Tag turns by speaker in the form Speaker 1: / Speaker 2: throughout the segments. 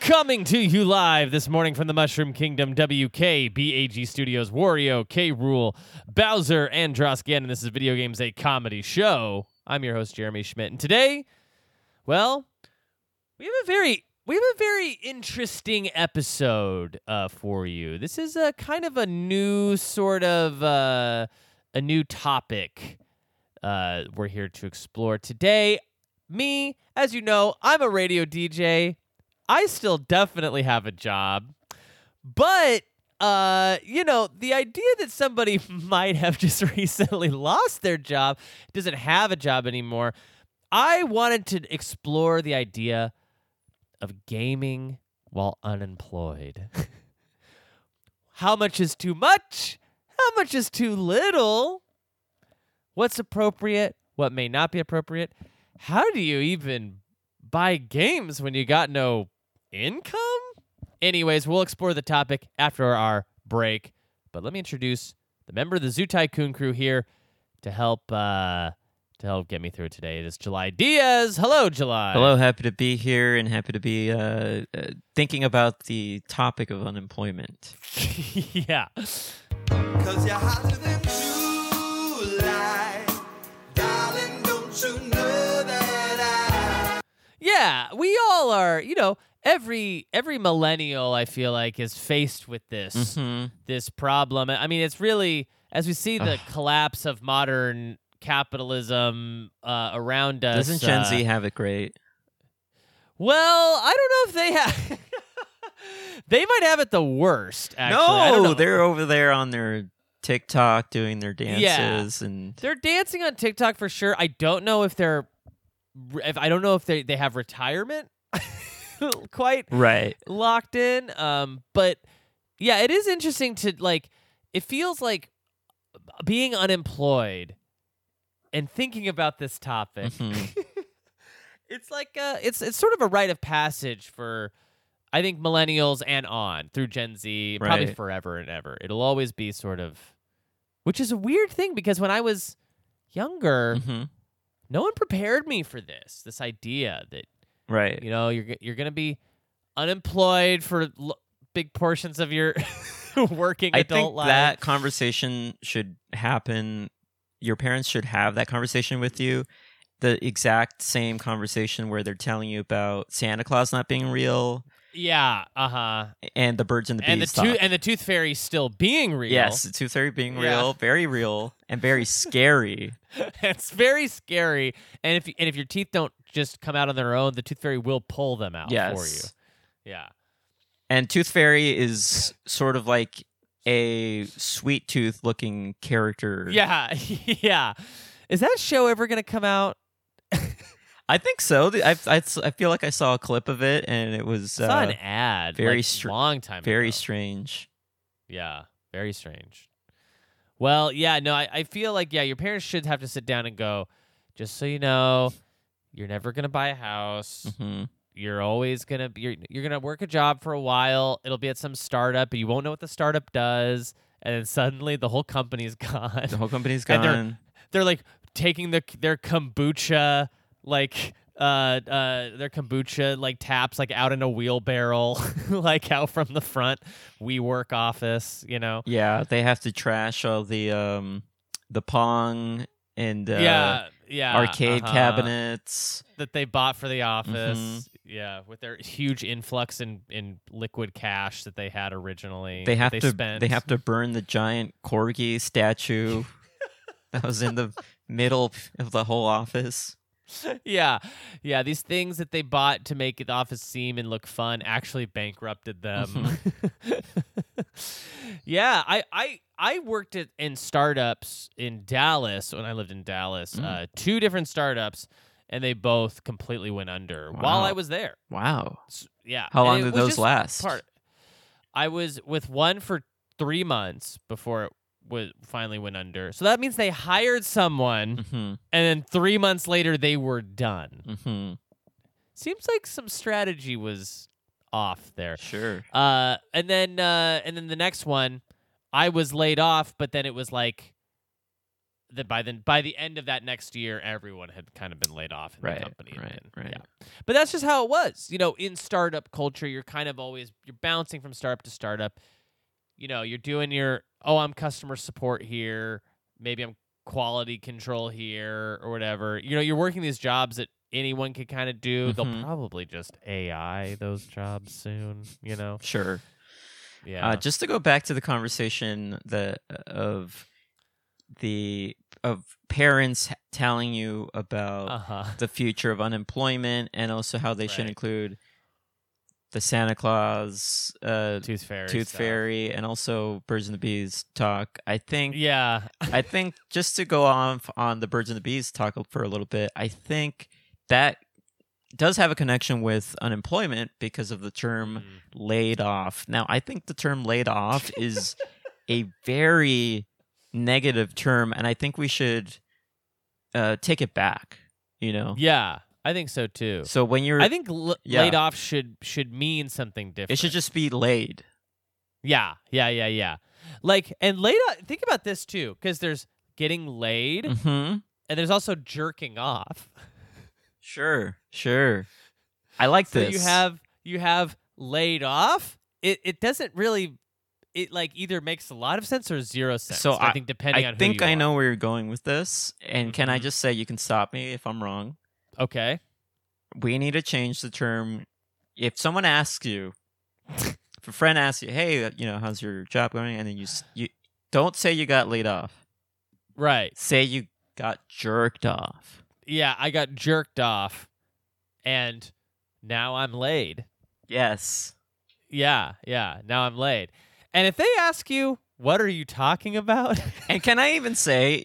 Speaker 1: Coming to you live this morning from the Mushroom Kingdom, WKBAG Studios, Wario, K Rule, Bowser, and Droskin. And this is Video Games, a comedy show. I'm your host, Jeremy Schmidt. And today, well, we have a very we have a very interesting episode uh, for you. This is a kind of a new sort of uh, a new topic uh, we're here to explore today. Me, as you know, I'm a radio DJ. I still definitely have a job, but uh, you know, the idea that somebody might have just recently lost their job, doesn't have a job anymore. I wanted to explore the idea of gaming while unemployed. How much is too much? How much is too little? What's appropriate? What may not be appropriate? How do you even buy games when you got no income? Anyways, we'll explore the topic after our break. But let me introduce the member of the Zoo Tycoon crew here to help uh, to help get me through it today. It is July Diaz. Hello, July.
Speaker 2: Hello, happy to be here and happy to be uh, uh, thinking about the topic of unemployment.
Speaker 1: yeah.
Speaker 3: Cause you're hotter than July. Darling, don't you know that
Speaker 1: Yeah, we all are, you know, every every millennial I feel like is faced with this
Speaker 2: hmm
Speaker 1: this problem. I mean, it's really as we see the collapse of modern capitalism uh, around us.
Speaker 2: Doesn't Gen
Speaker 1: uh,
Speaker 2: Z have it great?
Speaker 1: Well, I don't know if they have They might have it the worst actually. I don't know.
Speaker 2: no, they're over there on their TikTok doing their dances and
Speaker 1: They're dancing on TikTok for sure. I don't know if they're if I don't know if they they have retirement quite
Speaker 2: right.
Speaker 1: locked in. Um, but yeah, it is interesting to like. It feels like being unemployed and thinking about this topic.
Speaker 2: Mhm.
Speaker 1: it's like uh it's it's sort of a rite of passage for I think millennials and on through Gen Z, probably
Speaker 2: Right.
Speaker 1: forever and ever. It'll always be sort of, which is a weird thing because when I was younger,
Speaker 2: Mhm.
Speaker 1: no one prepared me for this. This idea that
Speaker 2: Right.
Speaker 1: you know, you're g- you're gonna be unemployed for l- big portions of your working
Speaker 2: I
Speaker 1: adult
Speaker 2: think
Speaker 1: life.
Speaker 2: that conversation should happen. Your parents should have that conversation with you. The exact same conversation where they're telling you about Santa Claus not being real
Speaker 1: yeah, uh huh.
Speaker 2: and the birds and the bees.
Speaker 1: And the tooth and the tooth fairy still being real.
Speaker 2: Yes, the tooth fairy being
Speaker 1: Yeah.
Speaker 2: real, very real, and very scary.
Speaker 1: it's very scary. And if and if your teeth don't just come out on their own, the tooth fairy will pull them out
Speaker 2: yes.
Speaker 1: for you. Yeah.
Speaker 2: And tooth fairy is sort of like a sweet tooth looking character.
Speaker 1: Yeah. yeah. Is that show ever gonna come out?
Speaker 2: I think so. The- I, I, I feel like I saw a clip of it, and it was
Speaker 1: I saw
Speaker 2: uh,
Speaker 1: an ad
Speaker 2: very
Speaker 1: like,
Speaker 2: str-
Speaker 1: long time
Speaker 2: very
Speaker 1: ago.
Speaker 2: strange.
Speaker 1: Yeah, very strange. Well, yeah, no, I, I feel like, yeah, your parents should have to sit down and go, just so you know, you're never going to buy a house.
Speaker 2: hmm
Speaker 1: You're always going to be, you're, you're going to work a job for a while. It'll be at some startup, but you won't know what the startup does. And then suddenly the whole company's gone.
Speaker 2: The whole company's
Speaker 1: And they're-
Speaker 2: gone.
Speaker 1: They're like taking the, their kombucha, like, uh, uh, their kombucha like taps like out in a wheelbarrow, like out from the front WeWork office, you know.
Speaker 2: Yeah, they have to trash all the um, the pong and uh,
Speaker 1: yeah, yeah,
Speaker 2: arcade Mm-hmm.
Speaker 1: uh-huh,
Speaker 2: cabinets.
Speaker 1: that they bought for the office. Yeah, with their huge influx in in liquid cash that they had originally.
Speaker 2: They
Speaker 1: that
Speaker 2: have
Speaker 1: they
Speaker 2: to.
Speaker 1: Spent.
Speaker 2: They have to burn the giant corgi statue that was in the middle of the whole office.
Speaker 1: yeah, yeah. These things that they bought to make the office seem and look fun actually bankrupted them.
Speaker 2: Mm-hmm.
Speaker 1: yeah, I, I, I worked at, in startups in Dallas when I lived in Dallas.
Speaker 2: Mm.
Speaker 1: Uh, two different startups, and they both completely went under while
Speaker 2: Wow.
Speaker 1: I was there.
Speaker 2: Wow.
Speaker 1: S- Yeah.
Speaker 2: How
Speaker 1: And
Speaker 2: long
Speaker 1: it
Speaker 2: did
Speaker 1: was
Speaker 2: those
Speaker 1: just
Speaker 2: last?
Speaker 1: Part. I was with one for three months before it was finally went under. So that means they hired someone,
Speaker 2: hmm
Speaker 1: and then three months later they were done.
Speaker 2: hmm
Speaker 1: Seems like some strategy was off there.
Speaker 2: Sure.
Speaker 1: Uh, and then uh, and then the next one, I was laid off, but then it was like that by then by the end of that next year, everyone had kind of been laid off in
Speaker 2: Right,
Speaker 1: the company. and
Speaker 2: right,
Speaker 1: then-
Speaker 2: right.
Speaker 1: Yeah. But that's just how it was. You know, in startup culture, you're kind of always you're bouncing from startup to startup. You know, you're doing your oh, I'm customer support here. Maybe I'm quality control here or whatever. You know, you're working these jobs that anyone could kind of do. They'll
Speaker 2: Mhm.
Speaker 1: probably just AI those jobs soon. You know,
Speaker 2: Sure.
Speaker 1: yeah.
Speaker 2: Uh, just to go back to the conversation the of the of parents telling you about
Speaker 1: huh.
Speaker 2: the future of unemployment and also how they should
Speaker 1: Uh. Right.
Speaker 2: include the Santa Claus, uh,
Speaker 1: Tooth fairy.
Speaker 2: Tooth
Speaker 1: stuff.
Speaker 2: Fairy, and also Birds and the Bees talk. I think
Speaker 1: Yeah.
Speaker 2: I think just to go off on the birds and the bees talk for a little bit, I think that does have a connection with unemployment because of the term
Speaker 1: Mm.
Speaker 2: laid off. Now, I think the term laid off is a very negative term, and I think we should uh, take it back. You know,
Speaker 1: Yeah, I think so too.
Speaker 2: so when you're,
Speaker 1: I think l-
Speaker 2: Yeah.
Speaker 1: laid off should should mean something different.
Speaker 2: it should just be laid.
Speaker 1: yeah, yeah, yeah, yeah. Like and laid off. Think about this too, because there's getting laid
Speaker 2: hmm
Speaker 1: and there's also jerking off.
Speaker 2: Sure, sure. I like
Speaker 1: So
Speaker 2: this.
Speaker 1: you have you have laid off. It it doesn't really. It like either makes a lot of sense or zero sense.
Speaker 2: So I-
Speaker 1: think depending
Speaker 2: I
Speaker 1: on
Speaker 2: think
Speaker 1: who you
Speaker 2: I
Speaker 1: are.
Speaker 2: know where you're going with this, and can I
Speaker 1: Mhm.
Speaker 2: just say you can stop me if I'm wrong?
Speaker 1: Okay.
Speaker 2: we need to change the term. If someone asks you, if a friend asks you, "Hey, you know, how's your job going?" and then you s- you don't say you got laid off.
Speaker 1: Right.
Speaker 2: Say you got jerked off.
Speaker 1: Yeah, I got jerked off, and now I'm laid.
Speaker 2: Yes.
Speaker 1: Yeah, yeah. Now I'm laid. And if they ask you, what are you talking about?
Speaker 2: And can I even say,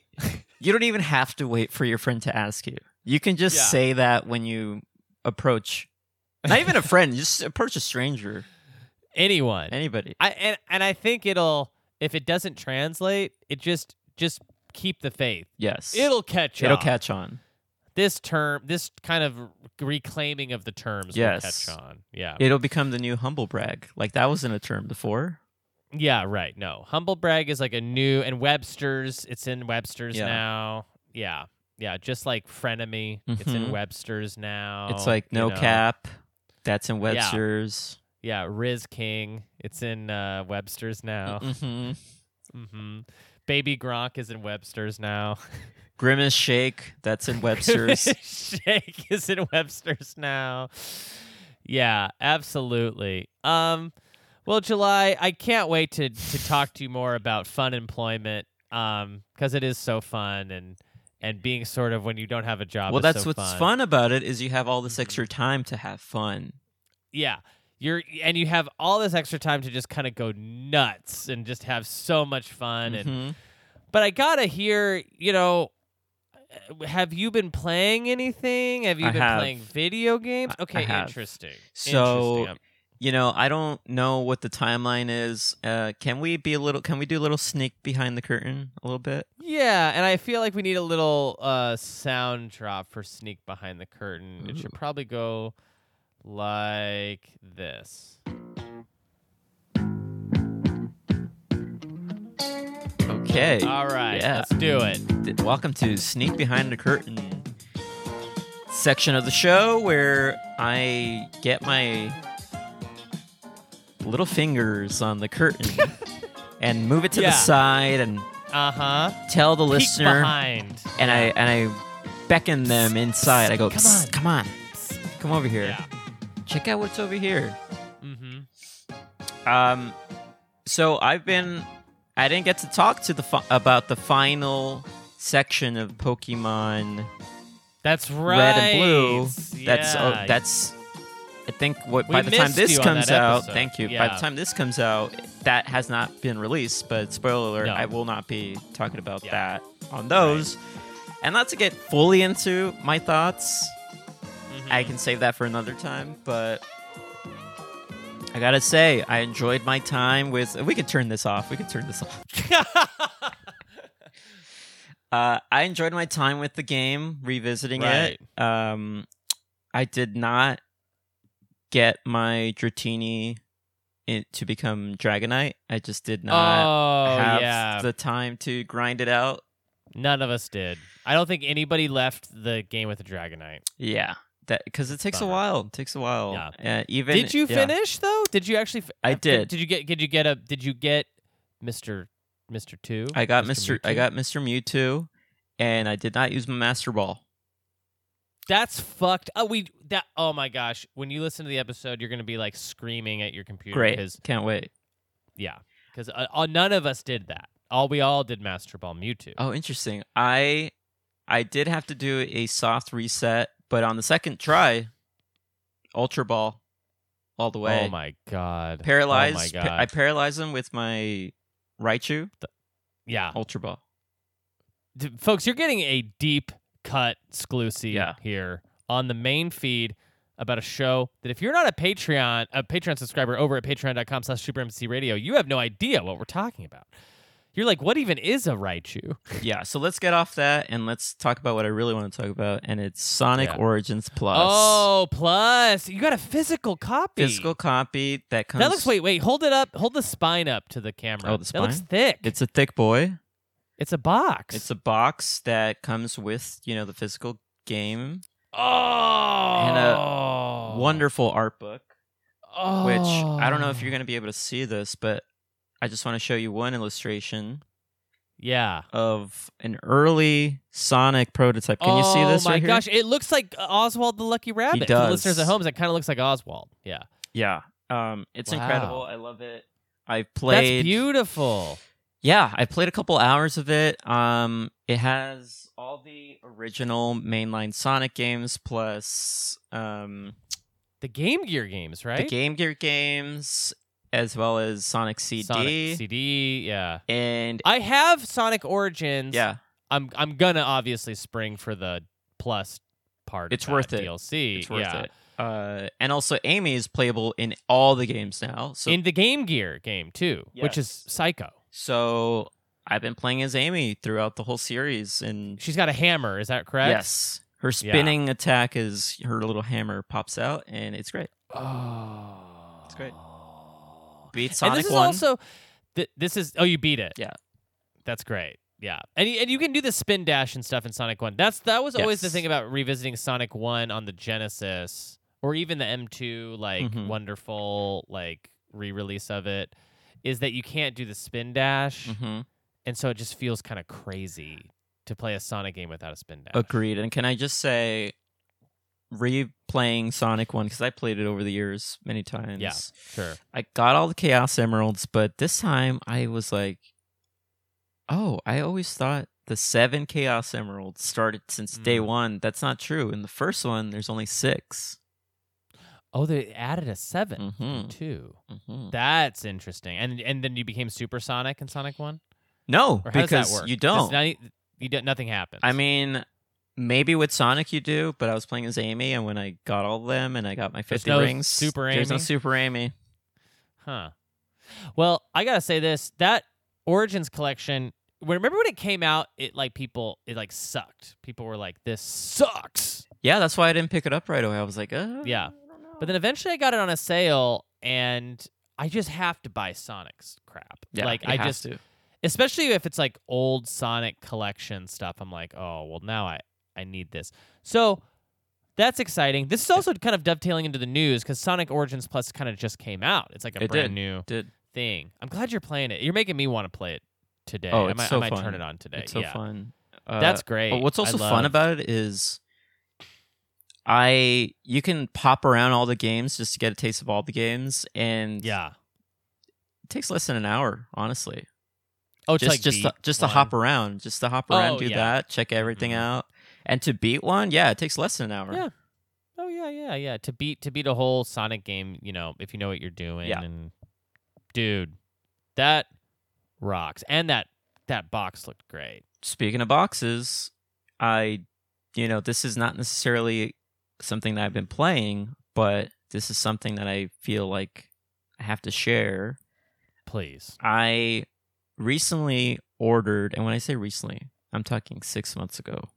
Speaker 2: you don't even have to wait for your friend to ask you. You can just
Speaker 1: Yeah.
Speaker 2: say that when you approach, not even a friend, just approach a stranger,
Speaker 1: Anyone.
Speaker 2: anybody.
Speaker 1: I and, and I think it'll if it doesn't translate, it just just keep the faith.
Speaker 2: Yes.
Speaker 1: It'll catch
Speaker 2: it'll
Speaker 1: on.
Speaker 2: catch on.
Speaker 1: this term this kind of reclaiming of the terms
Speaker 2: Yes.
Speaker 1: will catch on. Yeah.
Speaker 2: It'll become the new humble brag. Like that wasn't a term before.
Speaker 1: yeah, right. No. Humble brag is like a new and Webster's, it's in Webster's
Speaker 2: Yeah.
Speaker 1: now. Yeah. Yeah, just like frenemy, it's
Speaker 2: Mhm.
Speaker 1: in Webster's now.
Speaker 2: It's like
Speaker 1: Oh, you
Speaker 2: no
Speaker 1: know.
Speaker 2: cap. That's in Webster's.
Speaker 1: Yeah, Riz King. It's in uh, Webster's now.
Speaker 2: hmm
Speaker 1: hmm Baby Gronk is in Webster's now.
Speaker 2: Grimace shake. That's in Webster's.
Speaker 1: Shake is in Webster's now. Yeah, absolutely. Um, well, July, I can't wait to to talk to you more about fun employment. Um, because it is so fun and and being sort of when you don't have a job.
Speaker 2: well,
Speaker 1: is
Speaker 2: that's
Speaker 1: so
Speaker 2: what's fun. about it is you have all this
Speaker 1: Mhm.
Speaker 2: extra time to have fun.
Speaker 1: Yeah. You're and you have all this extra time to just kind of go nuts and just have so much fun and
Speaker 2: Mhm.
Speaker 1: but I gotta hear, you know, uh, have you been playing anything? Have you
Speaker 2: I
Speaker 1: been
Speaker 2: have.
Speaker 1: playing video games?
Speaker 2: I- I
Speaker 1: Okay,
Speaker 2: have.
Speaker 1: interesting.
Speaker 2: So-
Speaker 1: Interesting. Um,
Speaker 2: You know, I don't know what the timeline is. Uh, can we be a little? Can we do a little sneak behind the curtain a little bit?
Speaker 1: yeah, and I feel like we need a little uh, sound drop for sneak behind the curtain. It should probably go like this.
Speaker 2: Okay.
Speaker 1: All right,
Speaker 2: Yeah.
Speaker 1: let's do it.
Speaker 2: Th- Welcome to Sneak Behind the Curtain section of the show where I get my little fingers on the curtain and move it to
Speaker 1: Yeah.
Speaker 2: the side and
Speaker 1: Uh huh.
Speaker 2: tell the listener
Speaker 1: behind.
Speaker 2: and I and I beckon them inside. I go,
Speaker 1: Come
Speaker 2: "Psst,
Speaker 1: on.
Speaker 2: come on, come over here.
Speaker 1: Yeah.
Speaker 2: Check out what's over here.
Speaker 1: Mm-hmm.
Speaker 2: Um, so I've been. I didn't get to talk to the fi- about the final section of Pokemon
Speaker 1: That's right.
Speaker 2: Red and Blue. That's
Speaker 1: yeah.
Speaker 2: uh, that's. I think what
Speaker 1: We
Speaker 2: by the time
Speaker 1: missed
Speaker 2: this
Speaker 1: you on
Speaker 2: comes
Speaker 1: that
Speaker 2: out,
Speaker 1: episode.
Speaker 2: thank you. By
Speaker 1: Yeah.
Speaker 2: the time this comes out, that has not been released. But spoiler alert,
Speaker 1: No.
Speaker 2: I will not be talking about
Speaker 1: Yeah.
Speaker 2: that on those. And not to get fully into my thoughts,
Speaker 1: Mhm.
Speaker 2: I can save that for another time, but I gotta say, I enjoyed my time with. We could turn this off. We could turn this off. Uh, I enjoyed my time with the game, revisiting it. Um, I did not get my Dratini in, to become Dragonite. I just did not
Speaker 1: oh
Speaker 2: have
Speaker 1: yeah.
Speaker 2: the time to grind it out.
Speaker 1: None of us did. I don't think anybody left the game with the Dragonite.
Speaker 2: Yeah, that because it takes
Speaker 1: Bummer.
Speaker 2: a while. It takes a while. Yeah. even
Speaker 1: did you
Speaker 2: yeah.
Speaker 1: finish though? Did you actually? F-
Speaker 2: I
Speaker 1: uh,
Speaker 2: did.
Speaker 1: Did you get? Did you get a? Did you get Mister Mister Two?
Speaker 2: I got Mr. I
Speaker 1: Mewtwo?
Speaker 2: got Mr. Mewtwo, and I did not use my Master Ball.
Speaker 1: That's fucked. Oh, we that. Oh my gosh! When you listen to the episode, you're gonna be like screaming at your computer.
Speaker 2: Great,
Speaker 1: Because
Speaker 2: can't wait.
Speaker 1: yeah, because uh, uh, none of us did that. All we all did Master Ball Mewtwo.
Speaker 2: Oh, interesting. I I did have to do a soft reset, but on the second try, Ultra Ball, all the way.
Speaker 1: Oh my god!
Speaker 2: Paralyzed.
Speaker 1: Oh my
Speaker 2: pa-
Speaker 1: god!
Speaker 2: I paralyzed him with my Raichu
Speaker 1: yeah,
Speaker 2: Ultra Ball.
Speaker 1: D- folks, you're getting a deep cut exclusive
Speaker 2: Yeah.
Speaker 1: here on the main feed about a show that if you're not a Patreon, a Patreon subscriber over at patreon.com slash super MC radio, you have no idea what we're talking about. You're like, what even is a Raichu?
Speaker 2: yeah. So let's get off that and let's talk about what I really want to talk about, and it's Sonic
Speaker 1: Yeah.
Speaker 2: Origins Plus.
Speaker 1: Oh, plus you got a physical copy.
Speaker 2: physical copy that comes.
Speaker 1: That looks wait, wait, hold it up. Hold the spine up to the camera.
Speaker 2: Oh, the
Speaker 1: That looks
Speaker 2: spine?
Speaker 1: thick. It's
Speaker 2: It's a thick boy.
Speaker 1: it's a box.
Speaker 2: It's a box that comes with, you know, the physical game.
Speaker 1: oh
Speaker 2: and Wonderful art book,
Speaker 1: oh.
Speaker 2: which I don't know if you're going to be able to see this, but I just want to show you one illustration
Speaker 1: Yeah.
Speaker 2: of an early Sonic prototype. Can you see
Speaker 1: Oh
Speaker 2: this
Speaker 1: my
Speaker 2: right here?
Speaker 1: gosh, it looks like uh, Oswald the Lucky Rabbit. For the
Speaker 2: does.
Speaker 1: listeners at home, that kind of looks like Oswald. Yeah,
Speaker 2: Yeah. Um, it's
Speaker 1: Wow.
Speaker 2: incredible. I love it. I
Speaker 1: that's
Speaker 2: played
Speaker 1: beautiful.
Speaker 2: Yeah, I played a couple hours of it. Um, it has all the original mainline Sonic games plus um,
Speaker 1: The Game Gear games, right?
Speaker 2: the Game Gear games, as well as Sonic CD.
Speaker 1: Sonic CD. Yeah,
Speaker 2: And
Speaker 1: I have Sonic Origins.
Speaker 2: yeah,
Speaker 1: I'm I'm gonna obviously spring for the plus part.
Speaker 2: It's
Speaker 1: of that
Speaker 2: worth it.
Speaker 1: DLC.
Speaker 2: it's worth
Speaker 1: yeah.
Speaker 2: it. Uh, and also, Amy is playable in all the games now. So,
Speaker 1: In the Game Gear game too, which is
Speaker 2: Yes.
Speaker 1: Psycho.
Speaker 2: so I've been playing as Amy throughout the whole series. And
Speaker 1: She's got a hammer. Is that correct?
Speaker 2: yes, her spinning attack is her little hammer pops out, and it's great.
Speaker 1: Oh,
Speaker 2: It's great.
Speaker 1: great.
Speaker 2: Beat Sonic
Speaker 1: Oh, and this
Speaker 2: 1.
Speaker 1: is also th- this is oh you beat it
Speaker 2: Yeah.
Speaker 1: that's great yeah and you, and you can do the spin dash and stuff in Sonic One that's that was always the
Speaker 2: Yes.
Speaker 1: thing about revisiting Sonic One on the Genesis or even the M2 like
Speaker 2: Mhm.
Speaker 1: wonderful like re-release of it is that you can't do the spin dash
Speaker 2: Mhm.
Speaker 1: and so it just feels kind of crazy to play a Sonic game without a spin dash
Speaker 2: Agreed. And can I just say, replaying Sonic 1, because I played it over the years many times.
Speaker 1: Yeah. sure
Speaker 2: I got all the Chaos Emeralds, but this time I was like, oh, I always thought the seven Chaos Emeralds started since day
Speaker 1: Mm.
Speaker 2: one. That's not true. In the first one, there's only 6
Speaker 1: oh they added a 7
Speaker 2: Mhm.
Speaker 1: too
Speaker 2: Mhm.
Speaker 1: Mm-hmm. that's interesting and and then you became Supersonic in Sonic 1
Speaker 2: No,
Speaker 1: Or how does that
Speaker 2: because
Speaker 1: work?
Speaker 2: you
Speaker 1: Does
Speaker 2: don't.
Speaker 1: not- you don't- nothing happens.
Speaker 2: I mean, maybe with Sonic you do, but I was playing as Amy, and when I got all of them and I got my 50
Speaker 1: There's no
Speaker 2: rings,
Speaker 1: Super
Speaker 2: there's no
Speaker 1: Amy?
Speaker 2: Super Amy.
Speaker 1: huh? Well, I gotta say this: that Origins collection. when- Remember when it came out? It like people, it like sucked. People were like, "This sucks."
Speaker 2: Yeah, that's why I didn't pick it up right away. I was like, uh,
Speaker 1: Yeah.
Speaker 2: I don't know.
Speaker 1: But then eventually, I got it on a sale, and I just have to buy Sonic's crap.
Speaker 2: yeah,
Speaker 1: like
Speaker 2: it
Speaker 1: I
Speaker 2: has
Speaker 1: just,
Speaker 2: to.
Speaker 1: especially if it's like old Sonic collection stuff. I'm like, oh well, now I I need this. So. That's exciting. This is also kind of dovetailing into the news because Sonic Origins Plus kind of just came out. It's like a
Speaker 2: It
Speaker 1: brand
Speaker 2: did.
Speaker 1: new.
Speaker 2: did.
Speaker 1: thing. I'm glad you're playing it. You're making me want to play it today.
Speaker 2: Oh,
Speaker 1: I
Speaker 2: it's
Speaker 1: might,
Speaker 2: so
Speaker 1: I might
Speaker 2: fun.
Speaker 1: turn it on today.
Speaker 2: It's so
Speaker 1: yeah.
Speaker 2: fun. Uh,
Speaker 1: That's great.
Speaker 2: But what's
Speaker 1: I
Speaker 2: also
Speaker 1: love-
Speaker 2: fun about it is, I you can pop around all the games just to get a taste of all the games, and
Speaker 1: Yeah.
Speaker 2: it takes less than an hour, honestly.
Speaker 1: Oh, it's
Speaker 2: just
Speaker 1: like
Speaker 2: just to,
Speaker 1: beat
Speaker 2: just
Speaker 1: one.
Speaker 2: to hop around, just to hop around,
Speaker 1: Oh,
Speaker 2: do
Speaker 1: yeah.
Speaker 2: that, check everything
Speaker 1: Mhm.
Speaker 2: out, and to beat one, yeah, it takes less than an hour.
Speaker 1: Yeah. Oh yeah, yeah, yeah. To beat to beat a whole Sonic game, you know, if you know what you're doing.
Speaker 2: Yeah.
Speaker 1: And dude, that rocks. And that that box looked great.
Speaker 2: speaking of boxes, I, you know, this is not necessarily something that I've been playing, but this is something that I feel like I have to share.
Speaker 1: Please.
Speaker 2: I recently ordered, and when I say recently, I'm talking six months ago,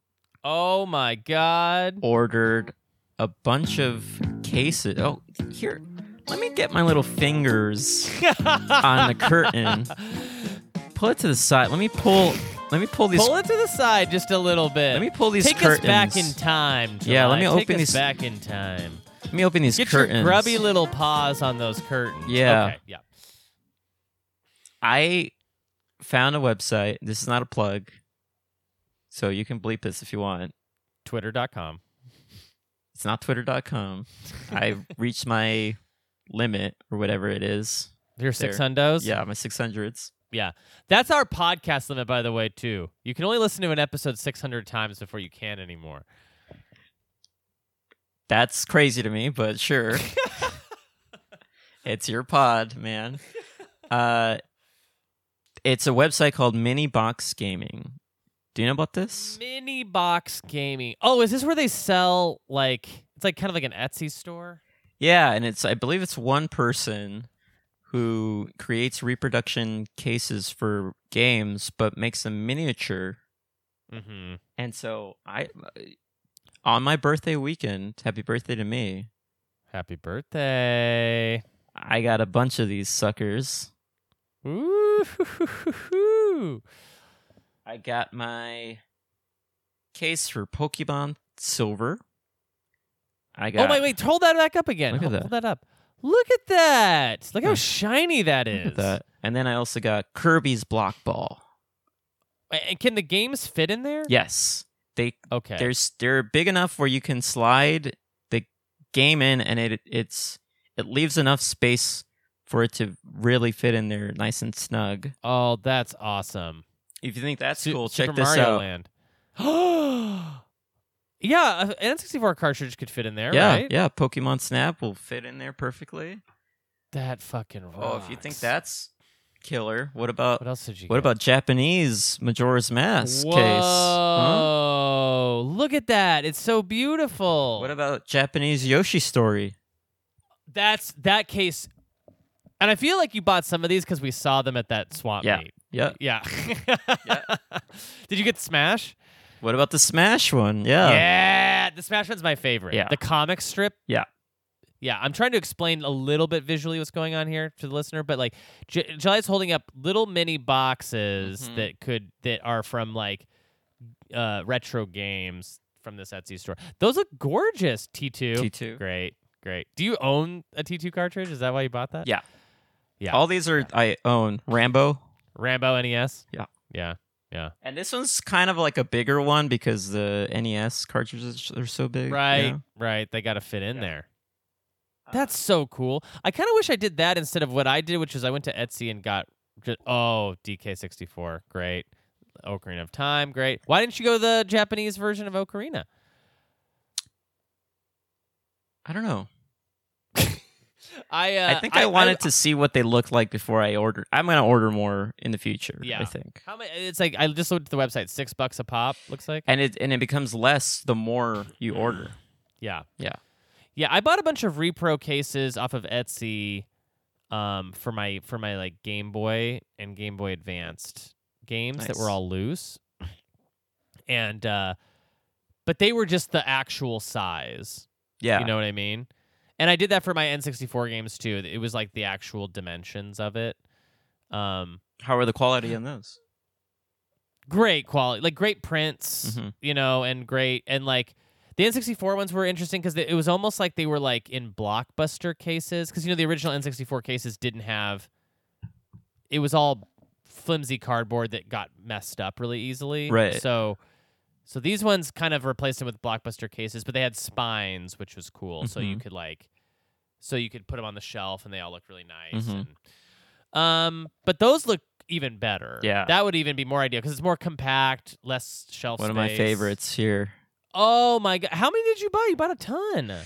Speaker 1: Oh my god.
Speaker 2: ordered a bunch of cases. Oh, here, let me get my little fingers on the curtain. Pull it to the side. Let me pull Let me pull these.
Speaker 1: Pull it to the side just a little bit.
Speaker 2: Let me pull these
Speaker 1: Take
Speaker 2: curtains.
Speaker 1: us back in time.
Speaker 2: Yeah, let me
Speaker 1: July. Take
Speaker 2: open
Speaker 1: us
Speaker 2: these-
Speaker 1: back in time.
Speaker 2: Let me open these
Speaker 1: Get
Speaker 2: curtains.
Speaker 1: your grubby little paws on those curtains.
Speaker 2: Yeah.
Speaker 1: Okay. Yeah.
Speaker 2: I found a website. This is not a plug, so you can bleep this if you want.
Speaker 1: Twitter.com.
Speaker 2: It's not Twitter.com. I reached my limit or whatever it is.
Speaker 1: Your six hundos.
Speaker 2: Yeah, my six hundreds.
Speaker 1: That's our podcast limit, by the way, too. You can only listen to an episode 600 times before you can anymore.
Speaker 2: That's crazy to me, but sure. it's your pod, man. Uh, it's a website called Mini Box Gaming. Do you know about this?
Speaker 1: Mini box gaming. Oh, is this where they sell like it's like kind of like an Etsy store?
Speaker 2: Yeah, and it's I believe it's one person who creates reproduction cases for games, but makes them miniature.
Speaker 1: Mm-hmm.
Speaker 2: And so I, uh, on my birthday weekend, happy birthday to me!
Speaker 1: Happy birthday.
Speaker 2: I got a bunch of these suckers.
Speaker 1: Ooh.
Speaker 2: I got my case for Pokemon Silver. I got.
Speaker 1: Oh wait, wait, hold that back up again.
Speaker 2: Look at
Speaker 1: Hold- Hold that up. Look at that. Look how
Speaker 2: Huh.
Speaker 1: shiny that
Speaker 2: Look
Speaker 1: is.
Speaker 2: at that. And then I also got Kirby's Block Ball.
Speaker 1: A- And can the games fit in there?
Speaker 2: Yes, they
Speaker 1: Okay.
Speaker 2: there's they're big enough where you can slide the game in, and it it's it leaves enough space for it to really fit in there, nice and snug.
Speaker 1: oh, that's awesome.
Speaker 2: If you think that's
Speaker 1: Su-
Speaker 2: cool,
Speaker 1: Super
Speaker 2: check this
Speaker 1: Mario
Speaker 2: out.
Speaker 1: Land. yeah, a- an N64 cartridge could fit in there,
Speaker 2: yeah,
Speaker 1: right?
Speaker 2: yeah, Pokemon Snap will fit in there perfectly.
Speaker 1: That fucking rocks.
Speaker 2: Oh, if you think that's killer, what about
Speaker 1: What else did you
Speaker 2: What
Speaker 1: get?
Speaker 2: about Japanese Majora's Mask
Speaker 1: Whoa,
Speaker 2: case? Huh?
Speaker 1: Look at that. It's so beautiful.
Speaker 2: What about Japanese Yoshi story?
Speaker 1: That's that case. And I feel like you bought some of these because we saw them at that swamp
Speaker 2: Yeah.
Speaker 1: meet.
Speaker 2: Yeah.
Speaker 1: Yeah.
Speaker 2: Yeah.
Speaker 1: Did you get Smash?
Speaker 2: What about the Smash one? Yeah.
Speaker 1: Yeah. The Smash one's my favorite.
Speaker 2: Yeah.
Speaker 1: The comic strip.
Speaker 2: Yeah.
Speaker 1: Yeah, I'm trying to explain a little bit visually what's going on here to the listener, but like J- July's holding up little mini boxes
Speaker 2: Mhm.
Speaker 1: that could that are from like uh retro games from this Etsy store. Those look gorgeous, T2.
Speaker 2: T2.
Speaker 1: Great. Great. Do you own a T2 cartridge? Is that why you bought that?
Speaker 2: Yeah.
Speaker 1: Yeah.
Speaker 2: All these are I own. Rambo.
Speaker 1: Rambo NES?
Speaker 2: Yeah.
Speaker 1: Yeah.
Speaker 2: And this one's kind of like a bigger one because the NES cartridges are so big.
Speaker 1: Right.
Speaker 2: yeah.
Speaker 1: Right. They got to fit in
Speaker 2: Yeah.
Speaker 1: there. That's so cool. I kind of wish I did that instead of what I did, which is I went to Etsy and got ju- oh DK64, great. Ocarina of Time, great. Why didn't you go the Japanese version of Ocarina?
Speaker 2: I don't know.
Speaker 1: I uh,
Speaker 2: I think I, wanted to see what they looked like before I ordered. I'm gonna order more in the future.
Speaker 1: Yeah.
Speaker 2: I think.
Speaker 1: How many? It's like I just looked at the website. Six bucks a pop. Looks like.
Speaker 2: And it and it becomes less the more you order.
Speaker 1: Yeah.
Speaker 2: Yeah.
Speaker 1: Yeah, I bought a bunch of repro cases off of Etsy um for my for my like Game Boy and Game Boy Advanced games that were
Speaker 2: Nice.
Speaker 1: all loose. And uh but they were just the actual size.
Speaker 2: Yeah.
Speaker 1: You know what I mean? And I did that for my N64 games too. It was like the actual dimensions of it. Um
Speaker 2: How are the quality on those?
Speaker 1: great quality, like great prints,
Speaker 2: Mhm.
Speaker 1: you know, and great and like the N64 ones were interesting because it was almost like they were like in blockbuster cases because you know the original N64 cases didn't have it was all flimsy cardboard that got messed up really easily,
Speaker 2: Right.
Speaker 1: So. So these ones kind of replaced them with blockbuster cases, but they had spines, which was cool. So you
Speaker 2: Mhm.
Speaker 1: could like, so you could put them on the shelf, and they all looked really nice.
Speaker 2: Mhm.
Speaker 1: And, um, but those look even better.
Speaker 2: Yeah.
Speaker 1: that would even be more ideal because it's more compact, less shelf.
Speaker 2: One of my
Speaker 1: space.
Speaker 2: favorites here.
Speaker 1: Oh my god, how many did you buy? You bought a ton.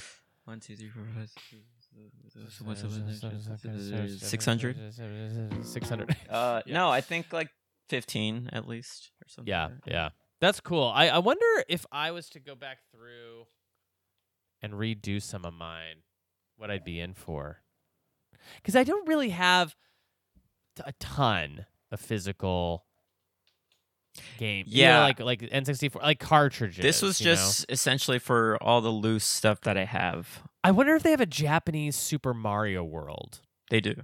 Speaker 2: One, two, three, four, five, six, seven, six hundred.
Speaker 1: Six hundred.
Speaker 2: Uh,
Speaker 1: Yeah.
Speaker 2: no, I think like fifteen at least, or something.
Speaker 1: Yeah,
Speaker 2: like that.
Speaker 1: yeah. That's cool. I, I wonder if I was to go back through and redo some of mine, what I'd be in for. Because I don't really have t- a ton of physical game. You know,
Speaker 2: Yeah.
Speaker 1: like like N64, like cartridges.
Speaker 2: This was
Speaker 1: you know?
Speaker 2: just essentially for all the loose stuff that I have.
Speaker 1: I wonder if they have a Japanese Super Mario World.
Speaker 2: They do.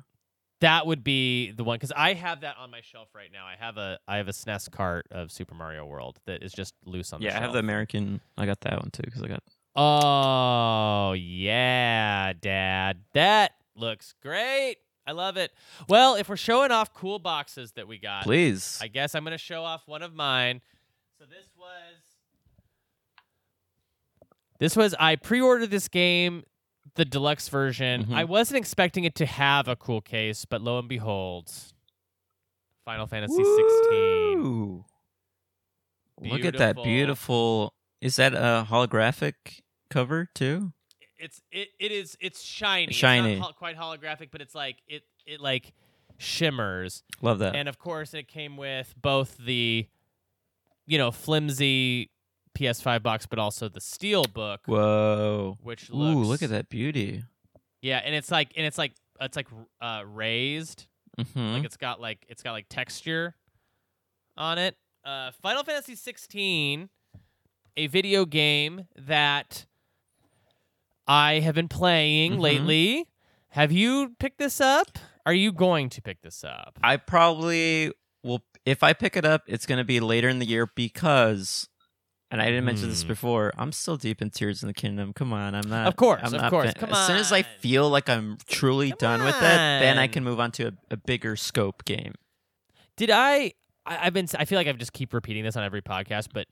Speaker 1: that would be the one because I have that on my shelf right now. I have a I have a SNES cart of Super Mario World that is just loose on the
Speaker 2: yeah, I have
Speaker 1: shelf.
Speaker 2: the American. I got that one too because I got.
Speaker 1: Oh yeah, Dad. That looks great. I love it. Well, if we're showing off cool boxes that we got,
Speaker 2: Please,
Speaker 1: I guess I'm gonna show off one of mine. So this was this was I pre-ordered this game, the deluxe version.
Speaker 2: Mhm.
Speaker 1: I wasn't expecting it to have a cool case, but lo and behold, Final Fantasy 16.
Speaker 2: Woo! Look at that beautiful. Is that a holographic cover too?
Speaker 1: It's it it is it's shiny. It's not
Speaker 2: Shiny.
Speaker 1: hol- quite holographic, but it's like it it like shimmers.
Speaker 2: Love that.
Speaker 1: And of course, it came with both the, you know, flimsy PS5 box, but also the steel book,
Speaker 2: Whoa!
Speaker 1: which looks.
Speaker 2: Ooh, look at that beauty.
Speaker 1: Yeah, and it's like, and it's like, it's like uh, raised.
Speaker 2: hmm
Speaker 1: Like it's got like it's got like texture on it. Uh, Final Fantasy 16, a video game that I have been playing
Speaker 2: Mhm.
Speaker 1: lately. Have you picked this up? Are you going to pick this up?
Speaker 2: I probably will. If I pick it up, it's going to be later in the year because, and I didn't mention this
Speaker 1: Hmm.
Speaker 2: before, I'm still deep in Tears in the Kingdom. Come on, I'm not.
Speaker 1: Of course,
Speaker 2: I'm
Speaker 1: of
Speaker 2: not
Speaker 1: course.
Speaker 2: fin-
Speaker 1: Come
Speaker 2: as soon as I
Speaker 1: on.
Speaker 2: feel like I'm truly
Speaker 1: Come
Speaker 2: done with it, then I
Speaker 1: on.
Speaker 2: can move on to a, a bigger scope game.
Speaker 1: Did I, I? I've been. I feel like I've just keep repeating this on every podcast, but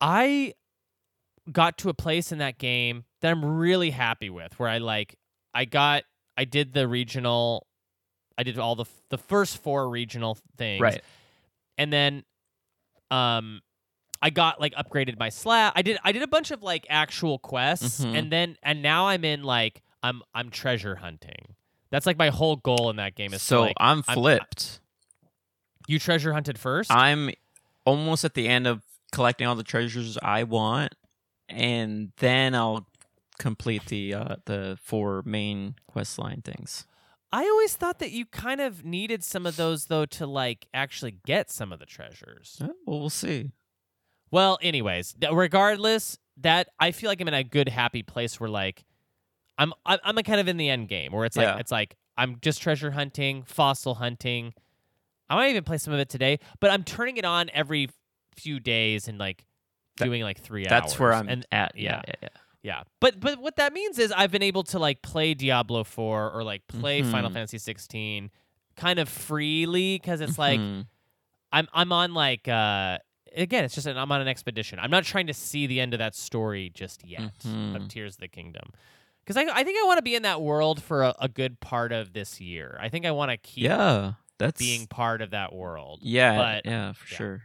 Speaker 1: I got to a place in that game that I'm really happy with, where I like. I got. I did the regional. I did all the f- the first four regional things,
Speaker 2: Right.
Speaker 1: And then, um, I got like upgraded my slab. I did. I did a bunch of like actual quests,
Speaker 2: Mhm.
Speaker 1: and then and now I'm in like I'm I'm treasure hunting. That's like my whole goal in that game is to,
Speaker 2: So
Speaker 1: like,
Speaker 2: I'm
Speaker 1: I'm-
Speaker 2: flipped.
Speaker 1: you treasure hunted first.
Speaker 2: I'm almost at the end of collecting all the treasures I want, and then I'll complete the uh, the four main quest line things.
Speaker 1: I always thought that you kind of needed some of those though to like actually get some of the treasures.
Speaker 2: Uh, Well, we'll see.
Speaker 1: Well, anyways, th- regardless, that I feel like I'm in a good happy place where like I'm I- I'm kind of in the end game where it's like
Speaker 2: Yeah.
Speaker 1: it's like I'm just treasure hunting, fossil hunting. I might even play some of it today, but I'm turning it on every few days and like
Speaker 2: That-
Speaker 1: doing like 3 hours.
Speaker 2: That's where I'm
Speaker 1: and
Speaker 2: at.
Speaker 1: yeah.
Speaker 2: yeah, yeah. yeah.
Speaker 1: yeah. But but what that means is I've been able to like play Diablo 4 or like play Final
Speaker 2: Mhm.
Speaker 1: Fantasy 16 kind of freely cuz it's like
Speaker 2: Mhm.
Speaker 1: I'm I'm on like uh again it's just an, I'm on an expedition. I'm not trying to see the end of that story just yet of
Speaker 2: Mhm.
Speaker 1: Tears of the Kingdom. Cuz I I think I want to be in that world for a, a good part of this year. I think I want to keep
Speaker 2: yeah, that's
Speaker 1: being part of that world.
Speaker 2: yeah,
Speaker 1: but-
Speaker 2: yeah, for
Speaker 1: yeah.
Speaker 2: sure.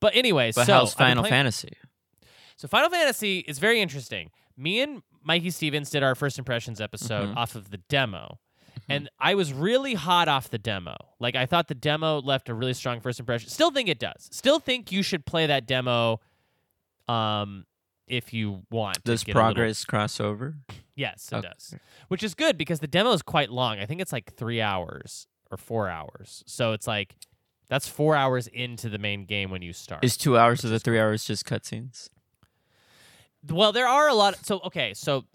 Speaker 1: But anyways,
Speaker 2: But
Speaker 1: so
Speaker 2: how's
Speaker 1: I've been
Speaker 2: Final
Speaker 1: playing-
Speaker 2: Fantasy?
Speaker 1: So Final Fantasy is very interesting. Me and Mikey Stevens did our first impressions episode
Speaker 2: Mhm.
Speaker 1: off of the demo.
Speaker 2: Mm-hmm.
Speaker 1: And I was really hot off the demo. Like I thought the demo left a really strong first impression. Still think it does. Still think you should play that demo um if you want. to
Speaker 2: Does
Speaker 1: get a little-
Speaker 2: progress cross over?
Speaker 1: yes, it
Speaker 2: Okay.
Speaker 1: does. Which is good because the demo is quite long. I think it's like 3 hours or 4 hours. So it's like that's 4 hours into the main game when you start.
Speaker 2: Is two hours of the three hours just cutscenes?
Speaker 1: Well, there are a lot. so okay, so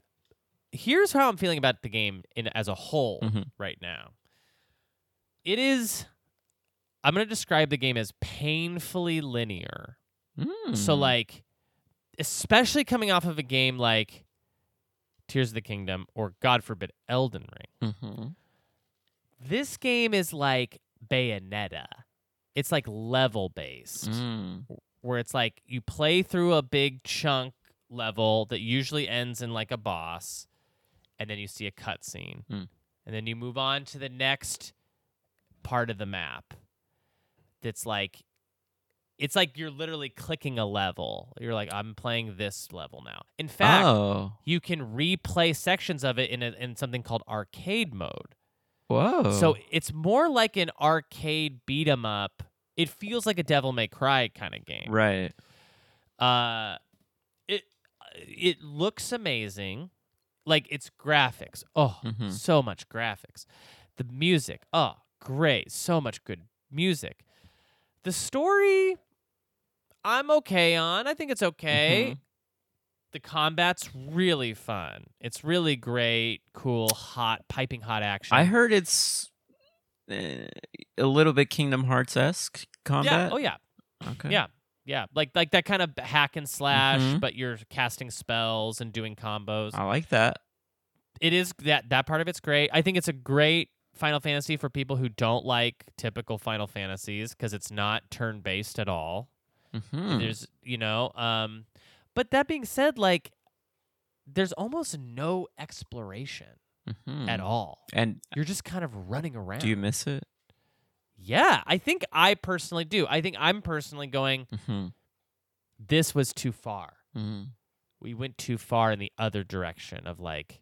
Speaker 1: here's how I'm feeling about the game in as a whole
Speaker 2: Mhm.
Speaker 1: right now. It is. I'm gonna describe the game as painfully linear. So
Speaker 2: Mm.
Speaker 1: like, especially coming off of a game like Tears of the Kingdom or God forbid Elden Ring
Speaker 2: Mhm.
Speaker 1: this game is like Bayonetta. It's like level based,
Speaker 2: Mm.
Speaker 1: where it's like you play through a big chunk level that usually ends in like a boss, and then you see a cutscene,
Speaker 2: Hmm.
Speaker 1: and then you move on to the next part of the map. That's like, it's like you're literally clicking a level. You're like, I'm playing this level now. In fact,
Speaker 2: Oh,
Speaker 1: you can replay sections of it in a, in something called arcade mode.
Speaker 2: whoa!
Speaker 1: So it's more like an arcade beat 'em up. It feels like a Devil May Cry kind of game.
Speaker 2: right,
Speaker 1: Uh, it it looks amazing. Like its graphics. Oh,
Speaker 2: Mhm.
Speaker 1: so much graphics. The music. Oh, great. So much good music.
Speaker 2: Mm-hmm.
Speaker 1: The story I'm okay on. I think it's okay. the combat's really fun. It's really great, cool, hot, piping hot action.
Speaker 2: I heard it's uh, a little bit Kingdom Hearts esque
Speaker 1: Yeah.
Speaker 2: combat.
Speaker 1: Oh yeah.
Speaker 2: okay.
Speaker 1: yeah. Yeah. Like like that kind of hack and slash,
Speaker 2: Mhm.
Speaker 1: but you're casting spells and doing combos.
Speaker 2: I like that.
Speaker 1: it is that that part of it's great. I think it's a great Final Fantasy for people who don't like typical Final Fantasies because it's not turn based at all.
Speaker 2: hmm
Speaker 1: There's you know, um, but that being said, like there's almost no exploration at all.
Speaker 2: mm-hmm. And
Speaker 1: You're just kind of running around.
Speaker 2: Hmm. do you miss it?
Speaker 1: yeah, I think I personally do. I think I'm personally going.
Speaker 2: Mm-hmm.
Speaker 1: This was too far.
Speaker 2: hmm
Speaker 1: we went too far in the other direction of like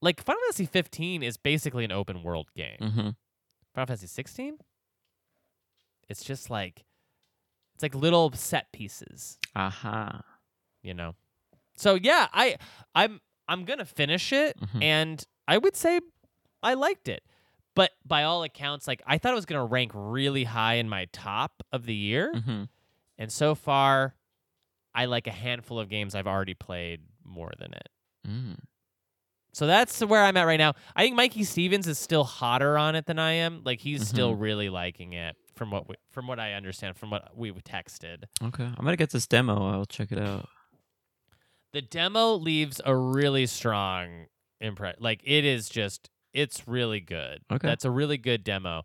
Speaker 1: like Final Fantasy 15 is basically an open world game.
Speaker 2: hmm
Speaker 1: Final Fantasy 16 it's just like it's like little set pieces,
Speaker 2: Aha.
Speaker 1: you know. So yeah, I I'm I'm going to finish it
Speaker 2: Mhm.
Speaker 1: and I would say I liked it. But by all accounts like I thought it was going to rank really high in my top of the year.
Speaker 2: hmm
Speaker 1: And so far, I like a handful of games I've already played more than it.
Speaker 2: Mm.
Speaker 1: So that's where I'm at right now. I think Mikey Stevens is still hotter on it than I am. Like he's
Speaker 2: Mm-hmm.
Speaker 1: still really liking it from what we, from what I understand from what we texted.
Speaker 2: Okay. I'm gonna get this demo. I'll check it out.
Speaker 1: The demo leaves a really strong impression. Like it is just it's really good.
Speaker 2: Okay.
Speaker 1: That's a really good demo.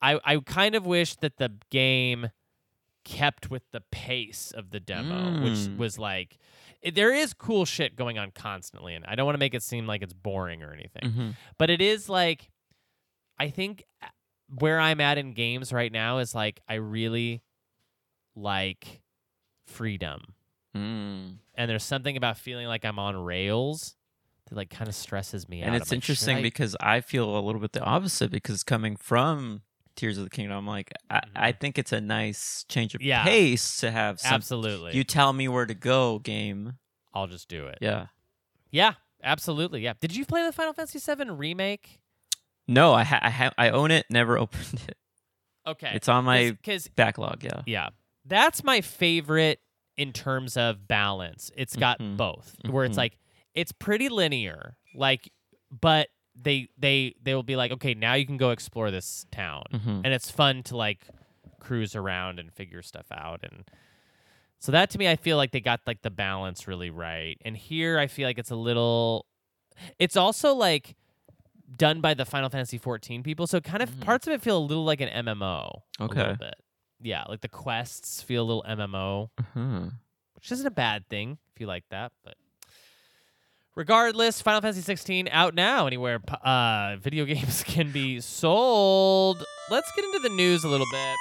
Speaker 1: I I kind of wish that the game kept with the pace of the demo,
Speaker 2: Mm.
Speaker 1: which was like it, there is cool shit going on constantly and I don't want to make it seem like it's boring or anything.
Speaker 2: Mm-hmm.
Speaker 1: but it is like i think a- where i'm at in games right now is like i really like freedom
Speaker 2: Mm.
Speaker 1: and there's something about feeling like i'm on rails that like kind of stresses me out
Speaker 2: And
Speaker 1: I'm
Speaker 2: it's
Speaker 1: like, should
Speaker 2: interesting
Speaker 1: I-
Speaker 2: because I feel a little bit the opposite because coming from Tears of the Kingdom, I'm like, I, I think it's a nice change of
Speaker 1: Yeah.
Speaker 2: pace to have some.
Speaker 1: absolutely
Speaker 2: You tell me where to go, game.
Speaker 1: i'll just do it yeah.
Speaker 2: Yeah.
Speaker 1: absolutely yeah did you play the final fantasy 7 remake
Speaker 2: No, I ha- I, ha- I own it. Never opened it.
Speaker 1: okay
Speaker 2: Eh, It's on my
Speaker 1: because
Speaker 2: backlog. Yeah.
Speaker 1: yeah that's my favorite in terms of balance it's got
Speaker 2: Mhm.
Speaker 1: both where it's
Speaker 2: Mhm.
Speaker 1: like it's pretty linear like but they they they will be like okay now you can go explore this town
Speaker 2: Mm-hmm.
Speaker 1: and it's fun to like cruise around and figure stuff out and so that to me i feel like they got like the balance really right and here i feel like it's a little it's also like done by the final fantasy 14 people so kind of
Speaker 2: Mhm.
Speaker 1: parts of it feel a little like an mmo a little
Speaker 2: Okay.
Speaker 1: bit. yeah like the quests feel a little mmo
Speaker 2: Mm-hmm.
Speaker 1: which isn't a bad thing if you like that. But regardless, Final Fantasy 16 out now anywhere p- uh, video games can be sold. Let's get into the news a little bit.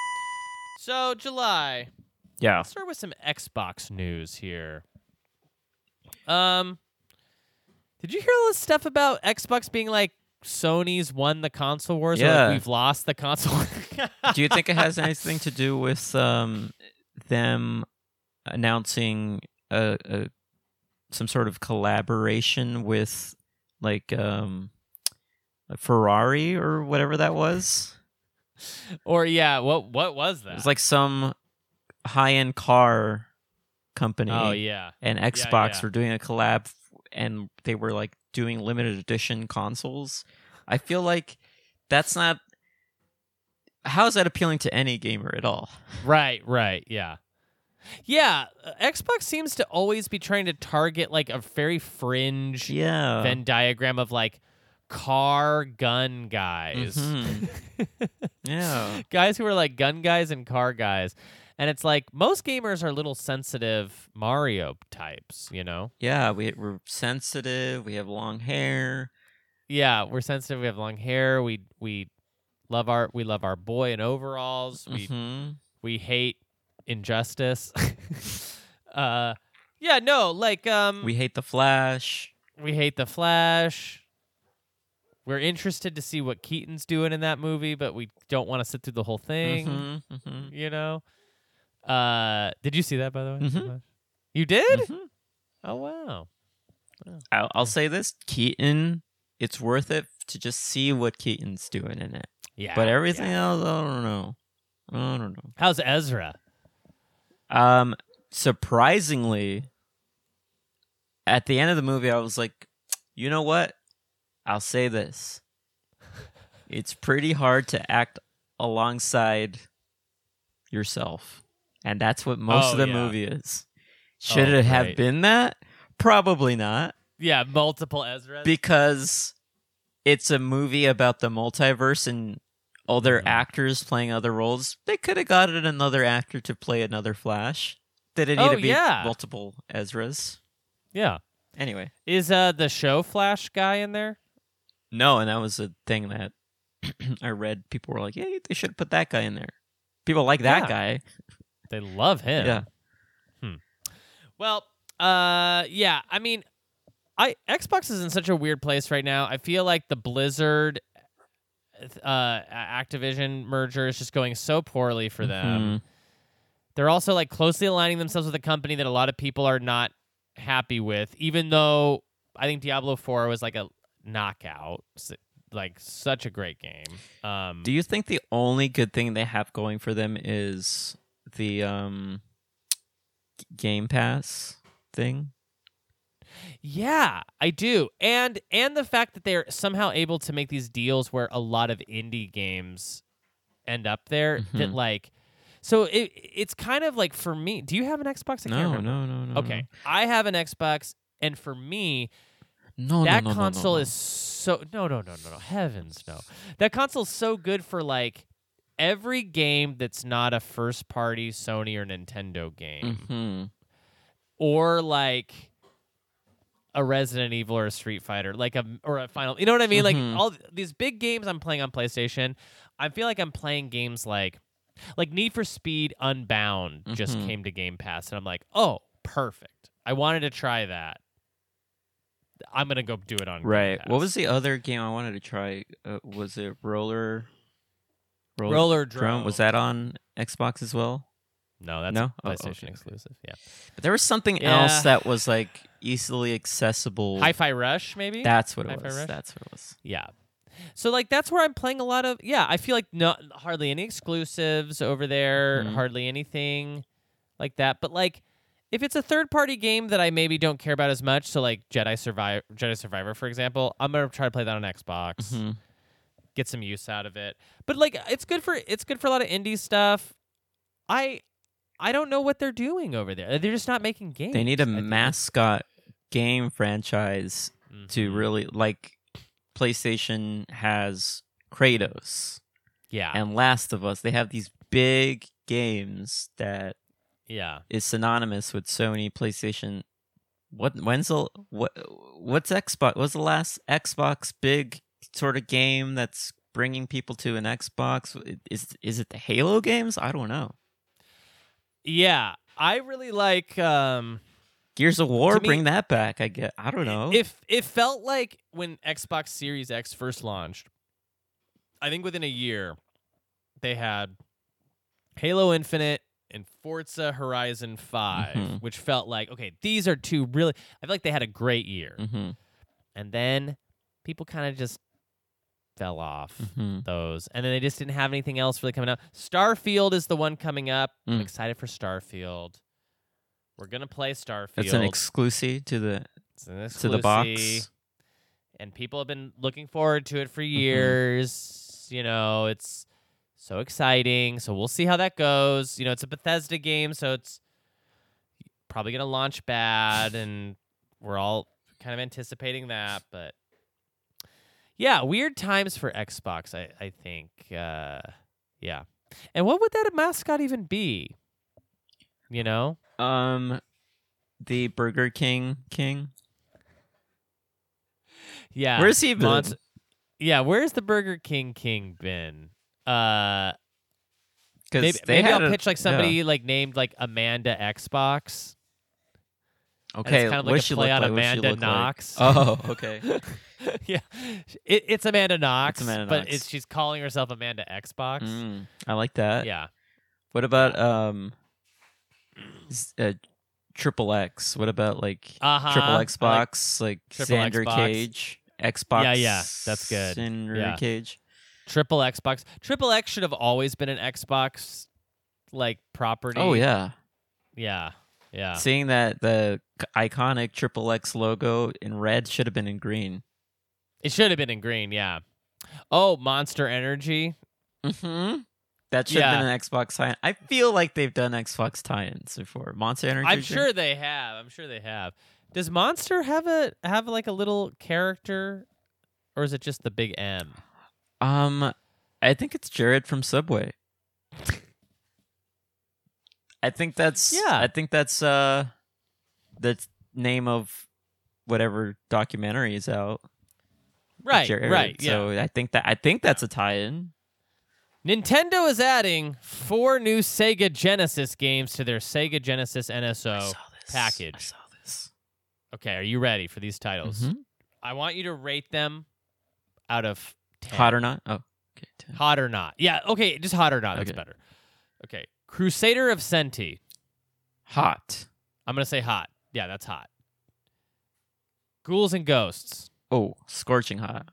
Speaker 1: So July,
Speaker 2: Yeah.
Speaker 1: let's start with some Xbox news here. Um, did you hear all this stuff about Xbox being like Sony's won the console wars? Or
Speaker 2: Yeah.
Speaker 1: like we've lost the console.
Speaker 2: Do you think it has anything to do with um, them announcing a, a some sort of collaboration with like um, a Ferrari or whatever that was?
Speaker 1: or yeah, what what was that?
Speaker 2: It was like some high end car company
Speaker 1: oh yeah.
Speaker 2: and Xbox
Speaker 1: yeah.
Speaker 2: were doing a collab and they were like doing limited edition consoles. I feel like that's not how is that appealing to any gamer at all?
Speaker 1: Right, right, yeah. Yeah, uh, Xbox seems to always be trying to target like a very fringe
Speaker 2: Yeah.
Speaker 1: Venn diagram of like car gun guys.
Speaker 2: Mhm. yeah.
Speaker 1: guys who are like gun guys and car guys. And it's like most gamers are little sensitive Mario types, you know?
Speaker 2: Yeah. We, we're sensitive. We have long hair.
Speaker 1: Yeah, we're sensitive, we have long hair, we we love our we love our boy in overalls. We
Speaker 2: Mhm.
Speaker 1: we hate injustice. uh yeah, no, like um
Speaker 2: We hate the Flash.
Speaker 1: We hate the Flash. We're interested to see what Keaton's doing in that movie, but we don't want to sit through the whole thing.
Speaker 2: Mhm, mhm,
Speaker 1: You know. Uh, did you see that by the way?
Speaker 2: Mhm.
Speaker 1: Flash? You did?
Speaker 2: mhm.
Speaker 1: Oh wow.
Speaker 2: I'll, I'll say this Keaton, it's worth it to just see what Keaton's doing in it.
Speaker 1: Yeah.
Speaker 2: But er everything
Speaker 1: yeah.
Speaker 2: else, I don't know. I don't know.
Speaker 1: How's Ezra?
Speaker 2: Um, surprisingly, at the end of the movie, I was like, you know what? I'll say this. It's pretty hard to act alongside yourself. And that's what most
Speaker 1: Oh,
Speaker 2: of the
Speaker 1: yeah.
Speaker 2: movie is. Should
Speaker 1: Oh,
Speaker 2: it have
Speaker 1: right.
Speaker 2: been that? Probably not
Speaker 1: Yeah, multiple Ezra.
Speaker 2: because it's a movie about the multiverse and other
Speaker 1: Mhm.
Speaker 2: actors playing other roles. They could have gotten another actor to play another Flash. Did it need
Speaker 1: Oh,
Speaker 2: to be
Speaker 1: yeah.
Speaker 2: multiple Ezras?
Speaker 1: yeah.
Speaker 2: Anyway,
Speaker 1: Is uh the show Flash guy in there?
Speaker 2: no, and that was a thing that I read. People were like, "Yeah, they should have put that guy in there." People like that
Speaker 1: Yeah.
Speaker 2: guy.
Speaker 1: They love him.
Speaker 2: Yeah.
Speaker 1: Well, uh yeah, I mean I Xbox is in such a weird place right now. I feel like the Blizzard uh Activision merger is just going so poorly for them.
Speaker 2: Mhm.
Speaker 1: They're also like closely aligning themselves with a company that a lot of people are not happy with, even though I think Diablo 4 was like a knockout, s- like such a great game. Um,
Speaker 2: Do you think the only good thing they have going for them is the um, g- Game Pass thing?
Speaker 1: yeah, I do. And and the fact that they're somehow able to make these deals where a lot of indie games end up there that
Speaker 2: Mhm.
Speaker 1: like so it it's kind of like for me, do you have an Xbox? I can't
Speaker 2: No,
Speaker 1: remember.
Speaker 2: no, no, no.
Speaker 1: Okay. I have an Xbox and for me,
Speaker 2: Oh, No,
Speaker 1: that console is so no no no no no heavens no that console's so good for like every game that's not a first party sony or nintendo game
Speaker 2: Mm-hmm.
Speaker 1: or like a resident evil or a street fighter like a or a final you know what i mean
Speaker 2: Mhm.
Speaker 1: like all th- these big games i'm playing on playstation i feel like i'm playing games like like need for speed unbound just
Speaker 2: Mhm.
Speaker 1: came to game pass and i'm like oh perfect i wanted to try that i'm gonna go do it on Game
Speaker 2: Right. What
Speaker 1: Pass.
Speaker 2: was the other game I wanted to try? Uh, was it Roller?
Speaker 1: Roller
Speaker 2: Drone? Was that on Xbox as well?
Speaker 1: No, that's
Speaker 2: No? Oh,
Speaker 1: PlayStation
Speaker 2: okay.
Speaker 1: exclusive. Yeah.
Speaker 2: But there was something
Speaker 1: Yeah.
Speaker 2: else that was like easily accessible.
Speaker 1: Hi-Fi Rush, maybe.
Speaker 2: That's what it
Speaker 1: Hi-Fi
Speaker 2: was.
Speaker 1: Rush?
Speaker 2: That's what it was.
Speaker 1: yeah. So like that's where I'm playing a lot of. Yeah, I feel like not hardly any exclusives over there.
Speaker 2: Mhm.
Speaker 1: Hardly anything like that. But like. If it's a third-party game that I maybe don't care about as much, so like Jedi Survivor, Jedi Survivor, for example, I'm gonna try to play that on Xbox,
Speaker 2: Mhm.
Speaker 1: get some use out of it. But like, it's good for it's good for a lot of indie stuff. I I don't know what they're doing over there. They're just not making games.
Speaker 2: They need
Speaker 1: I
Speaker 2: a
Speaker 1: think.
Speaker 2: mascot game franchise to
Speaker 1: Mhm.
Speaker 2: really like. PlayStation has Kratos
Speaker 1: yeah,
Speaker 2: and Last of Us. They have these big games that
Speaker 1: yeah.
Speaker 2: is synonymous with Sony PlayStation. What when's the what what's Xbox? What's the last Xbox big sort of game that's bringing people to an Xbox? Is is it the Halo games? I don't know.
Speaker 1: Yeah, I really like. Um,
Speaker 2: Gears of War,
Speaker 1: To me-
Speaker 2: bring that back. I get. I don't know.
Speaker 1: If it felt like when Xbox Series X first launched, I think within a year they had Halo Infinite and Forza Horizon 5
Speaker 2: Mhm.
Speaker 1: which felt like okay, these are two really. I feel like they had a great year,
Speaker 2: hmm
Speaker 1: and then people kind of just fell off.
Speaker 2: hmm
Speaker 1: Those and then they just didn't have anything else really coming out. Starfield is the one coming up. I'm
Speaker 2: Mm.
Speaker 1: excited for Starfield. We're gonna play Starfield.
Speaker 2: That's an exclusive to the
Speaker 1: It's an
Speaker 2: to the box. Mm-hmm.
Speaker 1: exclusive, And people have been looking forward to it for years. You know, it's so exciting. So we'll see how that goes. You know, it's a Bethesda game, so it's probably going to launch bad. And we're all kind of anticipating that. But yeah, weird times for Xbox, I, I think. Uh, yeah. And what would that mascot even be? You know?
Speaker 2: Um, the Burger King King.
Speaker 1: Yeah.
Speaker 2: Where's he been?
Speaker 1: Monst- yeah, where's the Burger King King been? Uh,
Speaker 2: 'Cause
Speaker 1: maybe,
Speaker 2: they
Speaker 1: maybe
Speaker 2: had
Speaker 1: I'll
Speaker 2: a-
Speaker 1: pitch like somebody like named like Amanda Xbox.
Speaker 2: Yeah.
Speaker 1: and
Speaker 2: Okay,
Speaker 1: it's kind of
Speaker 2: what
Speaker 1: like
Speaker 2: she
Speaker 1: a play on
Speaker 2: look like? What she
Speaker 1: Amanda
Speaker 2: look like?
Speaker 1: Knox.
Speaker 2: Oh, okay.
Speaker 1: yeah, it, it's Amanda Knox,
Speaker 2: Amanda
Speaker 1: but
Speaker 2: Knox.
Speaker 1: It's, she's calling herself Amanda Xbox.
Speaker 2: Mm, I like that.
Speaker 1: Yeah,
Speaker 2: What about um, s- uh, Triple X? What about like
Speaker 1: uh-huh. I
Speaker 2: uh, Triple
Speaker 1: like-
Speaker 2: Xbox, like,
Speaker 1: Triple
Speaker 2: Xander
Speaker 1: Xbox.
Speaker 2: Cage, Xbox?
Speaker 1: Yeah, yeah, that's good.
Speaker 2: Xander
Speaker 1: Yeah.
Speaker 2: Cage.
Speaker 1: triple Xbox. Triple X should have always been an Xbox like property.
Speaker 2: Oh yeah,
Speaker 1: yeah, Yeah.
Speaker 2: Seeing that the c- iconic Triple X logo in red should have been in green.
Speaker 1: It should have been in green, yeah. Oh, Monster Energy.
Speaker 2: Mm-hmm. That should have been an Xbox tie-in. I feel like they've done Xbox tie-ins before. Monster Energy.
Speaker 1: I'm
Speaker 2: Drink?
Speaker 1: sure they have. I'm sure they have. Does Monster have a have like a little character or is it just the big M?
Speaker 2: Um, I think it's Jared from Subway. I think that's
Speaker 1: Yeah.
Speaker 2: I think that's uh, the name of whatever documentary is out.
Speaker 1: Right,
Speaker 2: Jared.
Speaker 1: right, yeah.
Speaker 2: So I think that I think that's a tie-in.
Speaker 1: Nintendo is adding four new Sega Genesis games to their Sega Genesis NSO.
Speaker 2: this
Speaker 1: Oh, package.
Speaker 2: I saw this.
Speaker 1: Okay, are you ready for these titles?
Speaker 2: Mhm.
Speaker 1: I want you to rate them out of 10.
Speaker 2: Hot or not? Oh, okay. 10.
Speaker 1: Hot or not. Yeah, okay, just hot or not. That's
Speaker 2: Okay.
Speaker 1: better. Okay. Crusader of Senti.
Speaker 2: Hot.
Speaker 1: I'm going to say hot. Yeah, that's hot. Ghouls and Ghosts.
Speaker 2: Oh, scorching hot.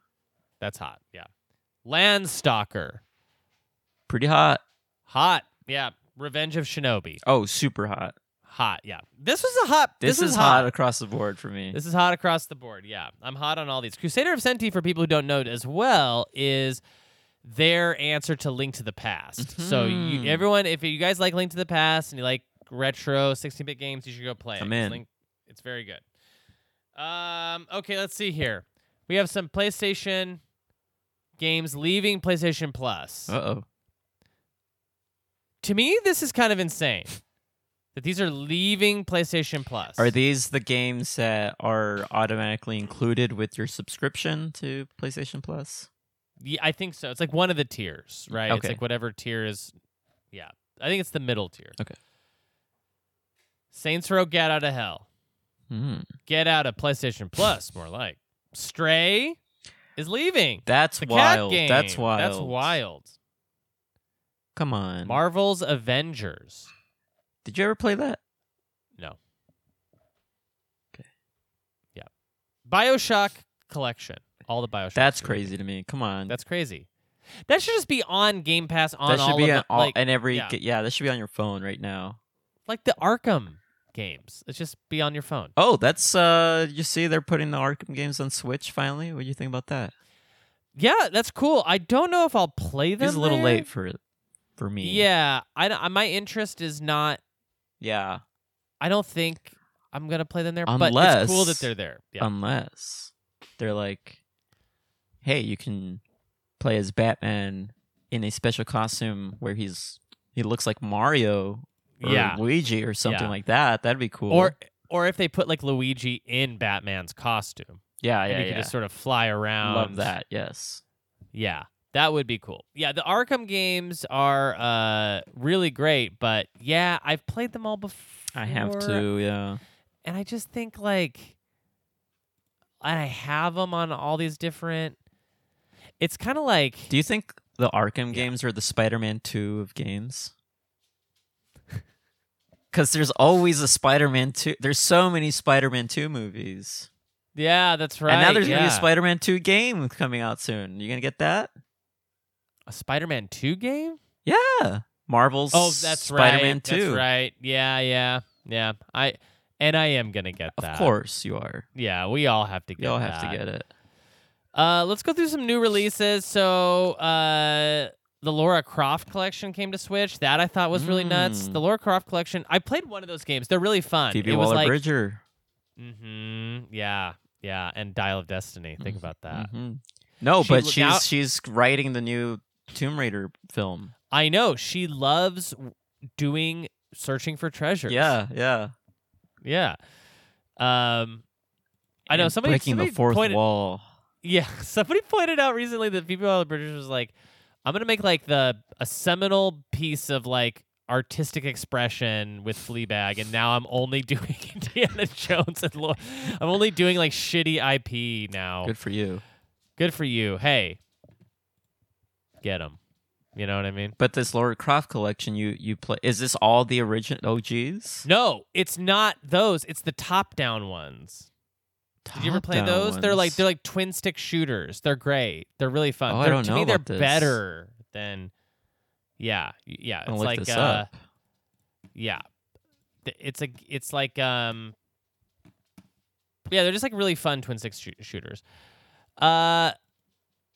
Speaker 1: That's hot. Yeah. Landstalker.
Speaker 2: Pretty hot.
Speaker 1: Hot. Yeah. Revenge of Shinobi.
Speaker 2: Oh, super hot.
Speaker 1: Hot. Yeah. This was a hot.
Speaker 2: This,
Speaker 1: was
Speaker 2: is hot. across the board for me.
Speaker 1: This is hot across the board. Yeah, I'm hot on all these. Crusader of Senti, for people who don't know it as well, is their answer to Link to the Past. So
Speaker 2: Mhm.
Speaker 1: you, everyone, if you guys like Link to the Past and you like retro 16-bit games, you should go play it.
Speaker 2: I'm
Speaker 1: 'cause
Speaker 2: in.
Speaker 1: Link, it's very good. Um, okay, let's see here. We have some PlayStation games leaving PlayStation Plus.
Speaker 2: Uh oh.
Speaker 1: To me, this is kind of insane that these are leaving PlayStation Plus.
Speaker 2: Are these the games that are automatically included with your subscription to PlayStation Plus?
Speaker 1: Yeah, I think so. It's like one of the tiers, right? It's
Speaker 2: Okay.
Speaker 1: like whatever tier is. Yeah, I think it's the middle tier.
Speaker 2: Okay.
Speaker 1: Saints Row, Get Out of Hell,
Speaker 2: Hmm.
Speaker 1: Get Out of PlayStation Plus, more like Stray is leaving.
Speaker 2: That's
Speaker 1: The
Speaker 2: wild.
Speaker 1: cat game.
Speaker 2: That's wild.
Speaker 1: That's wild.
Speaker 2: Come on.
Speaker 1: Marvel's Avengers.
Speaker 2: Did you ever play that?
Speaker 1: No.
Speaker 2: Okay.
Speaker 1: Yeah. Bioshock Collection. All the Bioshock.
Speaker 2: That's
Speaker 1: series.
Speaker 2: crazy to me. Come on.
Speaker 1: That's crazy. That should just be on Game Pass on
Speaker 2: that should
Speaker 1: all
Speaker 2: be
Speaker 1: of
Speaker 2: on
Speaker 1: the,
Speaker 2: all
Speaker 1: like,
Speaker 2: and every
Speaker 1: yeah.
Speaker 2: yeah. that should be on your phone right now.
Speaker 1: like the Arkham games. It's just be on your phone.
Speaker 2: Oh, that's uh you see they're putting the Arkham games on Switch finally. What do you think about that?
Speaker 1: Yeah, that's cool. I don't know if I'll play them.
Speaker 2: It's a little
Speaker 1: there.
Speaker 2: late for it for me.
Speaker 1: Yeah, I, don't- I my interest is not.
Speaker 2: Yeah.
Speaker 1: I don't think I'm gonna play them there. but
Speaker 2: Unless- um,
Speaker 1: it's cool that they're there. Yeah.
Speaker 2: Unless they're like hey, you can play as Batman in a special costume where he's he looks like Mario or
Speaker 1: yeah.
Speaker 2: Luigi or something
Speaker 1: Yeah.
Speaker 2: like that. That'd be cool.
Speaker 1: Or or if they put like Luigi in Batman's costume,
Speaker 2: yeah,
Speaker 1: and
Speaker 2: yeah,
Speaker 1: you can
Speaker 2: yeah.
Speaker 1: just sort of fly around.
Speaker 2: Love that. Yes.
Speaker 1: Yeah, that would be cool. Yeah, the Arkham games are uh really great, but yeah, I've played them all before.
Speaker 2: I have to, yeah.
Speaker 1: and I just think like and I have them on all these different. It's kind of like
Speaker 2: Do you think the Arkham games are the Spider-Man 2 of games? Cuz there's always a Spider-Man 2. There's so many Spider-Man 2 movies.
Speaker 1: yeah, that's right.
Speaker 2: and now there's going to
Speaker 1: yeah.
Speaker 2: be a Spider-Man 2 game coming out soon. You going to get that?
Speaker 1: a Spider-Man Two game.
Speaker 2: Yeah. Marvel's
Speaker 1: Oh, that's
Speaker 2: Spider-Man
Speaker 1: right.
Speaker 2: 2.
Speaker 1: That's right. Yeah, yeah, yeah. I and I am gonna get
Speaker 2: Of
Speaker 1: that.
Speaker 2: course you are.
Speaker 1: Yeah, we all have to get.
Speaker 2: You all have
Speaker 1: that.
Speaker 2: to get it.
Speaker 1: Uh, let's go through some new releases. So, uh, the Laura Croft collection came to Switch. That I thought was really nuts.
Speaker 2: Mm.
Speaker 1: The Laura Croft collection. I played one of those games. They're really fun.
Speaker 2: Phoebe
Speaker 1: Uh, it was like
Speaker 2: Waller-Bridger.
Speaker 1: Mm-hmm. Yeah. Yeah. And Dial of Destiny. Think
Speaker 2: Mhm.
Speaker 1: about that.
Speaker 2: Mhm. No,
Speaker 1: She
Speaker 2: but
Speaker 1: look
Speaker 2: she's
Speaker 1: out-
Speaker 2: she's writing the new Tomb Raider film.
Speaker 1: I know she loves w- doing searching for treasures.
Speaker 2: Yeah, yeah.
Speaker 1: Yeah. Um, I know
Speaker 2: And
Speaker 1: somebody
Speaker 2: breaking
Speaker 1: somebody
Speaker 2: the fourth
Speaker 1: pointed,
Speaker 2: wall.
Speaker 1: Yeah, somebody pointed out recently that people out of the British was like, I'm gonna make like the a seminal piece of like artistic expression with Fleabag, and now I'm only doing Indiana Jones and Laura. I'm only doing like shitty IP now.
Speaker 2: Good for you.
Speaker 1: good for you. Hey, get them. You know what I mean?
Speaker 2: But this Laura Croft collection, you you play is this all the oh, original OGs?
Speaker 1: No, it's not those. It's the top-down ones. Did you ever play
Speaker 2: Top-down
Speaker 1: those? They're like
Speaker 2: ones.
Speaker 1: they're like twin stick shooters. They're great. They're really fun.
Speaker 2: Oh, I
Speaker 1: They're-
Speaker 2: don't
Speaker 1: to
Speaker 2: know
Speaker 1: me, they're
Speaker 2: about this.
Speaker 1: better than. Yeah, y- yeah.
Speaker 2: I'll
Speaker 1: It's
Speaker 2: look
Speaker 1: like
Speaker 2: this
Speaker 1: uh,
Speaker 2: up.
Speaker 1: yeah. th- it's a it's like um yeah they're just like really fun twin six shoo- shooters uh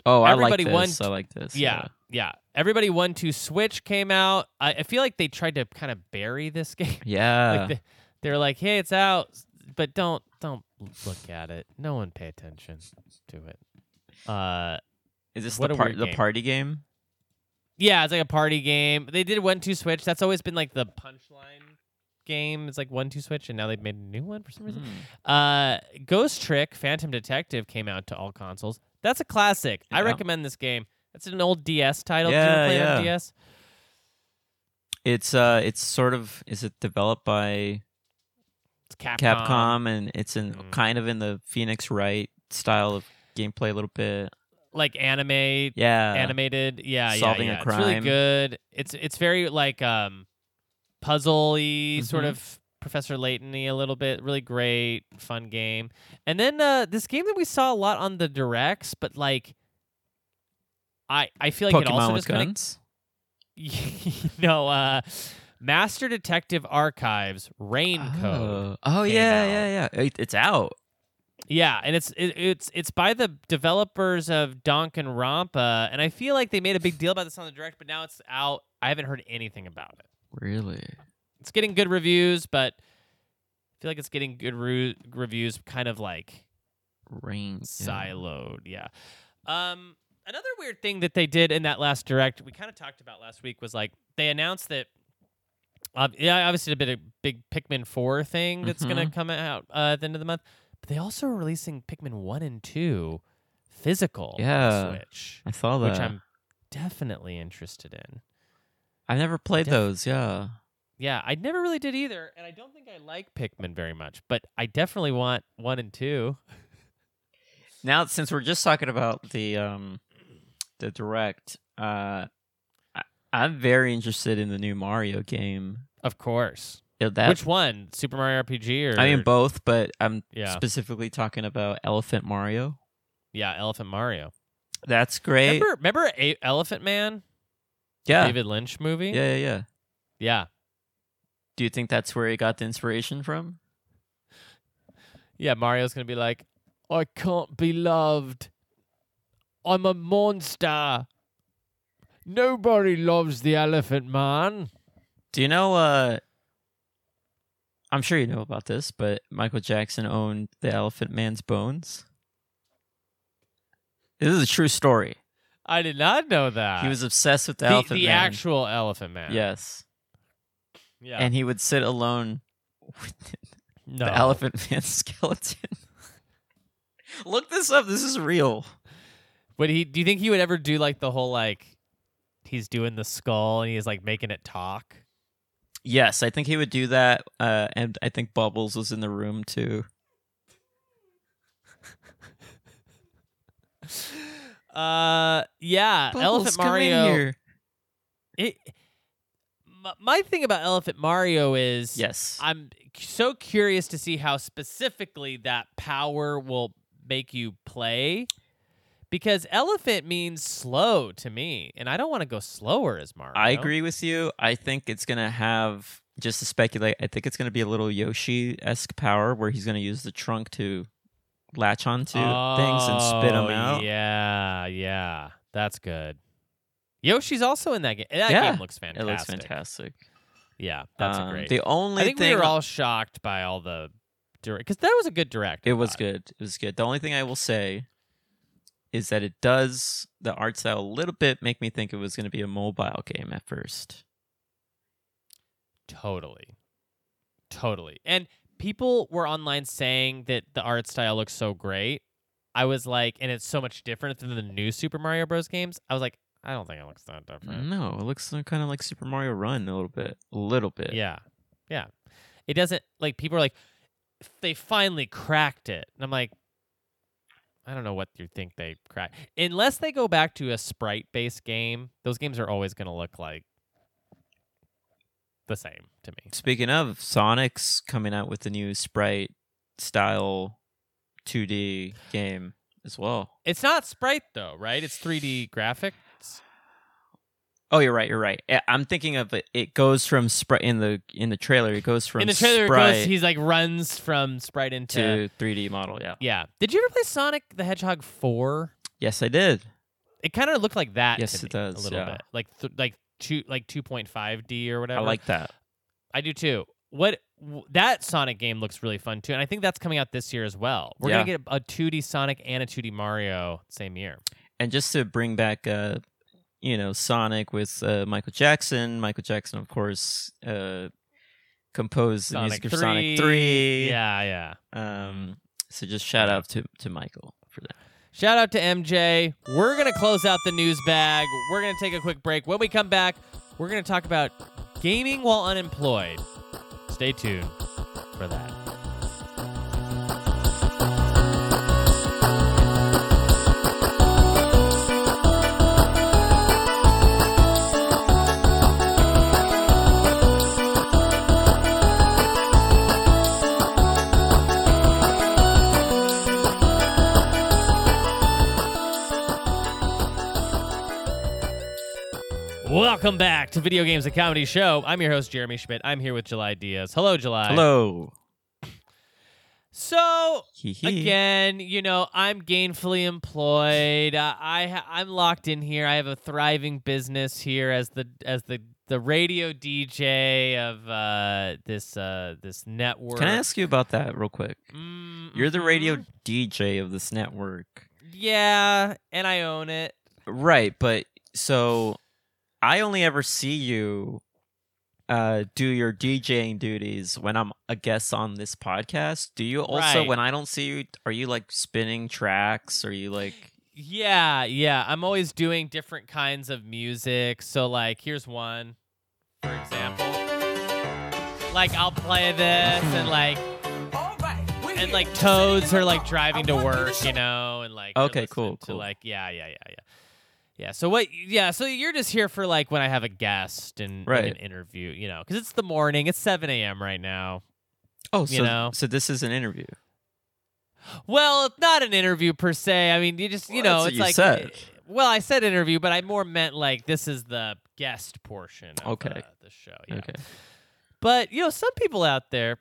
Speaker 2: Oh, I
Speaker 1: Everybody
Speaker 2: like this.
Speaker 1: wants-
Speaker 2: I like this.
Speaker 1: yeah yeah everybody one two switch came out I, I feel like they tried to kind of bury this game
Speaker 2: Yeah.
Speaker 1: like they, they're like hey it's out but don't don't look at it no one pay attention to it uh
Speaker 2: Is this
Speaker 1: what
Speaker 2: the,
Speaker 1: a
Speaker 2: par-
Speaker 1: weird
Speaker 2: the
Speaker 1: game.
Speaker 2: party game?
Speaker 1: yeah it's like a party game they did one two switch that's always been like the punchline game it's like one two switch and now they've made a new one for some reason
Speaker 2: Mm.
Speaker 1: Uh, Ghost Trick, Phantom Detective came out to all consoles. That's a classic. I
Speaker 2: Yeah.
Speaker 1: recommend this game. That's an old DS title. Did you
Speaker 2: Yeah,
Speaker 1: ever play it on
Speaker 2: yeah.
Speaker 1: DS?
Speaker 2: It's uh, it's sort of is it developed by
Speaker 1: It's Capcom.
Speaker 2: Capcom, and it's in
Speaker 1: Mm.
Speaker 2: kind of in the Phoenix Wright style of gameplay a little bit.
Speaker 1: Like anime,
Speaker 2: Yeah,
Speaker 1: animated. Yeah, yeah,
Speaker 2: solving a
Speaker 1: yeah. It's really
Speaker 2: crime.
Speaker 1: good. It's it's very like um, puzzly sort
Speaker 2: Mhm.
Speaker 1: of Professor Layton-y a little bit. Really great, fun game. And then uh, this game that we saw a lot on the directs, but like. I, I feel like it also
Speaker 2: Pokemon with
Speaker 1: just kind of
Speaker 2: guns.
Speaker 1: no, uh, Master Detective Archives Rain Code.
Speaker 2: Oh, oh
Speaker 1: came
Speaker 2: yeah,
Speaker 1: out.
Speaker 2: yeah, yeah. It- it's out.
Speaker 1: Yeah, and it's it, it's it's by the developers of Donkin Rampa, and I feel like they made a big deal about this on the direct, but now it's out. I haven't heard anything about it.
Speaker 2: Really?
Speaker 1: It's getting good reviews, but I feel like it's getting good re- reviews, kind of like
Speaker 2: Rain.
Speaker 1: siloed. Yeah. Um, another weird thing that they did in that last direct we kind of talked about last week was like they announced that. Uh, yeah, obviously a bit of big Pikmin four thing that's
Speaker 2: Mm-hmm.
Speaker 1: gonna come out uh, at the end of the month, but they also are releasing Pikmin one and two physical on
Speaker 2: Yeah.
Speaker 1: Switch,
Speaker 2: I saw that.
Speaker 1: which I'm definitely interested in.
Speaker 2: I've never played
Speaker 1: Def-
Speaker 2: those. Yeah.
Speaker 1: Yeah, I never really did either, and I don't think I like Pikmin very much, but I definitely want one and two.
Speaker 2: Now, since we're just talking about the um, the direct, uh, I, I'm very interested in the new Mario game.
Speaker 1: Of course.
Speaker 2: Yeah, that
Speaker 1: Which one? Super Mario RPG or
Speaker 2: I mean both, but I'm
Speaker 1: Yeah.
Speaker 2: specifically talking about Elephant Mario.
Speaker 1: Yeah, Elephant Mario.
Speaker 2: That's great.
Speaker 1: remember, remember A- Elephant Man,
Speaker 2: yeah.
Speaker 1: David Lynch movie.
Speaker 2: yeah, yeah, yeah.
Speaker 1: yeah,
Speaker 2: Do you think that's where he got the inspiration from?
Speaker 1: Yeah, Mario's gonna be like, I can't be loved. I'm a monster. Nobody loves the Elephant Man.
Speaker 2: Do you know? uh I'm sure you know about this, but Michael Jackson owned the Elephant Man's bones. This is a true story.
Speaker 1: I did not know that.
Speaker 2: he was obsessed with the,
Speaker 1: Uh, the,
Speaker 2: Elephant
Speaker 1: the
Speaker 2: Man.
Speaker 1: actual Elephant Man.
Speaker 2: yes,
Speaker 1: yeah.
Speaker 2: and he would sit alone with
Speaker 1: no.
Speaker 2: the Elephant Man's skeleton. Look this up. This is real.
Speaker 1: Would he? Do you think he would ever do like the whole like, he's doing the skull and he's like making it talk?
Speaker 2: Yes, I think he would do that, uh, and I think Bubbles was in the room too.
Speaker 1: Uh, yeah, Elephant Mario. It, my, my thing about Elephant Mario is
Speaker 2: Yes,
Speaker 1: I'm so curious to see how specifically that power will make you play because elephant means slow to me and I don't want to go slower as Mario.
Speaker 2: I agree with you. I think it's gonna have just to speculate. I think it's gonna be a little Yoshi esque power where he's gonna use the trunk to latch onto things and spit them
Speaker 1: Oh,
Speaker 2: out.
Speaker 1: Yeah, yeah. That's good. Yoshi's also in that game. That
Speaker 2: Yeah,
Speaker 1: game looks
Speaker 2: It
Speaker 1: fantastic.
Speaker 2: looks fantastic.
Speaker 1: Yeah, that's a
Speaker 2: Um,
Speaker 1: great.
Speaker 2: The only
Speaker 1: I think
Speaker 2: thing
Speaker 1: we were all shocked by all the direct because that was a good direct. I
Speaker 2: It was
Speaker 1: thought.
Speaker 2: good. It was good. The only thing I will say is that it does the art style a little bit make me think it was going to be a mobile game at first.
Speaker 1: Totally. Totally. And people were online saying that the art style looks so great. I was like, and it's so much different than the new Super Mario Bros. games. I was like, I don't think it looks that different.
Speaker 2: No, it looks kind of like Super Mario Run a little bit, a little bit.
Speaker 1: Yeah. Yeah. It doesn't, like, people are like, they finally cracked it. And I'm like, I don't know what you think they cracked. Unless they go back to a sprite based game, those games are always going to look like the same to me.
Speaker 2: Speaking of Sonic's coming out with the new sprite style 2D game as well.
Speaker 1: It's not sprite though, right? It's 3D graphics.
Speaker 2: Oh, you're right. You're right. I- I'm thinking of it. It goes from Sprite in the in the trailer. It goes from
Speaker 1: In the trailer,
Speaker 2: Sprite
Speaker 1: it goes, he's like runs from Sprite into.
Speaker 2: to 3D model. Yeah.
Speaker 1: Yeah. Did you ever play Sonic the Hedgehog 4?
Speaker 2: Yes, I did.
Speaker 1: It kind of looked like that.
Speaker 2: Yes,
Speaker 1: to
Speaker 2: it
Speaker 1: me
Speaker 2: does,
Speaker 1: A little
Speaker 2: yeah.
Speaker 1: bit like th- like two like 2.5D or
Speaker 2: I
Speaker 1: whatever.
Speaker 2: like that.
Speaker 1: I do too. What w- that Sonic game looks really fun too, and I think that's coming out this year as well. We're gonna get a 2D Sonic and a 2D Mario same year.
Speaker 2: And just to bring back, uh, you know, Sonic with uh, Michael Jackson. Michael Jackson, of course, uh, composed the music
Speaker 1: Sonic
Speaker 2: of
Speaker 1: 3.
Speaker 2: Sonic Three.
Speaker 1: Yeah, yeah.
Speaker 2: Um. So just shout out to to Michael for that.
Speaker 1: Shout out to MJ. We're going to close out the news bag. We're going to take a quick break. When we come back, we're going to talk about gaming while unemployed. Stay tuned for that. Welcome back to Video Games, a comedy show. I'm your host, Jeremy Schmidt. I'm here with July Diaz. Hello, July.
Speaker 2: Hello.
Speaker 1: So,
Speaker 2: Hee hee.
Speaker 1: again, you know, I'm gainfully employed. Uh, I ha- I'm locked in here. I have a thriving business here as the as the the radio DJ of uh, this uh, this network.
Speaker 2: Can I ask you about that real quick?
Speaker 1: Mm,
Speaker 2: You're the radio
Speaker 1: mhm.
Speaker 2: DJ of this network.
Speaker 1: Yeah, and I own it.
Speaker 2: Right, but so I only ever see you uh do your DJing duties when I'm a guest on this podcast. Do you also
Speaker 1: Right.
Speaker 2: when I don't see you are you like spinning tracks? Are you like
Speaker 1: Yeah, yeah. I'm always doing different kinds of music. So like here's one, for example. Like I'll play this and like and like toads are like driving to work, you know, and like they're
Speaker 2: Okay, cool,
Speaker 1: listening to,
Speaker 2: cool.
Speaker 1: like yeah, yeah, yeah, yeah. Yeah. So what? Yeah. So you're just here for like when I have a guest and, and
Speaker 2: Right.
Speaker 1: an interview, you know, because it's the morning. It's 7 a.m. right now.
Speaker 2: Oh,
Speaker 1: You
Speaker 2: so
Speaker 1: know.
Speaker 2: so this is an interview.
Speaker 1: Well, it's not an interview per se. I mean, you just you
Speaker 2: Well,
Speaker 1: know,
Speaker 2: that's what
Speaker 1: it's
Speaker 2: you
Speaker 1: like
Speaker 2: said.
Speaker 1: well, I said interview, but I more meant like this is the guest portion of
Speaker 2: Okay.
Speaker 1: uh, the show. Yeah.
Speaker 2: Okay.
Speaker 1: But, you know, some people out there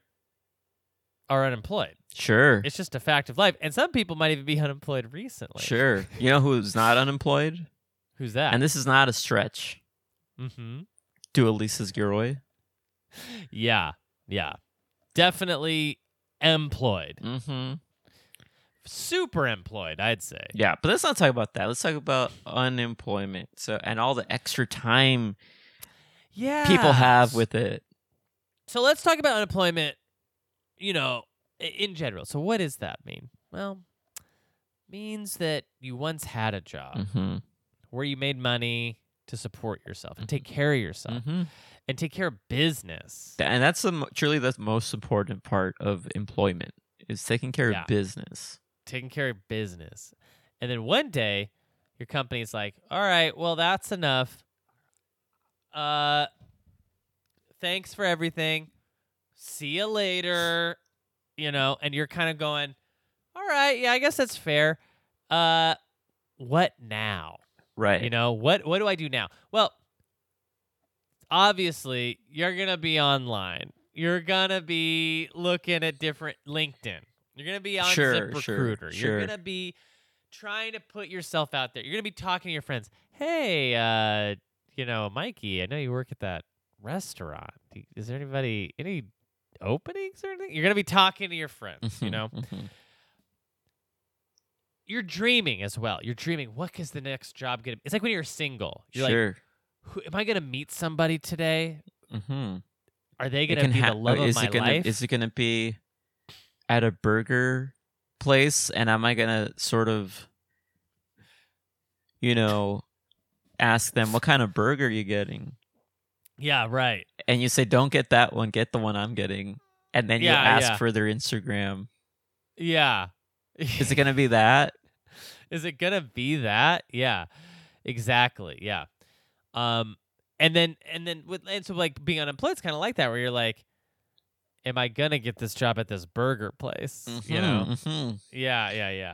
Speaker 1: are unemployed.
Speaker 2: Sure.
Speaker 1: It's just a fact of life. And some people might even be unemployed recently.
Speaker 2: Sure. You know who's not unemployed?
Speaker 1: Who's that?
Speaker 2: And this is not a stretch.
Speaker 1: mm-hmm.
Speaker 2: Do Elisa's Gilroy.
Speaker 1: Yeah. Yeah. Definitely employed.
Speaker 2: Mm-hmm.
Speaker 1: Super employed, I'd say.
Speaker 2: Yeah, but let's not talk about that. Let's talk about unemployment. So and all the extra time
Speaker 1: Yeah.
Speaker 2: people have with it.
Speaker 1: So let's talk about unemployment, you know, i- in general. So what does that mean? Well, means that you once had a job
Speaker 2: Mm-hmm.
Speaker 1: where you made money to support yourself and take care of yourself
Speaker 2: Mm-hmm.
Speaker 1: and take care of business.
Speaker 2: And that's the mo- truly the most important part of employment is taking care
Speaker 1: Yeah.
Speaker 2: of business.
Speaker 1: taking care of business. And then one day, your company's like, all right, well, that's enough. Uh, thanks for everything. See you later. You know, and you're kind of going, all right, yeah, I guess that's fair. Uh, what now?
Speaker 2: Right.
Speaker 1: You know, what what do I do now? Well, obviously, you're going to be online. You're going to be looking at different LinkedIn. You're going to be on
Speaker 2: Sure,
Speaker 1: ZipRecruiter.
Speaker 2: sure,
Speaker 1: You're
Speaker 2: sure.
Speaker 1: going to be trying to put yourself out there. You're going to be talking to your friends. Hey, uh, you know, Mikey, I know you work at that restaurant. Do- Is there anybody any openings or anything? You're going to be talking to your friends, you
Speaker 2: Mhm,
Speaker 1: know?
Speaker 2: mhm.
Speaker 1: You're dreaming as well. You're dreaming, what is the next job going to be? It's like when you're single. You're like,
Speaker 2: sure.
Speaker 1: who, am I going to meet somebody today?
Speaker 2: mm-hmm.
Speaker 1: Are they going to be the love
Speaker 2: uh, is
Speaker 1: of my
Speaker 2: it gonna,
Speaker 1: life?
Speaker 2: Is it going to be at a burger place? And am I going to sort of, you know, ask them what kind of burger you getting?
Speaker 1: yeah, right.
Speaker 2: and you say don't get that one get the one i'm getting and then
Speaker 1: Yeah,
Speaker 2: you ask
Speaker 1: yeah.
Speaker 2: for their instagram
Speaker 1: Yeah.
Speaker 2: is it gonna be that
Speaker 1: is it gonna be that? Yeah, exactly. Yeah. Um, and then and then with and so like being unemployed is kind of like that, where you're like, am I gonna get this job at this burger place? You know?
Speaker 2: Mhm.
Speaker 1: Yeah, yeah, yeah.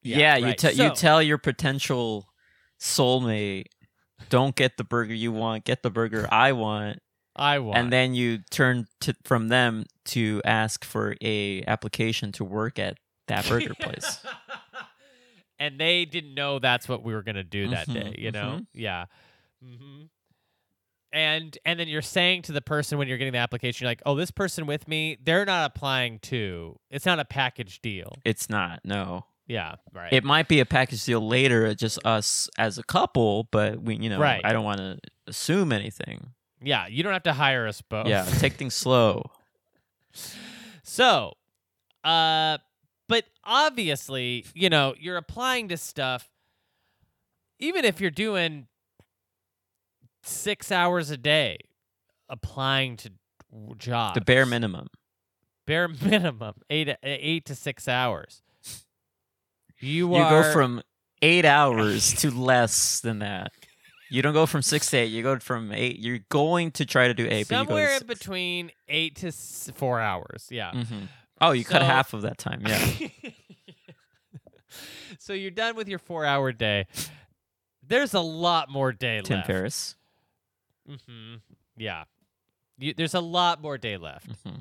Speaker 2: yeah, you,
Speaker 1: mm-hmm. right.
Speaker 2: te- you
Speaker 1: So-
Speaker 2: tell your potential soulmate don't get the burger you want, get the burger I want,
Speaker 1: I want.
Speaker 2: and then you turn to from them to ask for a application to work at that burger place.
Speaker 1: and they didn't know that's what we were gonna do that
Speaker 2: Mhm,
Speaker 1: day. You know, yeah. hmm And and then you're saying to the person when you're getting the application, you're like, "Oh, this person with me, they're not applying to. It's not a package deal."
Speaker 2: It's not. No.
Speaker 1: Yeah, right.
Speaker 2: It might be a package deal later, uh, just us as a couple, but we, you know,
Speaker 1: Right.
Speaker 2: I don't want to assume anything.
Speaker 1: yeah, you don't have to hire us both.
Speaker 2: Yeah, take things slow.
Speaker 1: So, uh, but obviously, you know, you're applying to stuff, even if you're doing six hours a day applying to w- jobs,
Speaker 2: The bare minimum.
Speaker 1: bare minimum, eight uh, eight to six hours. You,
Speaker 2: You
Speaker 1: are,
Speaker 2: go from eight hours to less than that. You don't go from six to eight. You go from eight. You're going to try to do eight,
Speaker 1: somewhere in
Speaker 2: but
Speaker 1: between eight to s- four hours. Yeah.
Speaker 2: you go to. hmm Oh, you cut
Speaker 1: So-
Speaker 2: half of that time. Yeah.
Speaker 1: so you're done with your four hour day. There's a lot more day
Speaker 2: Tim
Speaker 1: left.
Speaker 2: Ferriss.
Speaker 1: hmm Yeah. You, there's a lot more day left.
Speaker 2: hmm